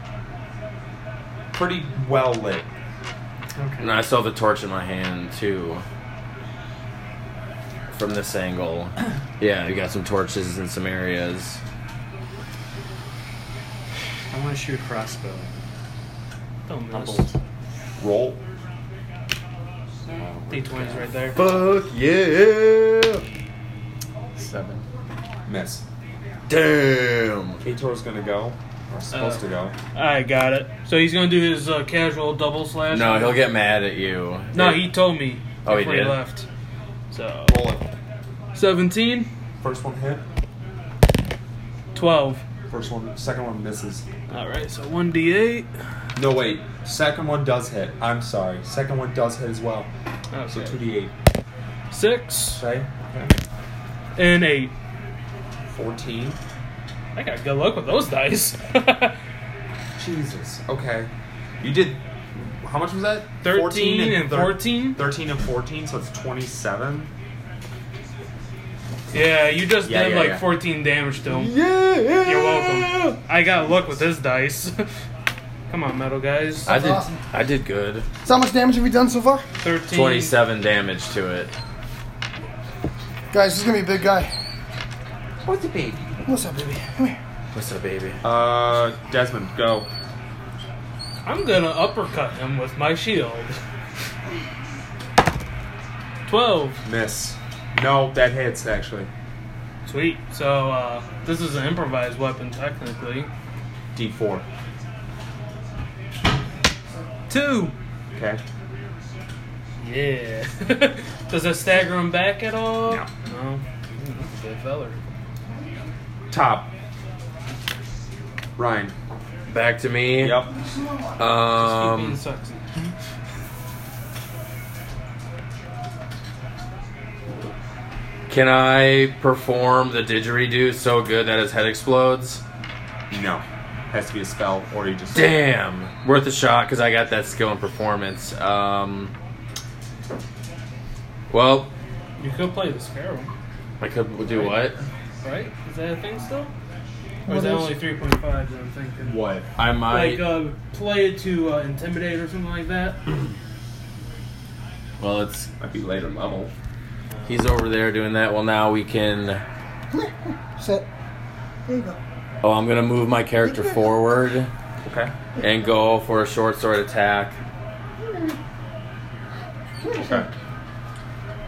Speaker 2: Pretty well lit.
Speaker 5: Okay.
Speaker 4: And I saw the torch in my hand too. From this angle. Yeah, you got some torches in some areas.
Speaker 5: I want to shoot a crossbow.
Speaker 3: Don't
Speaker 5: Not
Speaker 3: miss.
Speaker 5: bolt.
Speaker 2: Roll.
Speaker 3: D20's right there.
Speaker 6: Fuck yeah.
Speaker 5: Seven.
Speaker 2: Miss.
Speaker 6: Damn.
Speaker 2: Kator's gonna go. Or supposed to go.
Speaker 3: I got it. So he's gonna do his uh, casual double slash.
Speaker 4: No, he'll get mad at you.
Speaker 3: No, he told me
Speaker 4: Oh, he
Speaker 3: before
Speaker 4: did?
Speaker 3: left. So
Speaker 2: Roll it.
Speaker 3: 17,
Speaker 2: First one hit.
Speaker 3: 12.
Speaker 2: First one second one misses.
Speaker 3: All right, so 1d8.
Speaker 2: No wait. Second one does hit. I'm sorry. Second one does hit as well.
Speaker 3: Okay.
Speaker 2: So 2d8.
Speaker 3: 6
Speaker 2: Okay?
Speaker 3: and 8.
Speaker 2: 14.
Speaker 3: I got good luck with those dice.
Speaker 2: Jesus. Okay. You did. How much was that?
Speaker 3: 13 and
Speaker 2: thir-
Speaker 3: 14?
Speaker 2: 13 and 14, so it's 27.
Speaker 3: yeah, you just
Speaker 2: Yeah,
Speaker 3: did
Speaker 2: yeah,
Speaker 3: like
Speaker 2: yeah.
Speaker 3: 14 damage to him.
Speaker 6: Yeah.
Speaker 3: You're welcome. I got luck with this dice. Come on, metal guys.
Speaker 4: I did
Speaker 1: awesome.
Speaker 4: I did good.
Speaker 1: So how much damage have we done so far,
Speaker 3: 13.
Speaker 4: 27 damage to it.
Speaker 1: guys? This is gonna be a big guy. What's up, baby? What's up, baby? Come here.
Speaker 4: Uh, What's up, baby?
Speaker 2: Uh, Desmond, go.
Speaker 3: I'm gonna uppercut him with my shield. Twelve.
Speaker 2: Miss. No, that hits actually.
Speaker 3: Sweet. So uh, this is an improvised weapon technically.
Speaker 2: D4.
Speaker 3: Two.
Speaker 2: Okay.
Speaker 3: Yeah. Does that stagger him back at all?
Speaker 2: No.
Speaker 3: No. Mm, that's a Good feller.
Speaker 2: Top. Ryan.
Speaker 4: Back to me.
Speaker 2: Yep.
Speaker 3: Keep being
Speaker 4: Um,
Speaker 3: sexy.
Speaker 4: can I perform the didgeridoo so good that his head explodes?
Speaker 2: No. Has to be a spell, or you just
Speaker 4: Damn, worth a shot because I got that skill and performance. Um, well,
Speaker 3: You could play the sparrow,
Speaker 4: I could do what?
Speaker 3: right? Is that a thing still? Or
Speaker 1: What
Speaker 3: is that
Speaker 1: is-
Speaker 3: only 3.5 that I'm thinking?
Speaker 2: What?
Speaker 4: I might.
Speaker 3: Like, uh, play it to uh, intimidate or something like that?
Speaker 4: well, it's
Speaker 2: Might be later level.
Speaker 4: he's over there doing that. Well, now we can.
Speaker 1: Sit. There you go.
Speaker 4: Oh, I'm gonna move my character forward
Speaker 2: Okay.
Speaker 4: and go for a short sword attack.
Speaker 2: Okay.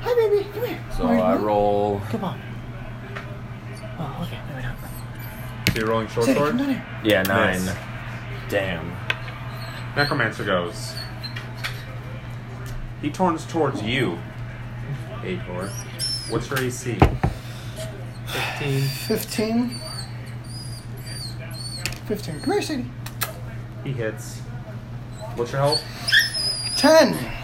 Speaker 1: Hi, baby. Come here.
Speaker 4: So
Speaker 1: Where's
Speaker 4: I
Speaker 1: mom?
Speaker 4: roll.
Speaker 1: Come on. Oh, okay. There we go.
Speaker 2: So you're rolling short
Speaker 1: Sit.
Speaker 2: sword?
Speaker 1: Come down here.
Speaker 4: Yeah, nine.
Speaker 2: Miss.
Speaker 4: Damn.
Speaker 2: Necromancer goes. He turns towards you, Acor. What's your AC?
Speaker 3: 15.
Speaker 1: 15. 15. Come here, Sadie.
Speaker 2: He hits. What's your health?
Speaker 1: 10.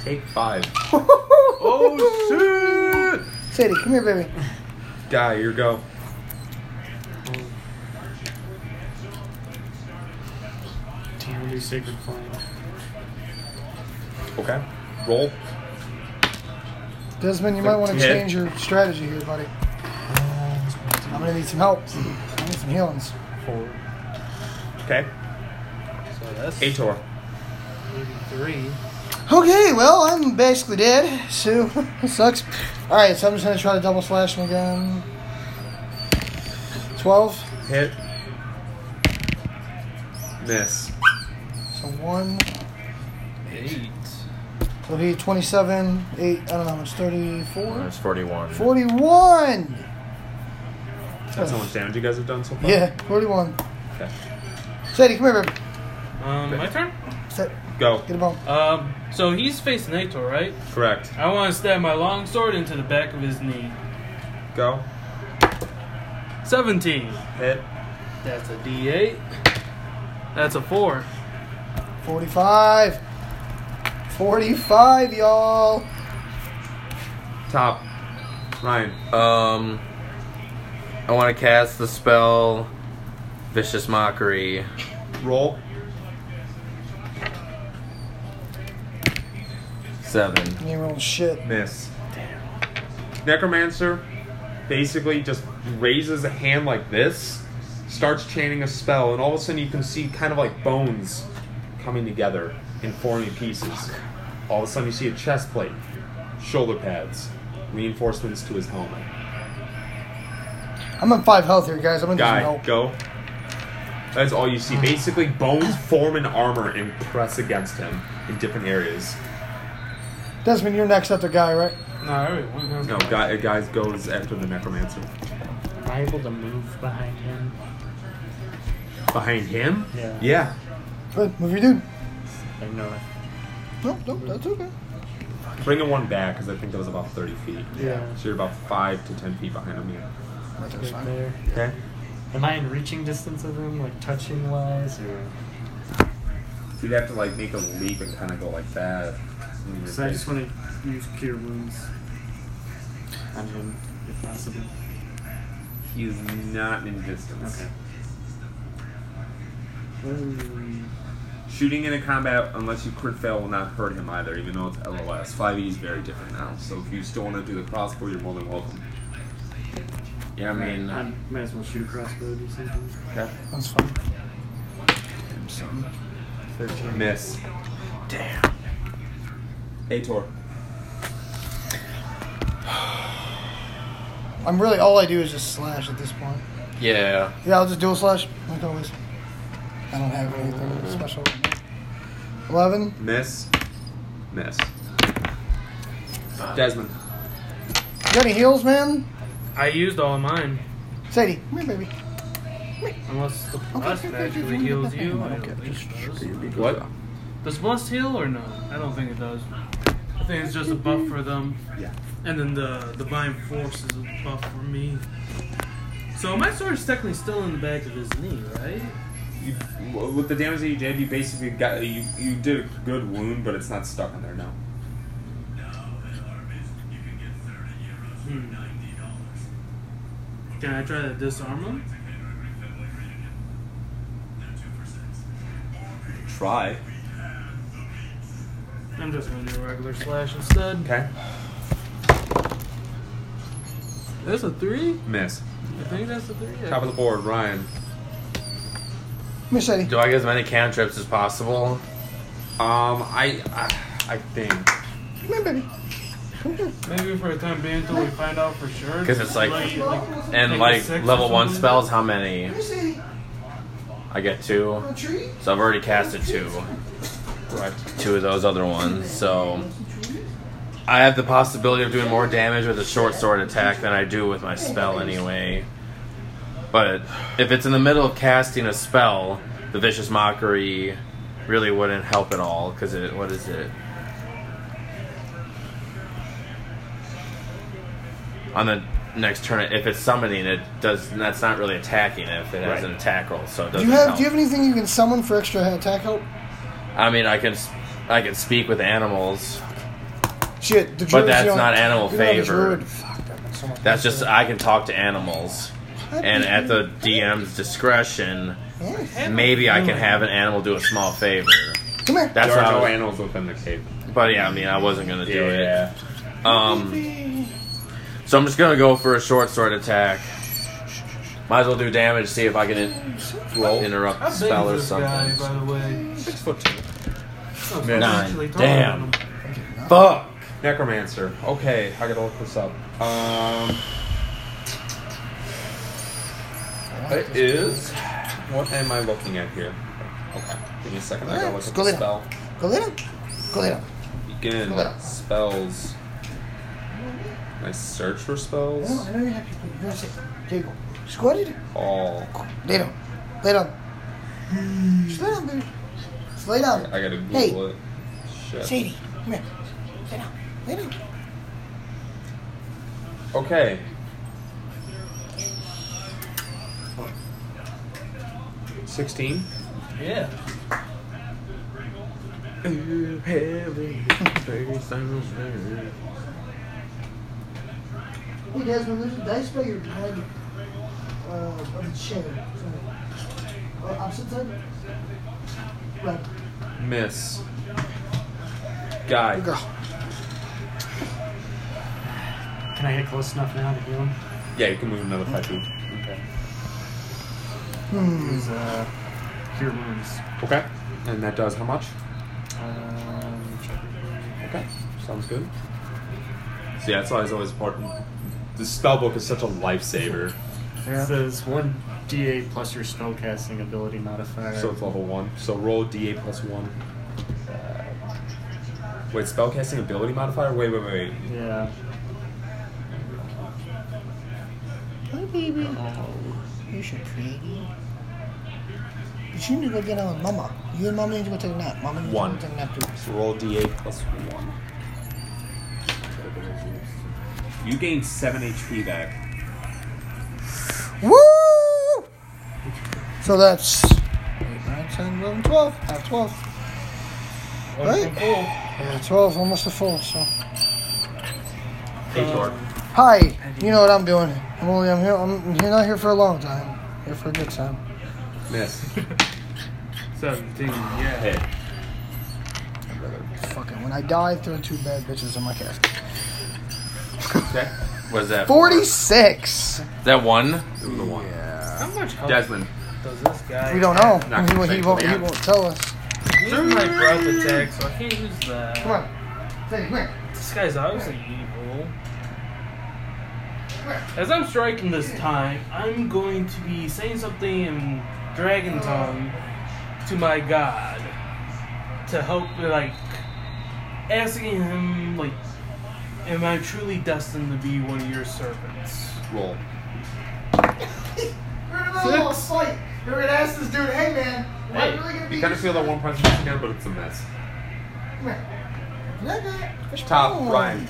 Speaker 2: Take five.
Speaker 1: oh, shit. Sadie, come here, baby.
Speaker 2: Die, your go.
Speaker 5: Damn, do sacred flame.
Speaker 2: Okay. Roll.
Speaker 1: Desmond, you might want to
Speaker 2: Yeah.
Speaker 1: change your strategy here, buddy. I'm going to need some help. I need some healings.
Speaker 5: Four.
Speaker 2: Okay.
Speaker 3: So that's
Speaker 2: Ator.
Speaker 3: 33.
Speaker 1: Okay, well, I'm basically dead, so it sucks. Alright, so I'm just going to try to double slash him again. 12.
Speaker 2: Hit. Miss.
Speaker 1: So 1.
Speaker 3: 8.
Speaker 1: So he 27, 8, I don't know, it's 34?
Speaker 4: That's forty-one.
Speaker 1: 41!
Speaker 2: That's how much damage you guys have done so far?
Speaker 1: Yeah, 41.
Speaker 2: Okay.
Speaker 1: Sadie, come here, baby.
Speaker 3: Um, my turn?
Speaker 1: Sit.
Speaker 2: Go.
Speaker 1: Get a bone.
Speaker 3: Um, so he's facing Nato, right?
Speaker 2: Correct.
Speaker 3: I want to stab my long sword into the back of his knee.
Speaker 2: Go.
Speaker 3: 17.
Speaker 2: Hit.
Speaker 3: That's a D8. That's a 4.
Speaker 1: 45. 45, y'all.
Speaker 2: Top. Ryan.
Speaker 4: Um, I want to cast the spell Vicious Mockery.
Speaker 2: Roll.
Speaker 4: Seven.
Speaker 1: You ain't rolling shit.
Speaker 2: Miss. Damn. Necromancer basically just raises a hand like this, starts chanting a spell, and all of a sudden you can see kind of like bones coming together and forming pieces. All of a sudden you see a chest plate, shoulder pads, reinforcements to his helmet.
Speaker 1: I'm on 5 health here, guys. I'm going to need some
Speaker 2: Guy,
Speaker 1: help.
Speaker 2: go. That's all you see. Basically, bones form an armor and press against him in different areas.
Speaker 1: Desmond, you're next after Guy, right?
Speaker 3: No, I already won.
Speaker 2: No, guy, guys goes after the necromancer.
Speaker 5: Am I able to move behind him?
Speaker 2: Behind him?
Speaker 5: Yeah.
Speaker 2: Yeah.
Speaker 1: Good. Move your dude.
Speaker 5: I know it.
Speaker 1: No, no, that's okay.
Speaker 2: Bring the one back because I think that was about 30 feet.
Speaker 5: Yeah.
Speaker 2: So you're about 5 to 10 feet behind him. Yeah.
Speaker 1: Right there's
Speaker 5: Right
Speaker 1: fine.
Speaker 5: there.
Speaker 2: Okay.
Speaker 5: Am I in reaching distance of him, like touching wise, or?
Speaker 2: So you'd have to like make a leap and kind of go like that.
Speaker 5: Because I just want to use cure wounds on him, if possible.
Speaker 2: He's not in distance.
Speaker 5: Okay. Ooh.
Speaker 2: Shooting in a combat, unless you crit fail, will not hurt him either, even though it's LOS. 5e E is very different now. So if you still want to do the crossbow, you're more than welcome.
Speaker 4: Yeah, I mean,
Speaker 5: I might as well shoot a crossbow or something.
Speaker 2: Okay.
Speaker 1: That's fine.
Speaker 2: Miss. Damn. Ator.
Speaker 1: I'm really all I do is just slash at this point.
Speaker 4: Yeah.
Speaker 1: Yeah, I'll just do a slash like always. I don't have anything special. Eleven.
Speaker 2: Miss. Miss. Desmond.
Speaker 1: You got any heels, man?
Speaker 3: I used all of mine.
Speaker 1: Sadie, come here, baby.
Speaker 3: Unless the plus
Speaker 1: okay, okay,
Speaker 3: actually
Speaker 1: okay,
Speaker 3: heals
Speaker 1: okay.
Speaker 3: you. I
Speaker 1: Okay,
Speaker 3: don't think it does.
Speaker 2: What?
Speaker 3: Does plus heal or no? I don't think it does. I think it's just a buff for them.
Speaker 2: Yeah.
Speaker 3: And then the the divine force is a buff for me. So my sword's technically still in the back of his knee, right?
Speaker 2: You, with the damage that you did, you basically got you you did a good wound, but it's not stuck in there now.
Speaker 3: Hmm. Can I try to disarm him?
Speaker 2: Try.
Speaker 3: I'm just gonna do a regular slash instead.
Speaker 2: Okay.
Speaker 3: That's a three?
Speaker 2: Miss.
Speaker 3: I think that's a three.
Speaker 2: Top of the board, Ryan.
Speaker 1: Come here, Sadie.
Speaker 4: Do I get as many cantrips as possible?
Speaker 2: Um, I I, I think
Speaker 1: Come here, baby. Come here.
Speaker 3: Maybe for a time being until we find out for sure.
Speaker 4: 'Cause it's like-
Speaker 3: like,
Speaker 4: And
Speaker 3: Like
Speaker 4: like
Speaker 3: six or
Speaker 4: level one
Speaker 3: something?
Speaker 4: spells, how many?
Speaker 1: Come here, Sadie.
Speaker 4: I get two.
Speaker 1: Want a treat?
Speaker 4: So I've already casted two.
Speaker 2: right.
Speaker 4: Two of those other ones. So I have the possibility of doing more damage with a short sword attack than I do with my spell anyway. But if it's in the middle of casting a spell, the vicious mockery really wouldn't help at all because it what is it? On the next turn, if it's summoning, it does. That's not really attacking if it has
Speaker 2: Right.
Speaker 4: an attack roll, so
Speaker 1: Do
Speaker 4: it doesn't.
Speaker 1: you have
Speaker 4: help.
Speaker 1: Do you have anything you can summon for extra attack help?
Speaker 4: I mean, I can s- I can speak with animals.
Speaker 1: Shit, the druids.
Speaker 4: that's
Speaker 1: you don't-
Speaker 4: not animal
Speaker 1: you don't have a
Speaker 4: favor.
Speaker 1: druid. Fuck, that makes so much
Speaker 4: That's
Speaker 1: sense.
Speaker 4: just I can talk to animals, and at the DM's discretion,
Speaker 1: Yeah.
Speaker 4: maybe I
Speaker 3: Oh.
Speaker 4: can have an animal do a small favor.
Speaker 1: Come here.
Speaker 4: That's
Speaker 2: there
Speaker 4: what
Speaker 2: are
Speaker 4: I
Speaker 2: no
Speaker 4: was-
Speaker 2: animals within the cave.
Speaker 4: But yeah, I mean, I wasn't gonna do it. Um, so I'm just gonna go for a short sword attack. Might as well do damage. See if I can in-
Speaker 2: Roll.
Speaker 4: interrupt the
Speaker 3: How big
Speaker 4: spell or
Speaker 3: is this guy,
Speaker 4: something.
Speaker 3: by the way?
Speaker 2: Six foot two.
Speaker 3: Oh,
Speaker 2: Nine.
Speaker 3: actually taller
Speaker 4: Damn.
Speaker 3: than him.
Speaker 4: Fuck.
Speaker 2: Necromancer. Okay, I gotta look this up. Um, it is. What am I looking at here? Okay, give me a second. I gotta look
Speaker 1: Let's
Speaker 2: at
Speaker 1: go
Speaker 2: the
Speaker 1: later.
Speaker 2: spell.
Speaker 1: Go lay down. Go lay down.
Speaker 2: Begin
Speaker 1: Go later.
Speaker 2: spells. Can I search for
Speaker 1: No,
Speaker 2: spells.
Speaker 1: Oh, I know you're happy, but you're gonna sit. There you go. Squatted.
Speaker 2: All.
Speaker 1: Lay down. Lay down. Just lay down, baby. Just lay down.
Speaker 2: I gotta
Speaker 1: Hey.
Speaker 2: Google it. Shit.
Speaker 1: Sadie, come here. Lay down. Lay down.
Speaker 2: Okay. Sixteen.
Speaker 3: Yeah.
Speaker 1: Hey, Desmond, there's a dice by your bag uh, of the chair. Uh, opposite side? Right.
Speaker 2: Miss. Guy.
Speaker 1: Good girl.
Speaker 5: Can I get close enough now to heal him?
Speaker 2: Yeah, you can move another five feet.
Speaker 5: Use uh, cure wounds.
Speaker 2: Okay. And that does how much?
Speaker 5: Um,
Speaker 2: Okay. Sounds good. So yeah, that's why it's always important. The spell book is such a lifesaver.
Speaker 5: it says one d8 plus your spellcasting ability modifier.
Speaker 2: So it's level one. So roll D8 plus one. Wait, spellcasting ability modifier? Wait, wait, wait.
Speaker 5: yeah.
Speaker 1: Hi, baby. Oh, You're so pretty. But you need to go get on with Mama. You and Mama need to go take a nap. Mama needs
Speaker 2: One.
Speaker 1: to go take a nap too.
Speaker 2: So roll D8 plus one. You gain seven HP back.
Speaker 1: Woo! So that's 8, 9, 10, 11, 12. I have 12. Right? Yeah, 12, almost a full, so.
Speaker 4: Ator.
Speaker 1: Hi, you know what I'm doing. I'm only, I'm here, I'm here, not here for a long time. Here for a good time.
Speaker 2: Miss.
Speaker 3: 17, yeah.
Speaker 2: Hit.
Speaker 1: Fucking, when I die, throw two bad bitches in my casket.
Speaker 2: Okay.
Speaker 4: Was that for?
Speaker 1: 46!
Speaker 4: That one?
Speaker 2: It was a one.
Speaker 3: How much health
Speaker 2: Desmond.
Speaker 3: does this guy
Speaker 1: We don't know.
Speaker 2: Not
Speaker 1: He, won't- he,
Speaker 2: thankful,
Speaker 1: won't, he
Speaker 2: yeah.
Speaker 1: won't tell us.
Speaker 3: He's my breath attack, so I can't use that.
Speaker 1: Come on. Sadie, come here.
Speaker 3: This guy's obviously evil. As I'm striking this time, I'm going to be saying something in dragon tongue to my god to help, like, asking him, like, am I truly destined to be one of your servants?
Speaker 2: Roll.
Speaker 7: We're in a little fight. We're gonna ask this dude, hey man, am I
Speaker 2: Hey,
Speaker 7: really gonna be
Speaker 2: you kind of
Speaker 7: your
Speaker 2: feel that one punch again, but it's a mess.
Speaker 1: Nigga,
Speaker 2: Top,
Speaker 1: come on.
Speaker 2: Ryan.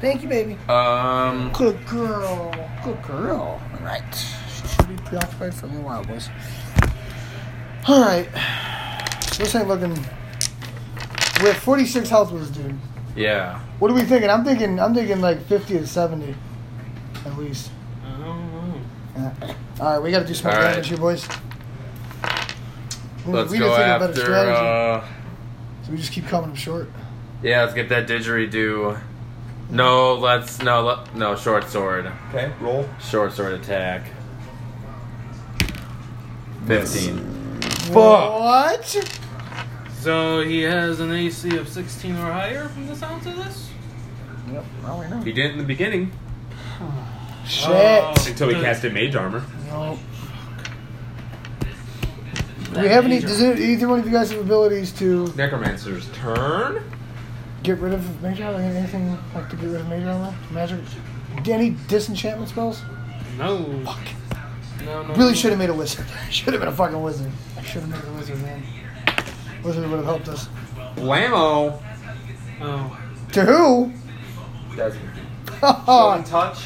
Speaker 1: Thank you, baby.
Speaker 4: Um,
Speaker 1: Good girl. Good girl. All right. She should be preoccupied for a little while, boys. All right. This ain't looking. We're at 46 health was, dude.
Speaker 4: yeah.
Speaker 1: What are we thinking? I'm thinking. I'm thinking like 50 to 70, at least.
Speaker 3: I don't know.
Speaker 1: Yeah. All right, we got to do some
Speaker 4: All
Speaker 1: more
Speaker 4: right.
Speaker 1: damage here, boys. We-
Speaker 4: Let's
Speaker 1: we
Speaker 4: go
Speaker 1: just need a better
Speaker 4: after.
Speaker 1: strategy.
Speaker 4: Uh,
Speaker 1: so we just keep coming up short.
Speaker 4: yeah, let's get that didgeridoo. No, let's no let, no short sword,
Speaker 2: Okay, roll.
Speaker 4: short sword attack. Fifteen.
Speaker 1: What?
Speaker 3: So he has an AC of 16 or higher from the sounds of this?
Speaker 1: Yep. Well, we know.
Speaker 2: He did in the beginning
Speaker 1: Shit.
Speaker 2: until he casted mage armor. Oh.
Speaker 1: No. Do we have any? Does it, either one of you guys have abilities to
Speaker 2: Necromancer's turn.
Speaker 1: get rid of major armor? Anything like to get rid of major armor? Magic? Any disenchantment spells?
Speaker 3: No.
Speaker 1: Fuck.
Speaker 3: No, no.
Speaker 1: Really should have made a wizard. should have been a fucking wizard. I should have made a wizard, man. Wizard would have helped us.
Speaker 2: Blammo.
Speaker 3: Oh.
Speaker 1: To who?
Speaker 2: One
Speaker 1: Oh,
Speaker 2: touch.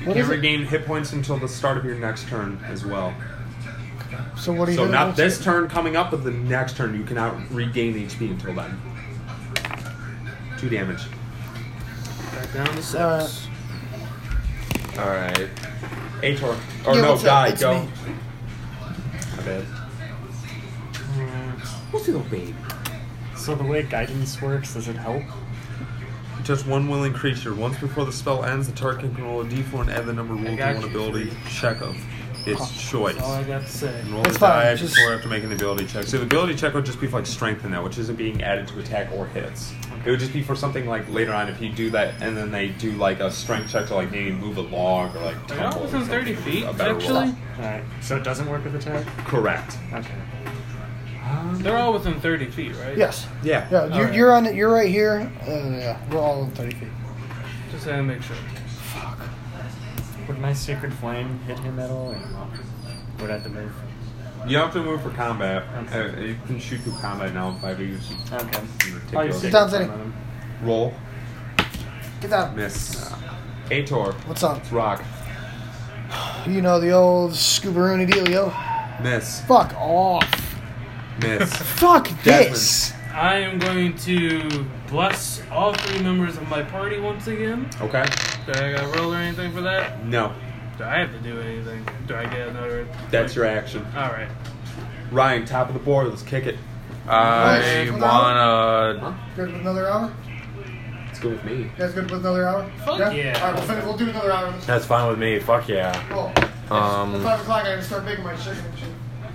Speaker 2: You
Speaker 1: What
Speaker 2: can
Speaker 1: is it?
Speaker 2: regain hit points until the start of your next turn as well.
Speaker 1: so what do you
Speaker 2: So
Speaker 1: do?
Speaker 2: not this turn coming up, but the next turn you cannot regain HP until then. Two damage.
Speaker 3: Back down to 6.
Speaker 1: Uh,
Speaker 4: All right.
Speaker 2: Ator. Or
Speaker 1: Yeah,
Speaker 2: no,
Speaker 1: what's up?
Speaker 2: die.
Speaker 1: It's
Speaker 2: Go.
Speaker 1: me.
Speaker 2: My bad.
Speaker 5: So the way guidance works, does it help?
Speaker 2: Just one willing creature. Once before the spell ends, the target can roll a d4 and add the number rolled to
Speaker 3: got
Speaker 2: one
Speaker 3: you.
Speaker 2: ability check of its choice.
Speaker 3: All I got to say.
Speaker 2: And roll
Speaker 1: That's
Speaker 2: the die
Speaker 1: fine, just-
Speaker 2: before after making an ability check. So the ability check would just be for like strength in that, which isn't being added to attack or hits. It would just be for something like later on if you do that and then they do like a strength check to like maybe move a log or like
Speaker 3: Like, I
Speaker 2: tumble.
Speaker 3: was
Speaker 2: or
Speaker 3: in 30
Speaker 2: something.
Speaker 3: feet,
Speaker 2: A better roll.
Speaker 3: actually.
Speaker 5: Alright, so it doesn't work with attack?
Speaker 2: Correct.
Speaker 5: Okay. Um,
Speaker 3: They're all within 30 feet, right?
Speaker 1: Yes.
Speaker 2: Yeah.
Speaker 1: Yeah, you're,
Speaker 3: right.
Speaker 1: you're on. You're right here. Uh, yeah, we're all in thirty feet.
Speaker 3: Just had to make sure.
Speaker 5: Would my sacred flame hit him at all? Or no? Would I have to move?
Speaker 2: You don't have to move for combat. Uh, you can shoot through combat now in 5e.
Speaker 5: Okay.
Speaker 2: Take those.
Speaker 5: I'll use sacred
Speaker 1: Sounds
Speaker 5: flame
Speaker 1: like-
Speaker 5: on him.
Speaker 2: Roll.
Speaker 1: Get down.
Speaker 2: Miss. Ator.
Speaker 1: What's up?
Speaker 2: It's rock.
Speaker 1: You know the old Scoobaroonie dealio.
Speaker 2: Miss.
Speaker 1: Fuck off.
Speaker 2: Miss.
Speaker 1: Fuck this.
Speaker 3: I am going to bless all three members of my party once again.
Speaker 2: Okay.
Speaker 3: Do I got to roll or anything for that?
Speaker 2: No.
Speaker 3: Do I have to do anything? Do I get another?
Speaker 2: That's your action.
Speaker 3: Alright.
Speaker 2: Ryan, top of the board. Let's kick it.
Speaker 4: I wanna.
Speaker 1: Good with another hour.
Speaker 2: Let's go with me.
Speaker 1: You guys good with another hour?
Speaker 3: Fuck yeah.
Speaker 1: All right, we'll, fin- we'll do another hour.
Speaker 4: That's fine with me. Fuck yeah.
Speaker 1: Cool. At
Speaker 4: Um.
Speaker 1: five o'clock, I can start making my chicken and shit.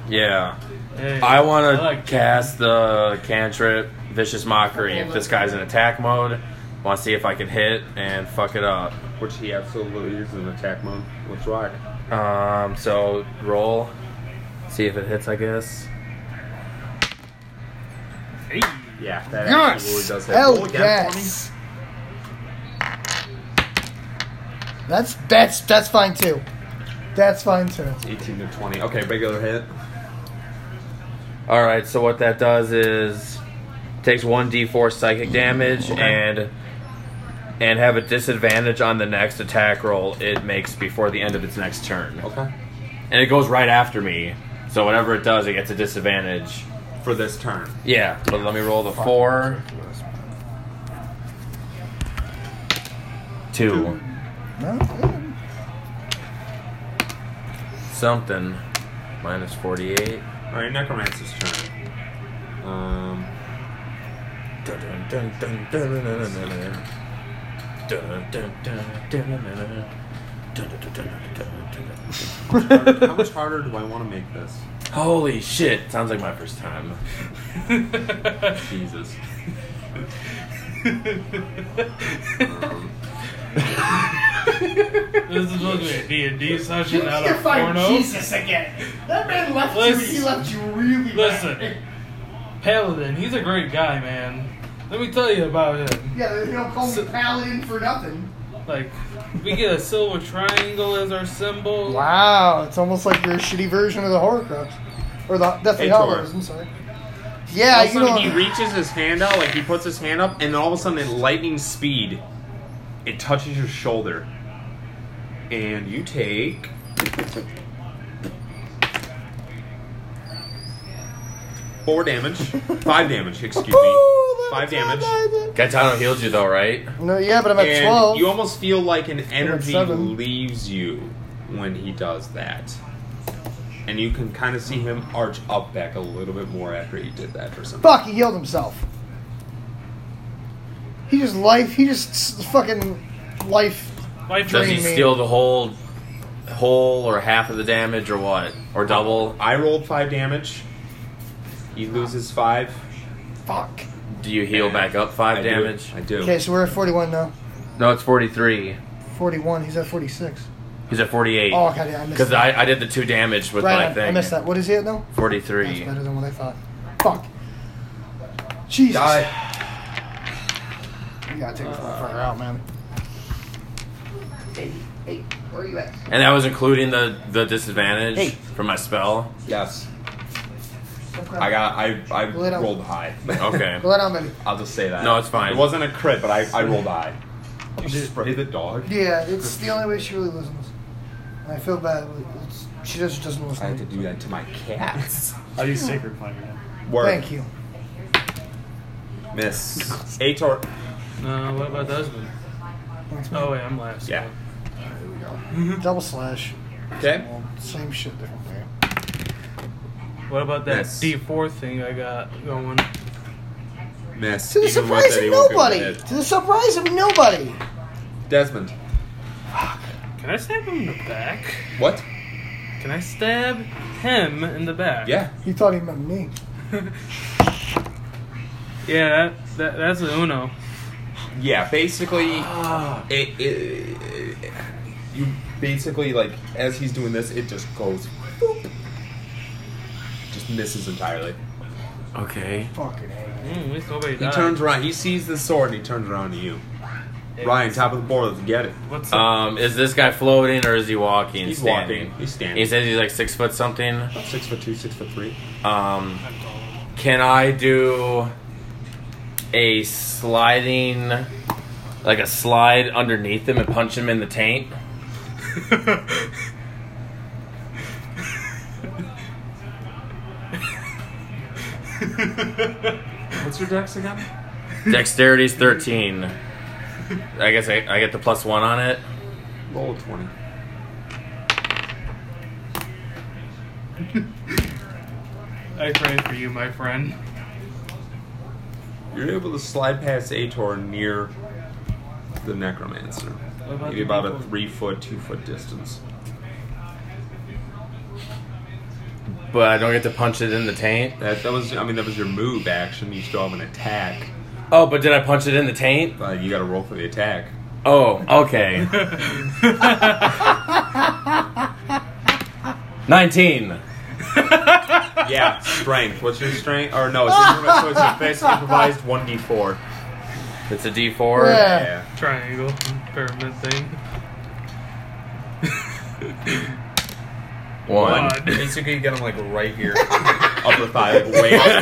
Speaker 4: Yeah.
Speaker 3: Hey,
Speaker 4: I want to
Speaker 3: like
Speaker 4: cast the cantrip, vicious mockery. If this guy's in attack mode, want to see if I can hit and fuck it up.
Speaker 2: Which he absolutely is in attack mode. Let's rock.
Speaker 4: Um, so roll, see if it hits. I guess.
Speaker 3: Hey.
Speaker 2: Yeah, that absolutely does hit. Roll
Speaker 1: Hell
Speaker 2: again for me.
Speaker 1: yes. That's that's that's fine too. That's fine too.
Speaker 2: 18 to 20. Okay, regular hit.
Speaker 4: All right. So what that does is takes one d4 psychic damage and and have a disadvantage on the next attack roll it makes before the end of its next turn.
Speaker 2: Okay.
Speaker 4: And it goes right after me. So whatever it does, it gets a disadvantage.
Speaker 2: For this turn.
Speaker 4: Yeah, but let me roll the four. Two. Something. Minus 48.
Speaker 2: Alright, Necromancer's turn. Um, how much harder do I want to make this?
Speaker 4: Holy shit. Sounds like my first time.
Speaker 2: Jesus.
Speaker 3: This is supposed to be a D&D session,
Speaker 7: You
Speaker 3: not
Speaker 7: need
Speaker 3: a
Speaker 7: to find
Speaker 3: porno.
Speaker 7: Jesus again. That man left you. He
Speaker 3: Listen.
Speaker 7: left you really.
Speaker 3: Listen.
Speaker 7: bad.
Speaker 3: Paladin, he's a great guy, man. Let me tell you about him.
Speaker 7: Yeah, they don't call me
Speaker 3: So-
Speaker 7: paladin for nothing.
Speaker 3: Like, we get a silver triangle as our symbol.
Speaker 1: Wow, it's almost like your shitty version of the Horcrux. Or the Deathly
Speaker 2: Hey,
Speaker 1: Hallows,
Speaker 2: Tor.
Speaker 1: I'm sorry. Yeah, you
Speaker 2: all of a
Speaker 1: know.
Speaker 2: sudden, he reaches his hand out, like he puts his hand up, and then all of a sudden, at lightning speed, it touches your shoulder, and you take four damage, five damage, excuse me,
Speaker 1: Ooh,
Speaker 2: five
Speaker 1: that's
Speaker 2: damage.
Speaker 1: amazing.
Speaker 4: Gaetano healed you though, right?
Speaker 1: No, yeah, but I'm at
Speaker 2: and
Speaker 1: 12.
Speaker 2: you almost feel like an energy
Speaker 1: seven.
Speaker 2: leaves you when he does that. And you can kind of see him arch up back a little bit more after he did that for some
Speaker 1: Fuck, he healed himself. He just life, he just s- fucking life.
Speaker 3: My
Speaker 4: Does he
Speaker 1: Dreaming.
Speaker 4: steal the whole, whole or half of the damage or what? Or double?
Speaker 2: I rolled five damage. He loses five.
Speaker 1: Fuck.
Speaker 4: Do you heal back up five
Speaker 2: I do.
Speaker 4: damage?
Speaker 2: I do.
Speaker 1: Okay, so we're at 41 now.
Speaker 4: No, it's 43.
Speaker 1: 41, he's at 46.
Speaker 4: He's at 48.
Speaker 1: Oh, god, yeah, I missed
Speaker 4: Because
Speaker 1: that.
Speaker 4: I, I did the two damage with
Speaker 1: right,
Speaker 4: my
Speaker 1: on,
Speaker 4: thing.
Speaker 1: I missed that. What is he at now? That's
Speaker 4: 43.
Speaker 1: better than what I thought. Fuck. Jesus.
Speaker 6: Die.
Speaker 1: You gotta take this motherfucker out, man.
Speaker 7: Hey, hey, where are you at?
Speaker 4: And that was including the, the disadvantage
Speaker 1: Hey.
Speaker 4: from my spell?
Speaker 2: Yes.
Speaker 1: Uh,
Speaker 2: I got. I I
Speaker 1: Little.
Speaker 2: rolled high.
Speaker 4: Okay.
Speaker 1: Go let on, baby.
Speaker 2: I'll just say that.
Speaker 4: No, it's fine.
Speaker 2: It wasn't a crit, but I, I rolled high. You spray the dog.
Speaker 1: Yeah, it's the only way she really listens. And I feel bad. but It's, she just doesn't
Speaker 2: I had to
Speaker 1: listen.
Speaker 2: do that to my cats.
Speaker 5: I'll use Sacred Fire. now.
Speaker 2: Work.
Speaker 1: Thank you.
Speaker 2: Miss. Ator.
Speaker 3: No, Uh, what about the husband?
Speaker 1: Thanks, man.
Speaker 3: Oh, wait, I'm last.
Speaker 2: Yeah.
Speaker 3: Mm-hmm.
Speaker 1: Double slash.
Speaker 2: Okay.
Speaker 1: Well, same shit, different way.
Speaker 3: What about that
Speaker 2: Yes.
Speaker 3: D4 thing I got going?
Speaker 2: Miss.
Speaker 1: To the
Speaker 2: Even with
Speaker 1: surprise
Speaker 2: that,
Speaker 1: of
Speaker 2: he won't be able to
Speaker 1: nobody.
Speaker 2: hit.
Speaker 1: To the surprise of nobody.
Speaker 2: Desmond.
Speaker 3: Can I stab him in the back?
Speaker 2: What?
Speaker 3: Can I stab him in the back?
Speaker 2: Yeah.
Speaker 1: He thought he meant me.
Speaker 3: Yeah, that, that, that's a Uno.
Speaker 2: Yeah. Basically, it, it, you basically like as he's doing this, it just goes, boop. just misses entirely.
Speaker 4: Okay.
Speaker 1: Fucking hell.
Speaker 3: Mm, at least nobody
Speaker 2: He
Speaker 3: died.
Speaker 2: turns around. He sees the sword. and He turns around to you,
Speaker 3: Hey,
Speaker 2: Ryan. Top of the board. Let's get it.
Speaker 3: What's up?
Speaker 4: Um, is this guy floating or is he walking?
Speaker 2: He's
Speaker 4: standing?
Speaker 2: walking. He's standing.
Speaker 4: He says he's like six foot something.
Speaker 2: six foot two, six foot three.
Speaker 4: Um, can I do a sliding, like a slide underneath him and punch him in the taint?
Speaker 2: What's your dex again?
Speaker 4: Dexterity's 13. I guess I, I get the plus one on it.
Speaker 2: Roll a twenty.
Speaker 3: I pray for you, my friend.
Speaker 2: You're able to slide past Ator near the necromancer.
Speaker 3: about
Speaker 2: Maybe
Speaker 3: the
Speaker 2: about a
Speaker 3: people?
Speaker 2: three foot, two foot distance.
Speaker 4: But I don't get to punch it in the taint.
Speaker 2: That that was I mean that was your move action. You still have an attack.
Speaker 4: Oh, but did I punch it in the taint?
Speaker 2: Uh, you got to roll for the attack.
Speaker 4: Oh, okay. 19.
Speaker 2: Yeah, strength. What's your strength? Or no, it's, improvised, so it's a basically improvised one d four.
Speaker 4: It's a d4.
Speaker 1: Yeah.
Speaker 2: Yeah.
Speaker 3: Triangle, pyramid thing.
Speaker 4: One.
Speaker 3: One.
Speaker 2: Basically, you get him like right here, upper thigh, like way up,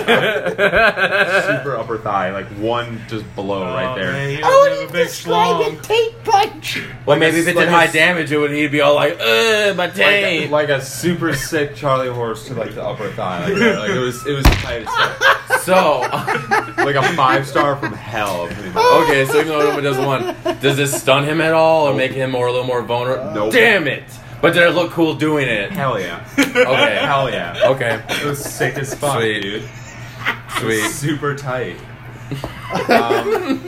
Speaker 2: super upper thigh, like one just below
Speaker 4: Oh,
Speaker 2: right there.
Speaker 3: Oh, Man, you don't have a big schlong.
Speaker 1: tape punch.
Speaker 4: Well,
Speaker 2: Like
Speaker 4: maybe
Speaker 2: a-
Speaker 4: if it
Speaker 2: like
Speaker 4: did
Speaker 2: a
Speaker 4: high
Speaker 2: s-
Speaker 4: damage, it would he'd be all like, "Ugh, my
Speaker 2: Like a-
Speaker 4: taint."
Speaker 2: like a super sick Charlie horse to like the upper thigh, like, that. like it was it was tight as fuck.
Speaker 4: so,
Speaker 2: like a five star from hell. pretty much.
Speaker 4: okay, so even though it doesn't want, does this stun him at all or make him more a little more vulnerable?
Speaker 2: Nope.
Speaker 4: Damn it! But did it look cool doing it?
Speaker 2: Hell yeah,
Speaker 4: Okay,
Speaker 2: hell yeah.
Speaker 4: okay,
Speaker 2: It was sick as fuck,
Speaker 4: Sweet.
Speaker 2: dude. It was
Speaker 4: sweet.
Speaker 2: super tight. Um,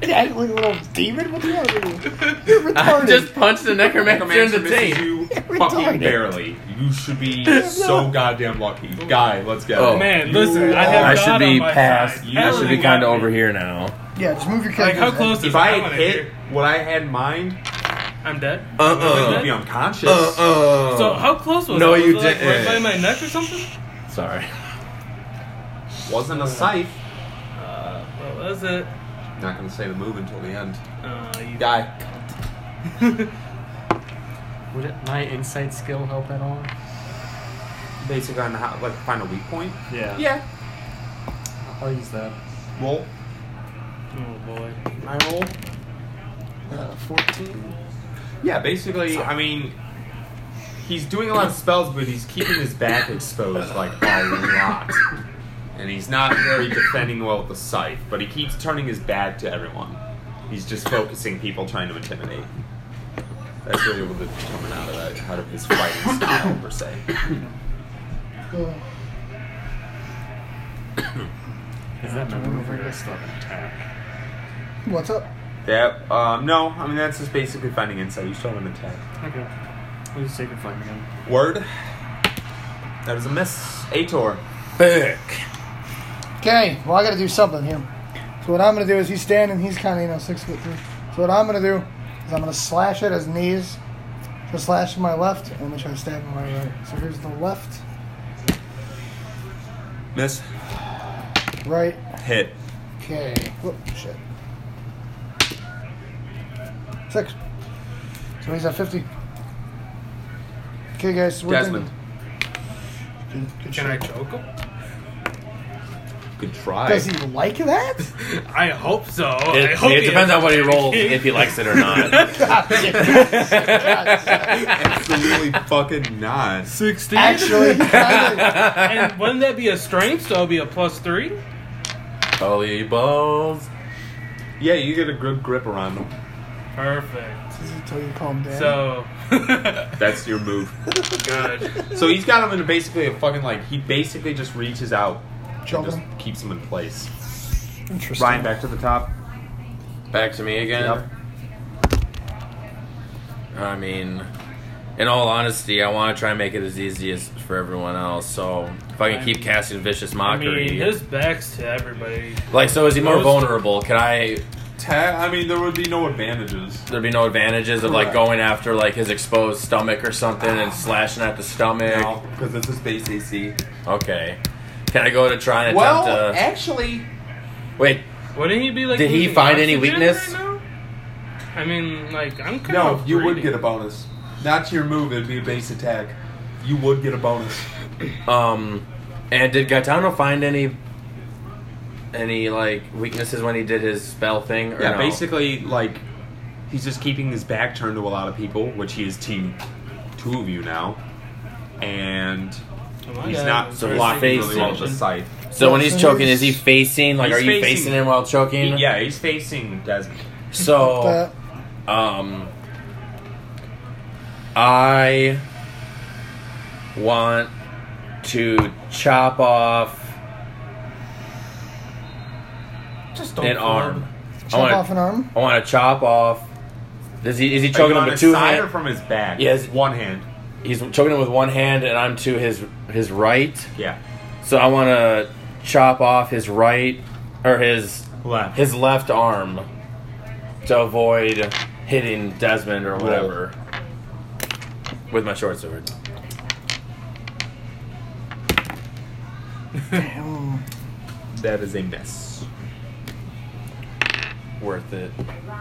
Speaker 1: Dangling little demon? What do you want to do? You're retarded.
Speaker 4: I just punched the necromancer in the
Speaker 2: misses
Speaker 4: taint.
Speaker 2: you Fucking
Speaker 1: Retarded.
Speaker 2: barely. You should be so goddamn lucky. Guy, let's get
Speaker 4: Oh.
Speaker 2: it.
Speaker 3: Man, listen, I have
Speaker 4: I
Speaker 3: God
Speaker 4: should
Speaker 3: on
Speaker 4: be
Speaker 3: my
Speaker 4: past.
Speaker 3: side.
Speaker 4: I should be
Speaker 3: Everything got
Speaker 4: kind of
Speaker 3: me.
Speaker 4: over here now.
Speaker 1: Yeah, just move your
Speaker 3: Like,
Speaker 1: character.
Speaker 3: how close is
Speaker 2: If I
Speaker 3: Dominic
Speaker 2: had hit
Speaker 3: here?
Speaker 2: what I had in mind,
Speaker 3: I'm dead.
Speaker 2: I
Speaker 4: Uh
Speaker 2: would be unconscious.
Speaker 4: uh.
Speaker 3: So how close was
Speaker 4: No,
Speaker 3: I? Was
Speaker 4: you
Speaker 3: it, like, Right
Speaker 4: didn't.
Speaker 3: by my neck or something?
Speaker 4: Sorry.
Speaker 2: Wasn't a scythe.
Speaker 3: Uh, what was it?
Speaker 2: Not gonna say the move until the end.
Speaker 3: Uh, you
Speaker 2: Guy,
Speaker 5: Would it, my insight skill help at all?
Speaker 2: basic on how like find a weak point.
Speaker 5: Yeah.
Speaker 2: Yeah.
Speaker 5: I'll use that.
Speaker 2: Roll.
Speaker 3: Oh boy.
Speaker 2: I roll.
Speaker 1: Uh, 14.
Speaker 2: Yeah, basically, I mean, he's doing a lot of spells, but he's keeping his back exposed like a lot, and he's not very defending well with the scythe. But he keeps turning his back to everyone. He's just focusing people, trying to intimidate. That's really what determine out of that, out of his fighting style per se.
Speaker 1: Go.
Speaker 5: Is that my maneuver? I still have an attack.
Speaker 1: What's up?
Speaker 2: That um, no, I mean that's just basically finding insight. You still have an attack.
Speaker 5: Okay. We'll just take a flame again.
Speaker 2: Word. That is a miss. Ator.
Speaker 1: Okay, well, I gotta do something here. So, what I'm gonna do is he's standing, he's kind of, you know, six foot three. So, what I'm gonna do is I'm gonna slash at his knees. So, slash to my left, and I'm gonna try to stab him right right. So, here's the left,
Speaker 2: Miss.
Speaker 1: right.
Speaker 2: Hit.
Speaker 1: Okay. Whoop, shit. Six. So, he's at 50. Okay, guys, so we're
Speaker 2: Desmond.
Speaker 1: thinking- Good- good
Speaker 3: Can I
Speaker 1: shit.
Speaker 3: choke him?
Speaker 2: Good try.
Speaker 1: Does he like that?
Speaker 3: I hope so. I
Speaker 4: It,
Speaker 3: hope
Speaker 4: it
Speaker 3: he-
Speaker 4: depends on what he rolls, if he likes it or not.
Speaker 2: Absolutely fucking not.
Speaker 3: 16.
Speaker 1: Actually, he kinda-
Speaker 3: and wouldn't that be a strength? So it'll be a plus three.
Speaker 4: Holy balls.
Speaker 2: Yeah, you get a good grip around him.
Speaker 3: Perfect.
Speaker 1: This is until you calm down.
Speaker 3: So
Speaker 2: That's your move.
Speaker 3: good.
Speaker 2: so he's got him in a basically a fucking like he basically just reaches out, and
Speaker 1: Jump
Speaker 2: just
Speaker 1: him.
Speaker 2: keeps him in place.
Speaker 1: Interesting.
Speaker 2: Ryan back to the top.
Speaker 4: Back to me again.
Speaker 2: Yep.
Speaker 4: I mean, in all honesty, I want to try and make it as easy as for everyone else. So if I can
Speaker 3: I
Speaker 4: keep
Speaker 3: mean-
Speaker 4: casting vicious
Speaker 3: I
Speaker 4: mockery,
Speaker 3: mean, his back's to everybody.
Speaker 4: like, so is he more
Speaker 3: Most-
Speaker 4: vulnerable? Can I?
Speaker 2: Ta- I mean, there would be no advantages.
Speaker 4: There be no advantages of like
Speaker 2: Correct.
Speaker 4: going after like his exposed stomach or something and slashing at the stomach.
Speaker 2: No, because it's a space AC.
Speaker 4: Okay. Can I go to try and
Speaker 2: Well,
Speaker 4: attempt
Speaker 3: eh
Speaker 4: to?
Speaker 2: actually,
Speaker 4: Wait,
Speaker 3: Wouldn't he be like?
Speaker 4: Did he
Speaker 3: losing
Speaker 4: find any
Speaker 3: oxygen
Speaker 4: weakness?
Speaker 3: Right now? I mean, like I'm kind
Speaker 2: no,
Speaker 3: of.
Speaker 2: you would
Speaker 3: breathing.
Speaker 2: get a bonus. Not to your move; it'd be a base attack. You would get a bonus.
Speaker 4: um, and did Gaetano find any? Any like weaknesses when he did his spell thing? Or
Speaker 2: Yeah,
Speaker 4: no?
Speaker 2: basically, like he's just keeping his back turned to a lot of people, which he is to two of you now, and
Speaker 3: Oh my
Speaker 2: he's
Speaker 3: God,
Speaker 2: not
Speaker 3: it's
Speaker 4: so
Speaker 2: so
Speaker 3: very
Speaker 2: blocking really
Speaker 4: facing.
Speaker 2: well with the scythe.
Speaker 4: So when he's choking, is he facing? Like,
Speaker 2: He's
Speaker 4: are you facing,
Speaker 2: facing-
Speaker 4: him while choking?
Speaker 2: He- yeah, he's facing Desmond.
Speaker 4: So,
Speaker 1: But
Speaker 4: um, I want to chop off
Speaker 3: Just
Speaker 4: an arm. I
Speaker 1: chop off
Speaker 4: want.
Speaker 1: an arm.
Speaker 4: I want to chop off. Does he? Is
Speaker 2: Are
Speaker 4: he
Speaker 2: you
Speaker 4: choking him
Speaker 2: on
Speaker 4: with
Speaker 2: his
Speaker 4: two
Speaker 2: side or
Speaker 4: hands?
Speaker 2: from his back?
Speaker 4: Yes.
Speaker 2: one hand.
Speaker 4: He's choking him with one hand, and I'm to his his right.
Speaker 2: Yeah,
Speaker 4: So I want to chop off his right or his
Speaker 2: left.
Speaker 4: his left arm to avoid hitting Desmond or whatever with my short sword.
Speaker 1: Damn.
Speaker 2: that is a miss.
Speaker 4: Worth it.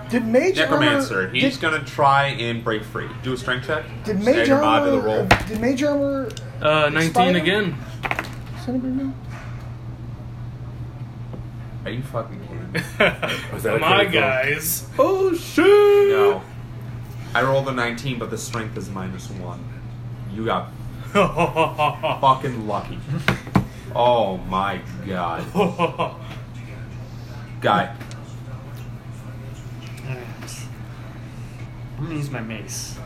Speaker 1: Did Mage
Speaker 2: Necromancer.
Speaker 1: Armor,
Speaker 2: He's
Speaker 1: did,
Speaker 2: gonna try and break free. Do a strength check.
Speaker 1: did
Speaker 2: Add
Speaker 1: Mage
Speaker 2: your mod to
Speaker 1: Armor?
Speaker 2: the roll.
Speaker 1: Did Mage Armor? Is
Speaker 3: Uh, 19
Speaker 1: Expired?
Speaker 3: again.
Speaker 1: that a big deal?
Speaker 2: Are you fucking kidding? me?
Speaker 4: Was that a
Speaker 3: my
Speaker 4: critical?
Speaker 3: guys. Oh shit!
Speaker 2: No. I rolled a 19, but the strength is minus one. You got fucking lucky. Oh my god. Guy.
Speaker 5: Alright. I'm gonna use my mace.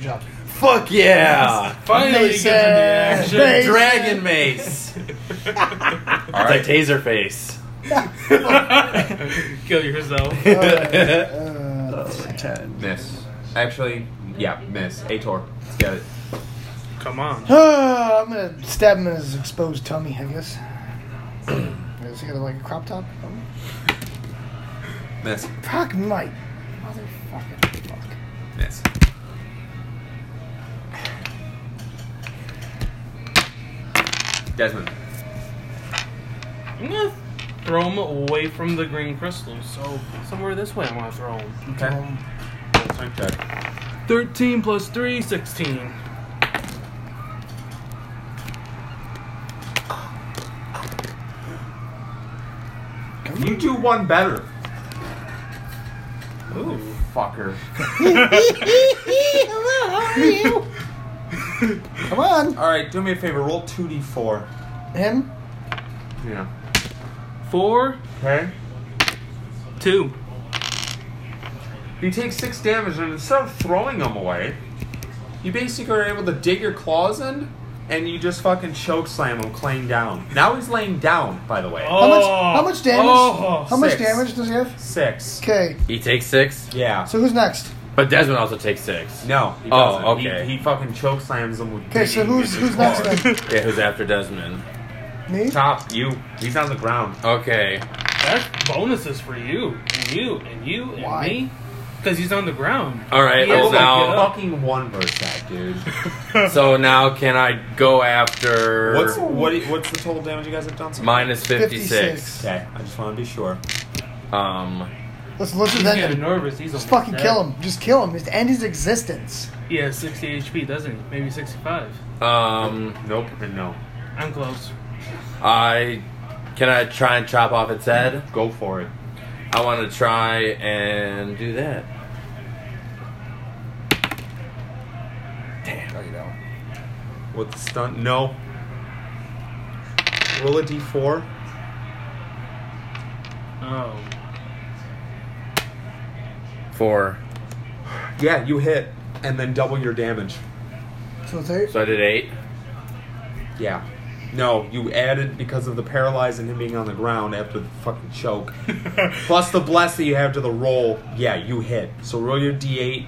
Speaker 1: Job.
Speaker 4: Fuck yeah!
Speaker 3: Finally,
Speaker 1: Mason!
Speaker 3: getting the
Speaker 1: Mason!
Speaker 3: action.
Speaker 4: Dragon mace. All right, taser face.
Speaker 3: Kill yourself.
Speaker 1: Uh, uh,
Speaker 2: Miss. Actually, yeah, miss. Ator. Let's get it.
Speaker 3: Come on.
Speaker 1: Ah, I'm gonna stab him in his exposed tummy, I guess. Is he got like a crop top? Um,
Speaker 2: Miss.
Speaker 1: Fuck Mike. Motherfucking fuck.
Speaker 2: Miss. Desmond.
Speaker 3: I'm gonna throw him away from the green crystals. So somewhere this way, I'm gonna throw him.
Speaker 2: Okay. Strength check.
Speaker 3: 13 plus 3, 16.
Speaker 2: You do one better.
Speaker 3: Ooh.
Speaker 2: Fucker.
Speaker 1: Hello, how are you? Come on.
Speaker 2: Alright, do me a favor. Roll 2d4.
Speaker 1: Him?
Speaker 2: Yeah.
Speaker 3: 4,
Speaker 2: Okay?
Speaker 3: 2.
Speaker 2: You take six damage, and instead of throwing them away, you basically are able to dig your claws in, and you just fucking choke slam him, claying down. Now he's laying down, by the way.
Speaker 3: Oh.
Speaker 1: How much how much damage?
Speaker 3: Oh,
Speaker 1: how much
Speaker 2: six.
Speaker 1: damage does he have?
Speaker 2: Six.
Speaker 1: Okay.
Speaker 4: He takes six,
Speaker 2: Yeah.
Speaker 1: So who's next?
Speaker 4: but Desmond also takes six.
Speaker 2: no. He
Speaker 4: Oh,
Speaker 2: doesn't. He-
Speaker 4: okay.
Speaker 2: He, fucking choke slams him with.
Speaker 1: Okay, so
Speaker 2: digging
Speaker 1: who's
Speaker 2: in his
Speaker 1: who's next
Speaker 2: claws.
Speaker 1: then?
Speaker 4: Yeah, who's after Desmond?
Speaker 1: Me?
Speaker 2: Top. You. He's on the ground.
Speaker 4: Okay.
Speaker 3: That's bonuses for you, and you, and you, and
Speaker 1: Why?
Speaker 3: me. Because he's on the ground.
Speaker 4: All right.
Speaker 3: He has
Speaker 4: well,
Speaker 3: to get
Speaker 4: now,
Speaker 3: up.
Speaker 2: Fucking one verse that dude.
Speaker 4: so now can I go after?
Speaker 2: What's what? What's the total damage you guys have done? So far?
Speaker 4: minus fifty six?
Speaker 2: Okay, I just want to be sure.
Speaker 4: Um.
Speaker 1: Let's let's
Speaker 3: He's
Speaker 1: avenge
Speaker 3: getting
Speaker 1: him.
Speaker 3: nervous. He's
Speaker 1: Just fucking kill him. Just kill him. Just end his existence.
Speaker 3: He has 60 HP, doesn't he? Maybe 65.
Speaker 4: Um.
Speaker 2: Nope. And no.
Speaker 3: I'm close.
Speaker 4: I can I try and chop off its head.
Speaker 2: Go for it.
Speaker 4: I want to try and do that.
Speaker 1: No, you don't.
Speaker 2: With the stunt? No. Roll a d4.
Speaker 3: Oh.
Speaker 4: Four.
Speaker 2: Yeah, you hit, and then double your damage.
Speaker 1: So it's eight.
Speaker 4: So I did eight.
Speaker 2: Yeah. No, you added because of the paralyzed and him being on the ground after the fucking choke. Plus the bless that you have to the roll. Yeah, you hit. So roll your d8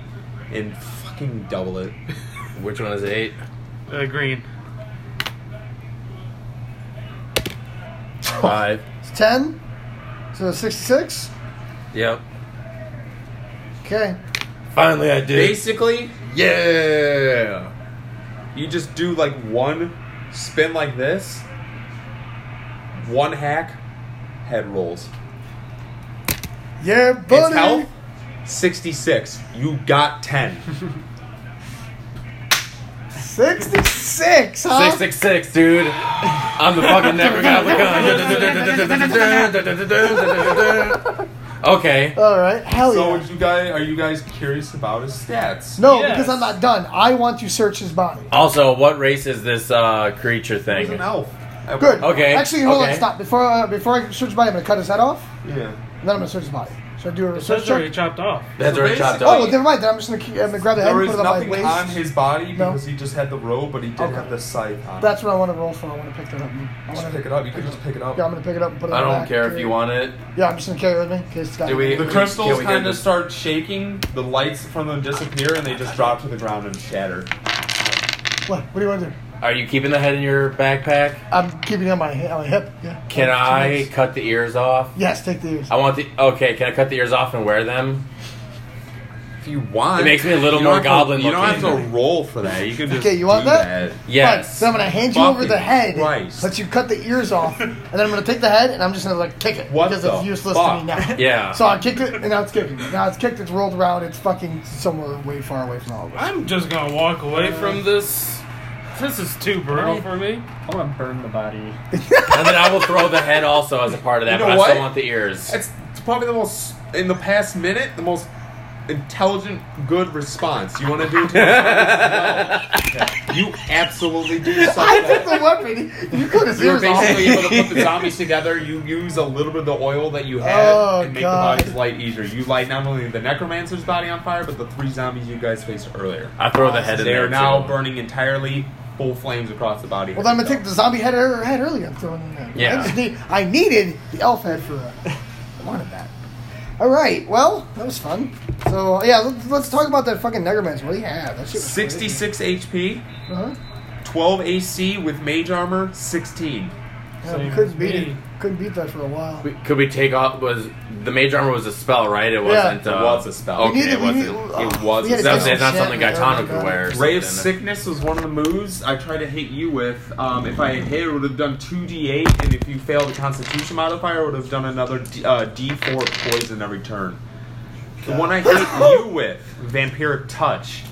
Speaker 2: and fucking double it.
Speaker 4: Which one is eight?
Speaker 3: Uh, green.
Speaker 4: Five.
Speaker 1: It's ten. So sixty-six.
Speaker 4: Yep.
Speaker 1: Okay.
Speaker 6: Finally, I did.
Speaker 2: Basically,
Speaker 6: Yeah.
Speaker 2: you just do like one spin like this, one hack, head rolls.
Speaker 1: Yeah, buddy.
Speaker 2: Its health, 66. You got 10.
Speaker 1: Sixty-six, huh?
Speaker 4: Six six six, dude. I'm the fucking never got gun. okay.
Speaker 1: All right. Hell
Speaker 2: So,
Speaker 1: yeah.
Speaker 2: would you guys, are you guys curious about his stats?
Speaker 1: No,
Speaker 3: Yes.
Speaker 1: because I'm not done. I want to search his body.
Speaker 4: Also, what race is this uh, creature
Speaker 2: He's
Speaker 4: thing?
Speaker 2: an elf. I-
Speaker 1: Good.
Speaker 4: Okay,
Speaker 1: Actually, hold on.
Speaker 4: okay.
Speaker 1: Stop. Before uh, before I search his body, I'm gonna cut his head off.
Speaker 2: Yeah.
Speaker 1: And then I'm gonna search his body. Should I do a
Speaker 3: It's
Speaker 1: research
Speaker 3: already
Speaker 1: check?
Speaker 3: chopped off.
Speaker 4: That's
Speaker 2: So
Speaker 4: already chopped
Speaker 2: basically-
Speaker 1: Oh,
Speaker 4: off.
Speaker 1: well, never mind. Then I'm just gonna, keep, I'm gonna grab the head
Speaker 2: There
Speaker 1: and
Speaker 2: is
Speaker 1: put it on my
Speaker 2: nothing
Speaker 1: waist.
Speaker 2: on his body
Speaker 1: No.
Speaker 2: because he just had the robe, but he did
Speaker 1: Okay.
Speaker 2: have the scythe on.
Speaker 1: That's what I want to roll for. I want to pick that up. And I
Speaker 2: Just
Speaker 1: want
Speaker 2: pick it up. You could just pick it up.
Speaker 1: Yeah, I'm gonna pick it up and put it.
Speaker 4: I
Speaker 1: in my
Speaker 4: don't
Speaker 1: back.
Speaker 4: care if you want it.
Speaker 1: Yeah, I'm just gonna carry it with me. Okay, it's got
Speaker 4: Do we-
Speaker 2: the
Speaker 4: can
Speaker 2: crystals
Speaker 4: we get
Speaker 2: kind of
Speaker 4: this-
Speaker 2: start shaking. The lights from them disappear, and they just drop to the ground and shatter.
Speaker 1: What? What do you want to do?
Speaker 4: Are you keeping the head in your backpack?
Speaker 1: I'm keeping it on my, hi- on my hip. Yeah.
Speaker 4: Can
Speaker 1: Oh,
Speaker 4: I Oh,
Speaker 1: nice.
Speaker 4: cut the ears off?
Speaker 1: Yes, take the ears.
Speaker 4: I want the okay. Can I cut the ears off and wear them?
Speaker 2: If you want,
Speaker 4: It makes me a little
Speaker 2: you don't
Speaker 4: more
Speaker 2: have to-
Speaker 4: goblin
Speaker 2: You don't have
Speaker 4: looking.
Speaker 2: to roll for that. You can just
Speaker 1: Okay, you want
Speaker 2: do
Speaker 1: that? Fine.
Speaker 4: Yes.
Speaker 1: So I'm gonna hand you
Speaker 2: Fucking
Speaker 1: over the head,
Speaker 2: Christ.
Speaker 1: but you cut the ears off, and then I'm gonna take the head and I'm just gonna like kick it
Speaker 2: What
Speaker 1: because
Speaker 2: the
Speaker 1: it's useless to me
Speaker 2: fuck?
Speaker 1: now.
Speaker 4: Yeah.
Speaker 1: So I kicked it and now it's kicking. Now it's kicked. It's rolled around. It's fucking somewhere way far away from all of us.
Speaker 3: I'm just gonna walk away from this. This is too brutal
Speaker 5: Right.
Speaker 3: for me.
Speaker 5: I want to burn the body.
Speaker 4: and then I will throw the head also as a part of that,
Speaker 2: You know
Speaker 4: but I
Speaker 2: what?
Speaker 4: still want the ears.
Speaker 2: It's probably the most in the past minute, the most intelligent, good response. You want to do it? To no. You absolutely do
Speaker 1: I took
Speaker 2: something.
Speaker 1: the weapon. You cut his
Speaker 2: You're
Speaker 1: ears off.
Speaker 2: basically able to put the zombies together. You use a little bit of the oil that you had
Speaker 1: Oh,
Speaker 2: and make
Speaker 1: God.
Speaker 2: the bodies light easier. You light not only the necromancer's body on fire, but the three zombies you guys faced earlier.
Speaker 4: I throw the head in
Speaker 2: They
Speaker 4: there
Speaker 2: are now
Speaker 4: too.
Speaker 2: burning entirely, full flames across the body.
Speaker 1: Well, then I'm gonna take the zombie head er- head earlier. I'm throwing in there.
Speaker 4: Yeah.
Speaker 1: I, just need, I uh, needed the elf head for that. I wanted that. All right. Well, that was fun. So yeah, let's, let's talk about that fucking Necromancer. What do you have? That shit was crazy.
Speaker 2: 66 HP,
Speaker 1: Uh-huh.
Speaker 2: 12 AC with mage armor, 16.
Speaker 1: Yeah,
Speaker 5: Same
Speaker 1: we couldn't
Speaker 5: as
Speaker 1: beat it.
Speaker 5: me.
Speaker 1: Couldn't beat that for a while.
Speaker 4: We- Could we take off? Was the mage armor was a spell, right? It wasn't.
Speaker 2: It
Speaker 4: Uh,
Speaker 2: was a spell.
Speaker 4: Okay,
Speaker 1: We needed-
Speaker 4: it
Speaker 1: we
Speaker 4: wasn't.
Speaker 1: needed-
Speaker 4: it
Speaker 1: oh,
Speaker 4: was.
Speaker 1: we had
Speaker 4: That's
Speaker 1: to take
Speaker 4: that's
Speaker 1: some
Speaker 4: not something
Speaker 1: shit,
Speaker 4: Gaetano
Speaker 1: yeah,
Speaker 4: could wear. or
Speaker 2: Ray of
Speaker 4: something.
Speaker 2: Sickness was one of the moves I tried to hit you with. Um, if I had hit, it would have done 2d8, and if you failed the Constitution modifier, it would have done another d- uh, d4 poison every turn. The one I hit you with, Vampiric Touch,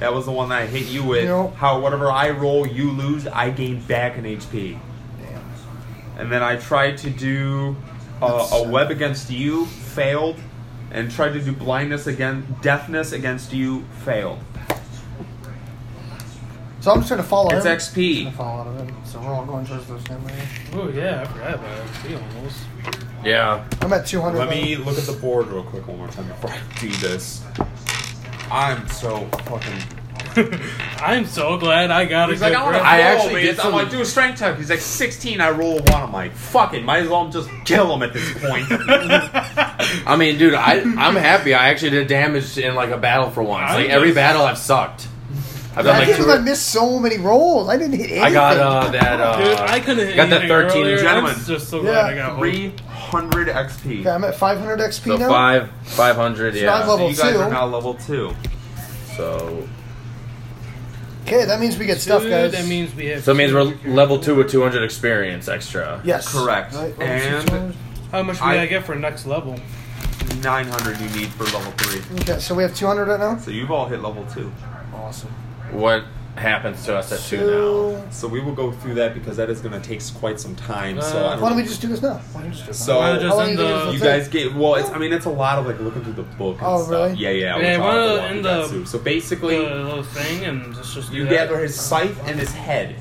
Speaker 2: that was the one that I hit you with.
Speaker 1: You know-
Speaker 2: How whatever I roll, you lose, I gain back an HP. And then I tried to do uh, a web against you, failed, and tried to do blindness again, deafness against you, failed.
Speaker 1: So I'm just trying to follow
Speaker 2: It's
Speaker 1: him.
Speaker 2: XP.
Speaker 1: Trying to follow out of him. So we're all going towards those same areas.
Speaker 3: Oh yeah, I forgot about it. See, almost.
Speaker 4: Yeah.
Speaker 1: I'm at 200.
Speaker 2: Let
Speaker 1: though.
Speaker 2: me look at the board real quick one more time before I do this. I'm so fucking.
Speaker 3: I'm so glad I got
Speaker 2: He's
Speaker 3: a good
Speaker 2: like, I want to
Speaker 3: rep.
Speaker 4: I
Speaker 2: I
Speaker 4: actually
Speaker 2: actually
Speaker 4: did
Speaker 2: I'm like,
Speaker 4: some-
Speaker 2: do a strength check. He's like, 16. I roll a one. I'm like, fuck it. Might as well just kill him at this point.
Speaker 4: I mean, dude, I I'm happy. I actually did damage in like a battle for once.
Speaker 3: I
Speaker 4: Like every
Speaker 3: just-
Speaker 4: battle, I've sucked. I've
Speaker 1: That's
Speaker 4: done like
Speaker 1: because I
Speaker 4: two.
Speaker 1: missed so many rolls. I didn't hit anything.
Speaker 4: I got uh that uh.
Speaker 3: Dude, I couldn't hit
Speaker 4: got that
Speaker 3: anything
Speaker 4: 13
Speaker 3: earlier.
Speaker 2: gentlemen.
Speaker 3: I'm just so
Speaker 1: Yeah,
Speaker 3: glad I got three.
Speaker 2: 300 XP.
Speaker 1: Okay, I'm at 500 XP
Speaker 4: so
Speaker 1: now.
Speaker 4: five five hundred.
Speaker 1: So
Speaker 4: Yeah.
Speaker 1: I've leveled-
Speaker 2: So you guys
Speaker 1: two.
Speaker 2: are now level two.
Speaker 4: So
Speaker 1: Okay, that means we get stuff, guys.
Speaker 3: That means we have.
Speaker 4: so it means we're level two with two hundred experience extra.
Speaker 1: yes,
Speaker 2: Correct.
Speaker 1: Right,
Speaker 2: And-
Speaker 3: How much
Speaker 2: I-
Speaker 3: did I get for next level?
Speaker 2: 900 you need for level three.
Speaker 1: okay, so we have 200 right now.
Speaker 2: So you've all hit level two.
Speaker 1: Awesome.
Speaker 4: What happens to us at two now?
Speaker 1: So
Speaker 2: So we will go through that because that is going to take quite some time. so I
Speaker 3: Uh,
Speaker 2: don't
Speaker 1: why don't we just do this now? Why don't we just do it
Speaker 2: So-
Speaker 1: now?
Speaker 2: Why don't
Speaker 3: just
Speaker 1: How long
Speaker 3: end
Speaker 1: do you think
Speaker 3: the-
Speaker 1: this
Speaker 2: You
Speaker 1: will take?
Speaker 2: guys get well. It's I mean it's a lot of like looking through the book. And
Speaker 1: Oh,
Speaker 2: stuff.
Speaker 1: really?
Speaker 2: Yeah, yeah.
Speaker 3: Yeah,
Speaker 2: talk
Speaker 3: one
Speaker 2: about
Speaker 3: of
Speaker 2: the
Speaker 3: the-
Speaker 2: one
Speaker 3: in
Speaker 2: we got
Speaker 3: the-
Speaker 2: soon. so
Speaker 3: The
Speaker 2: basically,
Speaker 3: little thing, and let's just do
Speaker 2: you
Speaker 3: that.
Speaker 2: gather his scythe and his head.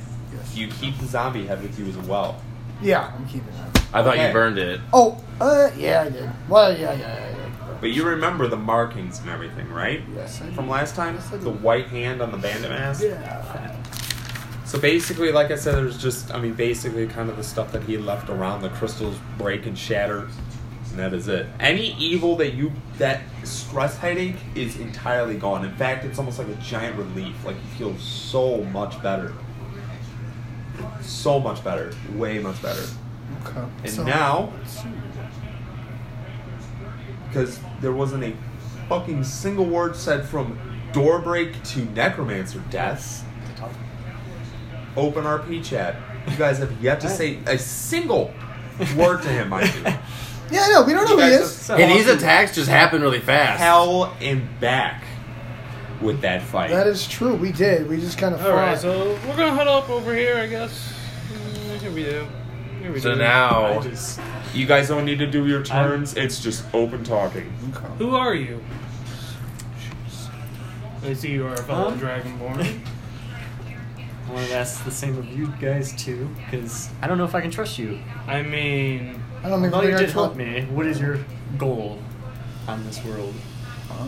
Speaker 2: You keep the zombie head with you as well.
Speaker 1: Yeah, I'm keeping that.
Speaker 4: I thought
Speaker 2: Okay.
Speaker 4: you burned it.
Speaker 1: Oh, uh, yeah, I did. Well, yeah, yeah, yeah. yeah.
Speaker 2: But you remember the markings and everything, right?
Speaker 1: Yes, I
Speaker 2: From
Speaker 1: do.
Speaker 2: last time,
Speaker 1: Yes, I do.
Speaker 2: the white hand on the bandit mask.
Speaker 1: Yeah.
Speaker 2: So basically, like I said, there's just I mean basically kind of the stuff that he left around. The crystals break and shatter, and that is it. Any evil that you that stress headache is entirely gone. In fact, it's almost like a giant relief. Like you feel so much better, so much better, way much better.
Speaker 1: Okay.
Speaker 2: And
Speaker 1: so-
Speaker 2: now, because there wasn't a fucking single word said from door break to necromancer deaths, open RP chat. You guys have yet to say a single word to him, mind you.
Speaker 1: Oh, Yeah, no, we don't know who
Speaker 2: You
Speaker 1: he
Speaker 2: guys
Speaker 1: is.
Speaker 2: have
Speaker 4: And these
Speaker 2: said
Speaker 4: attacks just happen really fast.
Speaker 2: hell and back with that fight.
Speaker 1: That is true. We did. We just kind of.
Speaker 3: All right, so we're gonna head up over here, I guess. Mm, Here we do. Here we
Speaker 4: So
Speaker 3: do.
Speaker 4: now,
Speaker 2: you guys don't need to do your turns. it's just open talking.
Speaker 3: who are you? I see you are a fellow dragonborn.
Speaker 5: I want to ask the same of you guys too, because I don't know if I can trust you.
Speaker 3: I mean,
Speaker 1: I don't think
Speaker 5: Although
Speaker 1: we're
Speaker 5: you
Speaker 1: gonna
Speaker 5: did help me, what is your goal on this world?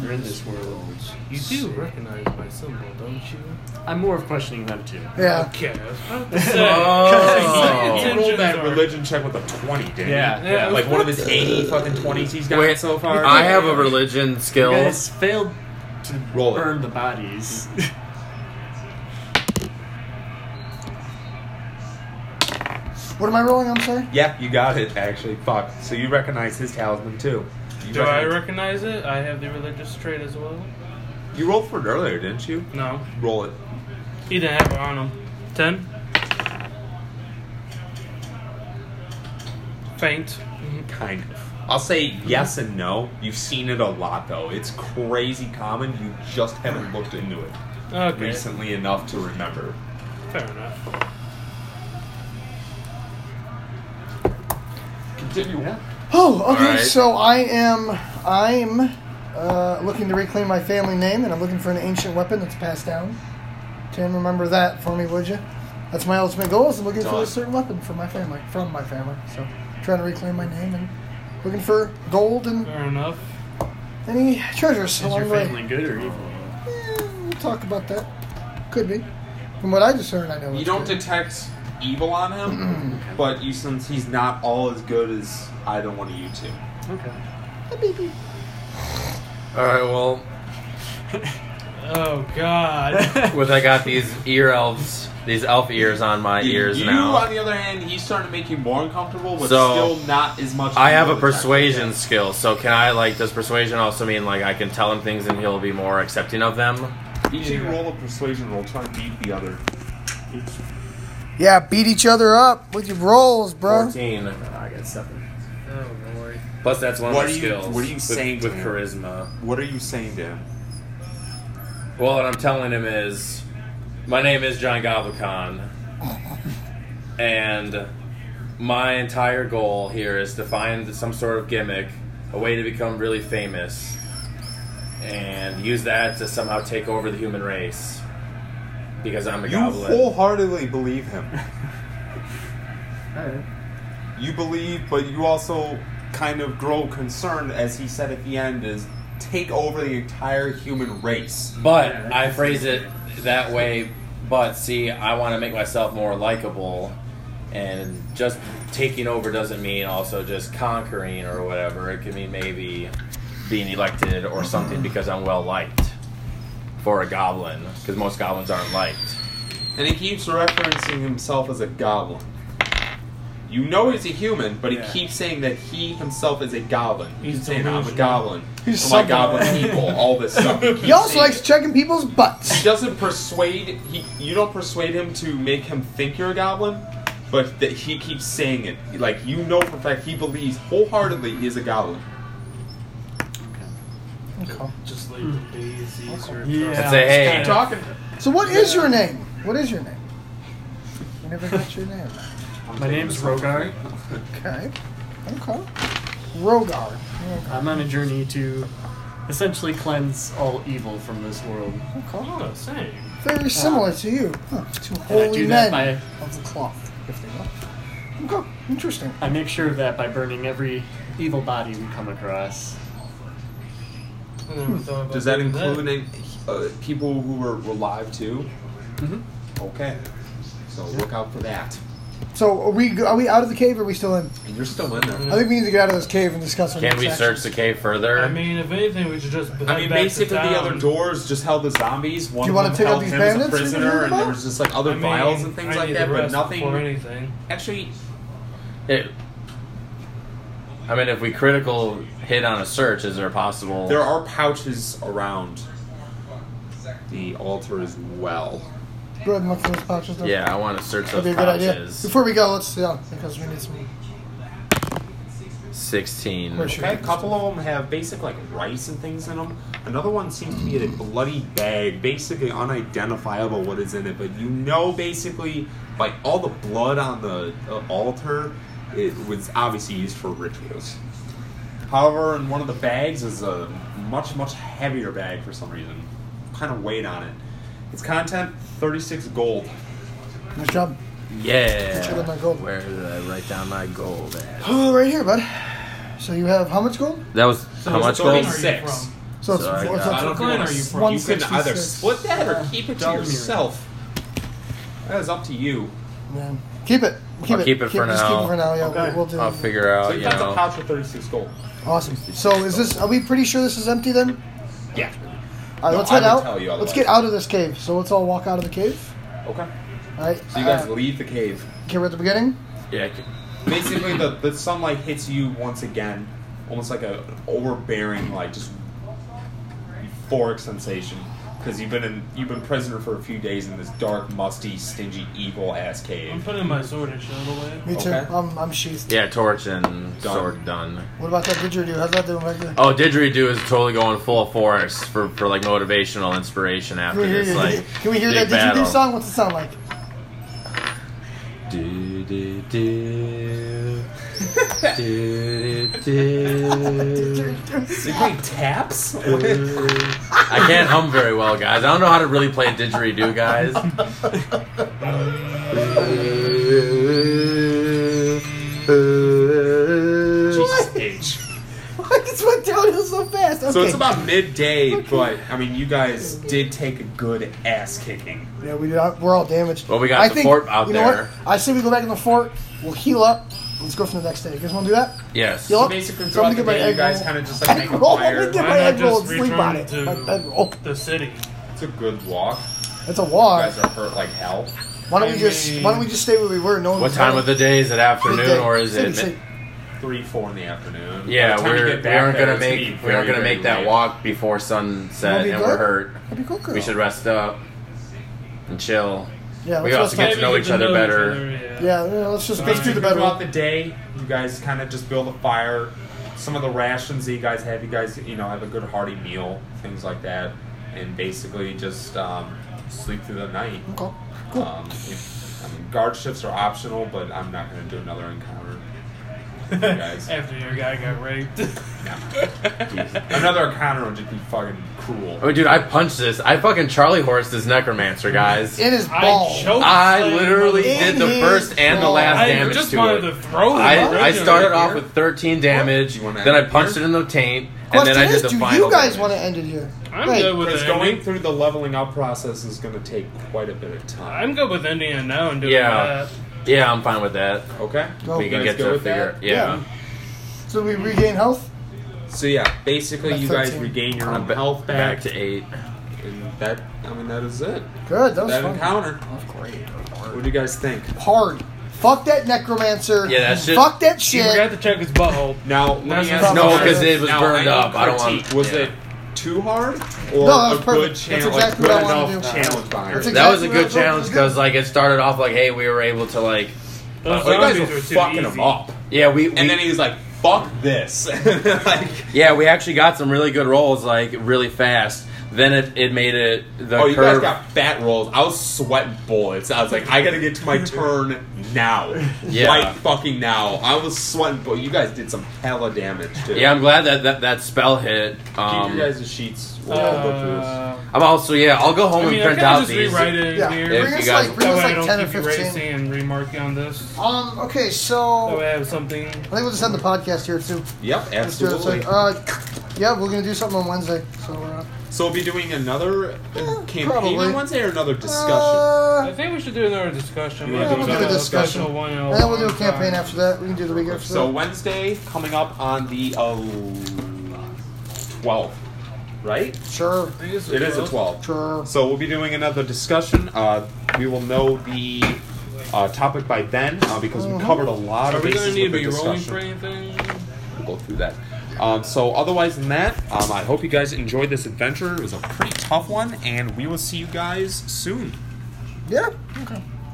Speaker 5: Or in this world?
Speaker 3: you do recognize my symbol, don't you?
Speaker 5: I'm more of questioning them too.
Speaker 1: Yeah.
Speaker 3: Okay, I was about to say.
Speaker 4: Oh.
Speaker 3: His
Speaker 2: He rolled that
Speaker 3: intentions are-
Speaker 2: religion check with a 20, didn't he?
Speaker 5: Yeah,
Speaker 3: Yeah,
Speaker 5: yeah.
Speaker 3: it was
Speaker 2: Like one of his 80 fucking 20s he's got
Speaker 4: Wait,
Speaker 2: so far.
Speaker 4: I have a religion
Speaker 5: You
Speaker 4: skill.
Speaker 5: guys failed to
Speaker 2: Roll it.
Speaker 5: burn the bodies.
Speaker 1: What am I rolling? I'm sorry.
Speaker 2: Yeah, you got it, actually. Fuck. So you recognize his talisman, too. You,
Speaker 3: Do I
Speaker 2: recognize-
Speaker 3: recognize it? I have the religious trait as well.
Speaker 2: you rolled for it earlier, didn't you?
Speaker 3: No,
Speaker 2: Roll it.
Speaker 3: he didn't have it on him. Ten. Faint. Mhm.
Speaker 2: Kind of. I'll say yes and no. You've seen it a lot, though. It's crazy common. You just haven't looked into it
Speaker 3: Okay.
Speaker 2: recently enough to remember.
Speaker 3: Fair enough.
Speaker 2: Continue.
Speaker 1: Oh, okay.
Speaker 4: right.
Speaker 1: So I am. I'm uh, looking to reclaim my family name, and I'm looking for an ancient weapon that's passed down. Tim, remember that for me, would you? That's my ultimate goal. Is I'm looking for
Speaker 4: Done.
Speaker 1: a certain weapon for my family, from my family. So, trying to reclaim my name and looking for gold and
Speaker 3: Fair enough.
Speaker 1: any treasures
Speaker 5: Is
Speaker 1: along
Speaker 5: your
Speaker 1: the way.
Speaker 5: family good or evil?
Speaker 1: Eh, we'll talk about that. Could be. From what I discern, I know.
Speaker 2: You
Speaker 1: it's
Speaker 2: don't
Speaker 1: good.
Speaker 2: detect evil on him, but you since he's not all as good as either one of you two.
Speaker 5: Okay.
Speaker 6: All right, well,
Speaker 3: Oh God.
Speaker 4: With I got these ear elves, these elf ears on my
Speaker 2: You-
Speaker 4: ears
Speaker 2: you, on
Speaker 4: now.
Speaker 2: the other hand, he's starting to make you more uncomfortable, but
Speaker 4: So,
Speaker 2: still not as much.
Speaker 4: I have a
Speaker 2: as you
Speaker 4: persuasion skill, so can I like? Does persuasion also mean like I can tell him things and he'll be more accepting of them?
Speaker 2: Each of you roll a persuasion roll, try and beat the other.
Speaker 1: Yeah, beat each other up with your rolls, bro.
Speaker 4: Fourteen.
Speaker 8: I got seven.
Speaker 3: oh Lord.
Speaker 4: Plus that's one
Speaker 2: What
Speaker 4: of
Speaker 2: are
Speaker 4: my
Speaker 2: you-
Speaker 4: skills.
Speaker 2: what are you
Speaker 4: with,
Speaker 2: saying to
Speaker 4: with
Speaker 2: him?
Speaker 4: charisma?
Speaker 2: What are you saying to him?
Speaker 4: Well, what I'm telling him is, my name is John Goblicon, and my entire goal here is to find some sort of gimmick, a way to become really famous, and use that to somehow take over the human race. Because I'm a
Speaker 2: You
Speaker 4: goblin.
Speaker 2: wholeheartedly believe him.
Speaker 8: Alright.
Speaker 2: You believe, but you also kind of grow concerned, as he said at the end, is take over the entire human race.
Speaker 4: But I phrase it that way. But see, I want to make myself more likable, and just taking over doesn't mean also just conquering or whatever. It can mean maybe being elected or something because I'm well liked for a goblin, because most goblins aren't liked.
Speaker 2: And he keeps referencing himself as a goblin. You know he's a human, but he keeps saying that he himself is a goblin. He keeps
Speaker 3: He's
Speaker 2: saying, I'm a
Speaker 3: delusional.
Speaker 2: goblin.
Speaker 1: He's
Speaker 2: I'm
Speaker 1: something.
Speaker 2: a goblin people, all this stuff. He keeps
Speaker 1: He also
Speaker 2: saying
Speaker 1: likes
Speaker 2: it.
Speaker 1: checking people's butts.
Speaker 2: He doesn't persuade he you don't persuade him to make him think you're a goblin but that he keeps saying it like you know for a fact he believes wholeheartedly he is a goblin
Speaker 1: Okay.
Speaker 3: Just like the daisies or
Speaker 5: Yeah.
Speaker 4: And say,
Speaker 2: keep
Speaker 4: hey,
Speaker 2: talking
Speaker 1: So what is your name? What is your name? I never got your name.
Speaker 5: My name's Rogar.
Speaker 1: Okay. Okay. Rogar. Okay.
Speaker 5: I'm on a journey to essentially cleanse all evil from this world.
Speaker 1: okay.
Speaker 3: Oh, same.
Speaker 1: Very similar to you. Huh. Two
Speaker 5: And I
Speaker 1: holy
Speaker 5: do
Speaker 1: men
Speaker 5: that by
Speaker 1: of the cloth, if they will. Okay. Interesting.
Speaker 5: I make sure of that by burning every evil body we come across.
Speaker 3: I never thought about
Speaker 2: does that
Speaker 3: doing
Speaker 2: include any, uh, people who were, were live too
Speaker 5: Mhm.
Speaker 2: okay so look out for that
Speaker 1: So are we are we out of the cave? Or are we still in?
Speaker 2: and you're still in there
Speaker 1: I think we need to get out of this cave and discuss. our
Speaker 4: can
Speaker 1: next
Speaker 4: we
Speaker 1: actions.
Speaker 4: search the cave further?
Speaker 3: I mean, if anything, we should just.
Speaker 2: I mean, basically, the other doors just held the zombies. One
Speaker 1: you wanna
Speaker 2: of them
Speaker 1: take out
Speaker 2: held
Speaker 1: these
Speaker 2: him as a
Speaker 1: bandits or
Speaker 2: prisoner, and
Speaker 1: anything?
Speaker 2: there was just like other
Speaker 3: I mean,
Speaker 2: vials and things
Speaker 3: I
Speaker 2: like
Speaker 3: need
Speaker 2: that,
Speaker 3: the
Speaker 2: but
Speaker 3: rest Before
Speaker 2: nothing.
Speaker 3: anything.
Speaker 2: Actually,
Speaker 4: It- I mean, if we critical hit on a search, is there possible?
Speaker 2: There are pouches around the altar as well.
Speaker 1: Go ahead and look for those pouches. Though.
Speaker 4: yeah, I want to search
Speaker 1: That'd be
Speaker 4: those
Speaker 1: a good idea.
Speaker 4: pouches.
Speaker 1: Before we go, let's yeah, because we need some.
Speaker 4: 16.
Speaker 1: Where should
Speaker 2: Okay,
Speaker 1: we
Speaker 2: a couple of them have basic like rice and things in them. Another one seems to be in a bloody bag, basically unidentifiable what is in it, but you know basically by all the blood on the uh, altar, it was obviously used for rituals. However, in one of the bags is a much much heavier bag for some reason, kind of weight on it. Its content thirty six gold.
Speaker 1: Nice job.
Speaker 4: Yeah.
Speaker 1: Put you in my gold.
Speaker 4: Where did I write down my gold at?
Speaker 1: Oh, right here, bud. So you have how much gold?
Speaker 4: That was how much
Speaker 2: gold?
Speaker 4: gold?
Speaker 2: already- Six.
Speaker 1: So it's,
Speaker 4: So I
Speaker 1: it's
Speaker 4: got-
Speaker 1: up
Speaker 2: I
Speaker 1: to-
Speaker 2: don't
Speaker 3: What
Speaker 2: know
Speaker 3: clan
Speaker 2: if
Speaker 3: are you
Speaker 2: it's-
Speaker 3: from?
Speaker 2: You can either
Speaker 1: 166.
Speaker 2: split that or keep it to
Speaker 5: Dalmir.
Speaker 2: yourself. That is up to you.
Speaker 1: Yeah. Keep it. Keep
Speaker 4: I'll
Speaker 1: it.
Speaker 4: keep it for
Speaker 1: just Keep
Speaker 4: now.
Speaker 1: it for now. Yeah,
Speaker 5: Okay.
Speaker 1: we'll do.
Speaker 4: I'll figure
Speaker 2: So
Speaker 4: out,
Speaker 2: you
Speaker 4: you
Speaker 2: got a
Speaker 4: know.
Speaker 2: pouch of 36 gold.
Speaker 1: awesome. So is this? Are we pretty sure this is empty then?
Speaker 2: Yeah.
Speaker 1: All right,
Speaker 2: No,
Speaker 1: let's
Speaker 2: I
Speaker 1: head
Speaker 2: would
Speaker 1: out.
Speaker 2: tell you
Speaker 1: let's
Speaker 2: otherwise.
Speaker 1: get out of this cave. So let's all walk out of the cave.
Speaker 2: Okay.
Speaker 1: All right.
Speaker 2: So you guys
Speaker 1: uh,
Speaker 2: leave the cave.
Speaker 1: okay, we're at the beginning.
Speaker 4: Yeah.
Speaker 2: Basically, the, the sunlight hits you once again, almost like a an overbearing, like just euphoric sensation. Because you've been in, you've been prisoner for a few days in this dark, musty, stingy, evil ass
Speaker 3: I'm
Speaker 2: cave.
Speaker 3: putting my sword and shield away.
Speaker 1: Me too.
Speaker 2: Okay.
Speaker 1: I'm, I'm sheathed.
Speaker 4: Yeah, torch and sword done.
Speaker 1: What about that didgeridoo? How's that doing back there?
Speaker 4: Oh, didgeridoo is totally going full force for, for like motivational inspiration
Speaker 1: Can
Speaker 4: after
Speaker 1: we hear,
Speaker 4: this
Speaker 1: you?
Speaker 4: like
Speaker 1: Can we hear that
Speaker 4: big
Speaker 1: didgeridoo
Speaker 4: battle.
Speaker 1: song? What's it sound like?
Speaker 4: Do, do, do. Do, do, do.
Speaker 2: They play taps.
Speaker 4: I can't hum very well, guys. I don't know how to really play didgeridoo, guys.
Speaker 2: Jesus H.
Speaker 1: I just went downhill so fast. Okay.
Speaker 2: So it's about midday, but I mean, you guys did take a good ass kicking.
Speaker 1: Yeah, we do. We're all damaged.
Speaker 4: Well, we got
Speaker 1: I
Speaker 4: the
Speaker 1: think,
Speaker 4: fort out
Speaker 1: you know
Speaker 4: there.
Speaker 1: What? I say we go back in the fort. We'll heal up. Let's go from the next day. You guys want to do that?
Speaker 4: Yes.
Speaker 1: Yup.
Speaker 2: basically,
Speaker 1: Tell me
Speaker 2: throughout
Speaker 1: to
Speaker 2: the
Speaker 1: get my
Speaker 2: day, you
Speaker 1: egg
Speaker 2: guys
Speaker 1: roll.
Speaker 2: kind of just like make a
Speaker 1: Egg roll.
Speaker 2: fire.
Speaker 1: Get
Speaker 3: Why
Speaker 1: my
Speaker 3: not
Speaker 1: egg roll
Speaker 3: just
Speaker 1: and sleep on
Speaker 3: return
Speaker 1: it.
Speaker 3: to-
Speaker 1: My egg roll.
Speaker 3: The city.
Speaker 2: It's a good walk.
Speaker 1: That's a
Speaker 2: You
Speaker 1: walk.
Speaker 2: guys are hurt like hell.
Speaker 1: Why don't we just Why don't we just stay where we were? No one
Speaker 4: What
Speaker 1: was
Speaker 4: time
Speaker 1: there.
Speaker 4: of the day is it? Afternoon
Speaker 1: Midday.
Speaker 4: or is
Speaker 1: City,
Speaker 4: it?
Speaker 1: city.
Speaker 2: Three, four in the afternoon. By
Speaker 4: Yeah,
Speaker 2: the time you
Speaker 4: we're,
Speaker 2: get
Speaker 4: we
Speaker 2: back
Speaker 4: aren't
Speaker 2: there,
Speaker 4: gonna
Speaker 2: it's gonna
Speaker 4: make
Speaker 2: be
Speaker 4: we aren't
Speaker 2: very,
Speaker 4: gonna
Speaker 2: very
Speaker 4: make that
Speaker 2: late.
Speaker 4: walk before
Speaker 1: Wanna
Speaker 4: sunset,
Speaker 1: be Oh.
Speaker 4: and
Speaker 1: good?
Speaker 4: we're hurt.
Speaker 1: That'd be cool, girl.
Speaker 4: We should rest up and chill.
Speaker 1: Yeah,
Speaker 4: we
Speaker 1: let's rest
Speaker 4: also get
Speaker 1: up.
Speaker 4: to know each other better.
Speaker 1: Yeah, yeah, let's just let's do the better
Speaker 2: Throughout
Speaker 1: one.
Speaker 2: the day, you guys kind of just build a fire. Some of the rations that you guys have, you guys you know have a good hearty meal, things like that, and basically just um, sleep through the night.
Speaker 1: Okay. Cool.
Speaker 2: Um, if, I mean, guard shifts are optional, but I'm not going to do another encounter. You guys.
Speaker 3: After your guy got raped.
Speaker 2: another encounter would just be fucking cruel.
Speaker 4: I mean, Oh, dude, I punched this. I fucking Charlie horsed this necromancer, guys.
Speaker 1: It is ball.
Speaker 3: I choked.
Speaker 4: I
Speaker 3: that
Speaker 4: literally
Speaker 3: motherfucker.
Speaker 4: did the
Speaker 1: It
Speaker 4: first and the
Speaker 1: is
Speaker 4: last
Speaker 1: wrong.
Speaker 3: I
Speaker 4: damage
Speaker 3: just
Speaker 4: to
Speaker 3: wanted
Speaker 4: it.
Speaker 3: to throw the
Speaker 4: I, I
Speaker 3: original
Speaker 4: started
Speaker 3: right
Speaker 4: off
Speaker 3: here.
Speaker 4: with 13 damage,
Speaker 2: You wanna
Speaker 4: then I
Speaker 2: end it
Speaker 4: punched it
Speaker 2: here?
Speaker 4: in the taint, and
Speaker 1: Question
Speaker 4: then I did
Speaker 1: is,
Speaker 4: the
Speaker 1: do
Speaker 4: final.
Speaker 1: you guys
Speaker 4: damage.
Speaker 1: want to end it here?
Speaker 3: I'm
Speaker 1: Hey,
Speaker 3: good with
Speaker 2: Because
Speaker 3: ending.
Speaker 2: going through the leveling up process is going to take quite a bit of time.
Speaker 3: I'm good with Indiana now and doing
Speaker 4: Yeah.
Speaker 3: that.
Speaker 4: Yeah, I'm fine with that.
Speaker 2: Okay.
Speaker 1: Go.
Speaker 4: we can
Speaker 2: Oh, guys
Speaker 4: get
Speaker 2: go
Speaker 4: to a
Speaker 2: with that?
Speaker 4: figure. Yeah.
Speaker 1: So we regain health.
Speaker 2: So yeah, basically
Speaker 1: That's
Speaker 2: you guys
Speaker 1: 13.
Speaker 2: regain your own
Speaker 4: ba-
Speaker 2: health
Speaker 4: Back
Speaker 2: back,
Speaker 4: to eight.
Speaker 2: and that I mean that is it.
Speaker 1: Good. That was
Speaker 2: That
Speaker 1: fun.
Speaker 2: encounter.
Speaker 1: That was great.
Speaker 2: What do you guys think?
Speaker 1: Hard. Fuck that necromancer.
Speaker 4: Yeah, that shit-
Speaker 1: Fuck that
Speaker 3: He forgot
Speaker 1: shit.
Speaker 3: to check his butthole.
Speaker 2: Now let
Speaker 3: That's
Speaker 2: me
Speaker 3: the
Speaker 2: ask
Speaker 1: problem.
Speaker 2: you
Speaker 1: No,
Speaker 2: guys-
Speaker 1: 'cause
Speaker 4: it was
Speaker 2: now,
Speaker 4: burned
Speaker 2: I
Speaker 4: up.
Speaker 2: need
Speaker 4: I don't want-
Speaker 2: critique. Was
Speaker 4: yeah.
Speaker 2: it too hard or
Speaker 1: No, that was
Speaker 2: a
Speaker 1: perfect.
Speaker 2: good
Speaker 1: That's
Speaker 2: challenge?
Speaker 1: exactly
Speaker 2: good
Speaker 1: what I wanted
Speaker 2: enough
Speaker 1: to do.
Speaker 2: challenge behind
Speaker 1: That's
Speaker 2: it?
Speaker 1: exact-
Speaker 4: That was a
Speaker 1: Exactly what I
Speaker 4: good
Speaker 1: was hoping
Speaker 4: challenge
Speaker 1: to do.
Speaker 4: because, like, it started off like, hey, we were able to, like,
Speaker 3: Those
Speaker 2: Well, oh, you
Speaker 3: zombies
Speaker 2: guys
Speaker 3: were
Speaker 2: were
Speaker 3: too
Speaker 2: fucking
Speaker 3: easy.
Speaker 2: him up.
Speaker 4: yeah, we, we
Speaker 2: And then he was like, "Fuck this!" like,
Speaker 4: yeah, we actually got some really good rolls, like, really fast. Then it, it made it the
Speaker 2: oh, you guys
Speaker 4: curve.
Speaker 2: got fat rolls. I was sweating bullets. I was like, "I gotta get to my turn now,
Speaker 4: Yeah.
Speaker 2: right fucking now." I was sweating, but you guys did some hella damage too.
Speaker 4: yeah, I'm glad that that, that spell hit.
Speaker 2: Keep
Speaker 4: Um,
Speaker 2: your guys' sheets. We'll all go through this.
Speaker 3: Uh,
Speaker 4: I'm also yeah. I'll go
Speaker 3: I
Speaker 4: home
Speaker 3: mean,
Speaker 4: and
Speaker 3: I
Speaker 4: print
Speaker 3: can
Speaker 4: out
Speaker 3: just
Speaker 4: these.
Speaker 3: rewrite it
Speaker 1: Yeah.
Speaker 3: in here.
Speaker 1: Bring
Speaker 4: If you
Speaker 1: us
Speaker 4: guys-
Speaker 1: like bring
Speaker 3: That
Speaker 1: us
Speaker 3: way I
Speaker 1: like
Speaker 3: don't
Speaker 1: ten or
Speaker 3: keep
Speaker 1: fifteen.
Speaker 3: erasing and remarking on this.
Speaker 1: Um. Okay.
Speaker 3: That
Speaker 1: So
Speaker 3: way I have something.
Speaker 1: I think we'll just end the podcast here too.
Speaker 2: Yep,
Speaker 1: Let's do it.
Speaker 2: absolutely.
Speaker 1: So, uh, yeah, we're gonna do something on Wednesday. So uh,
Speaker 2: So we'll be doing another uh, campaign
Speaker 1: probably.
Speaker 2: on Wednesday or another discussion.
Speaker 3: I
Speaker 1: Uh,
Speaker 3: think we should do another discussion.
Speaker 2: Yeah,
Speaker 1: we'll do
Speaker 3: Maybe
Speaker 1: a
Speaker 3: another
Speaker 1: discussion.
Speaker 3: special one.
Speaker 1: and then we'll do a campaign after that. We can do the week after
Speaker 2: so
Speaker 1: that.
Speaker 2: Wednesday coming up on the uh, twelfth, right?
Speaker 1: Sure.
Speaker 2: It is a twelfth.
Speaker 1: Sure.
Speaker 2: So we'll be doing another discussion. Uh, we will know the uh, topic by then uh, because we covered a lot
Speaker 3: Are
Speaker 2: of
Speaker 3: we going
Speaker 2: bases
Speaker 3: to need
Speaker 2: with
Speaker 3: to
Speaker 2: the
Speaker 3: be rolling for
Speaker 2: discussion.
Speaker 3: anything?
Speaker 2: We'll go through that. Um, so otherwise than that, um, I hope you guys enjoyed this adventure. It was a pretty tough one, and we will see you guys soon.
Speaker 1: Yeah. Okay.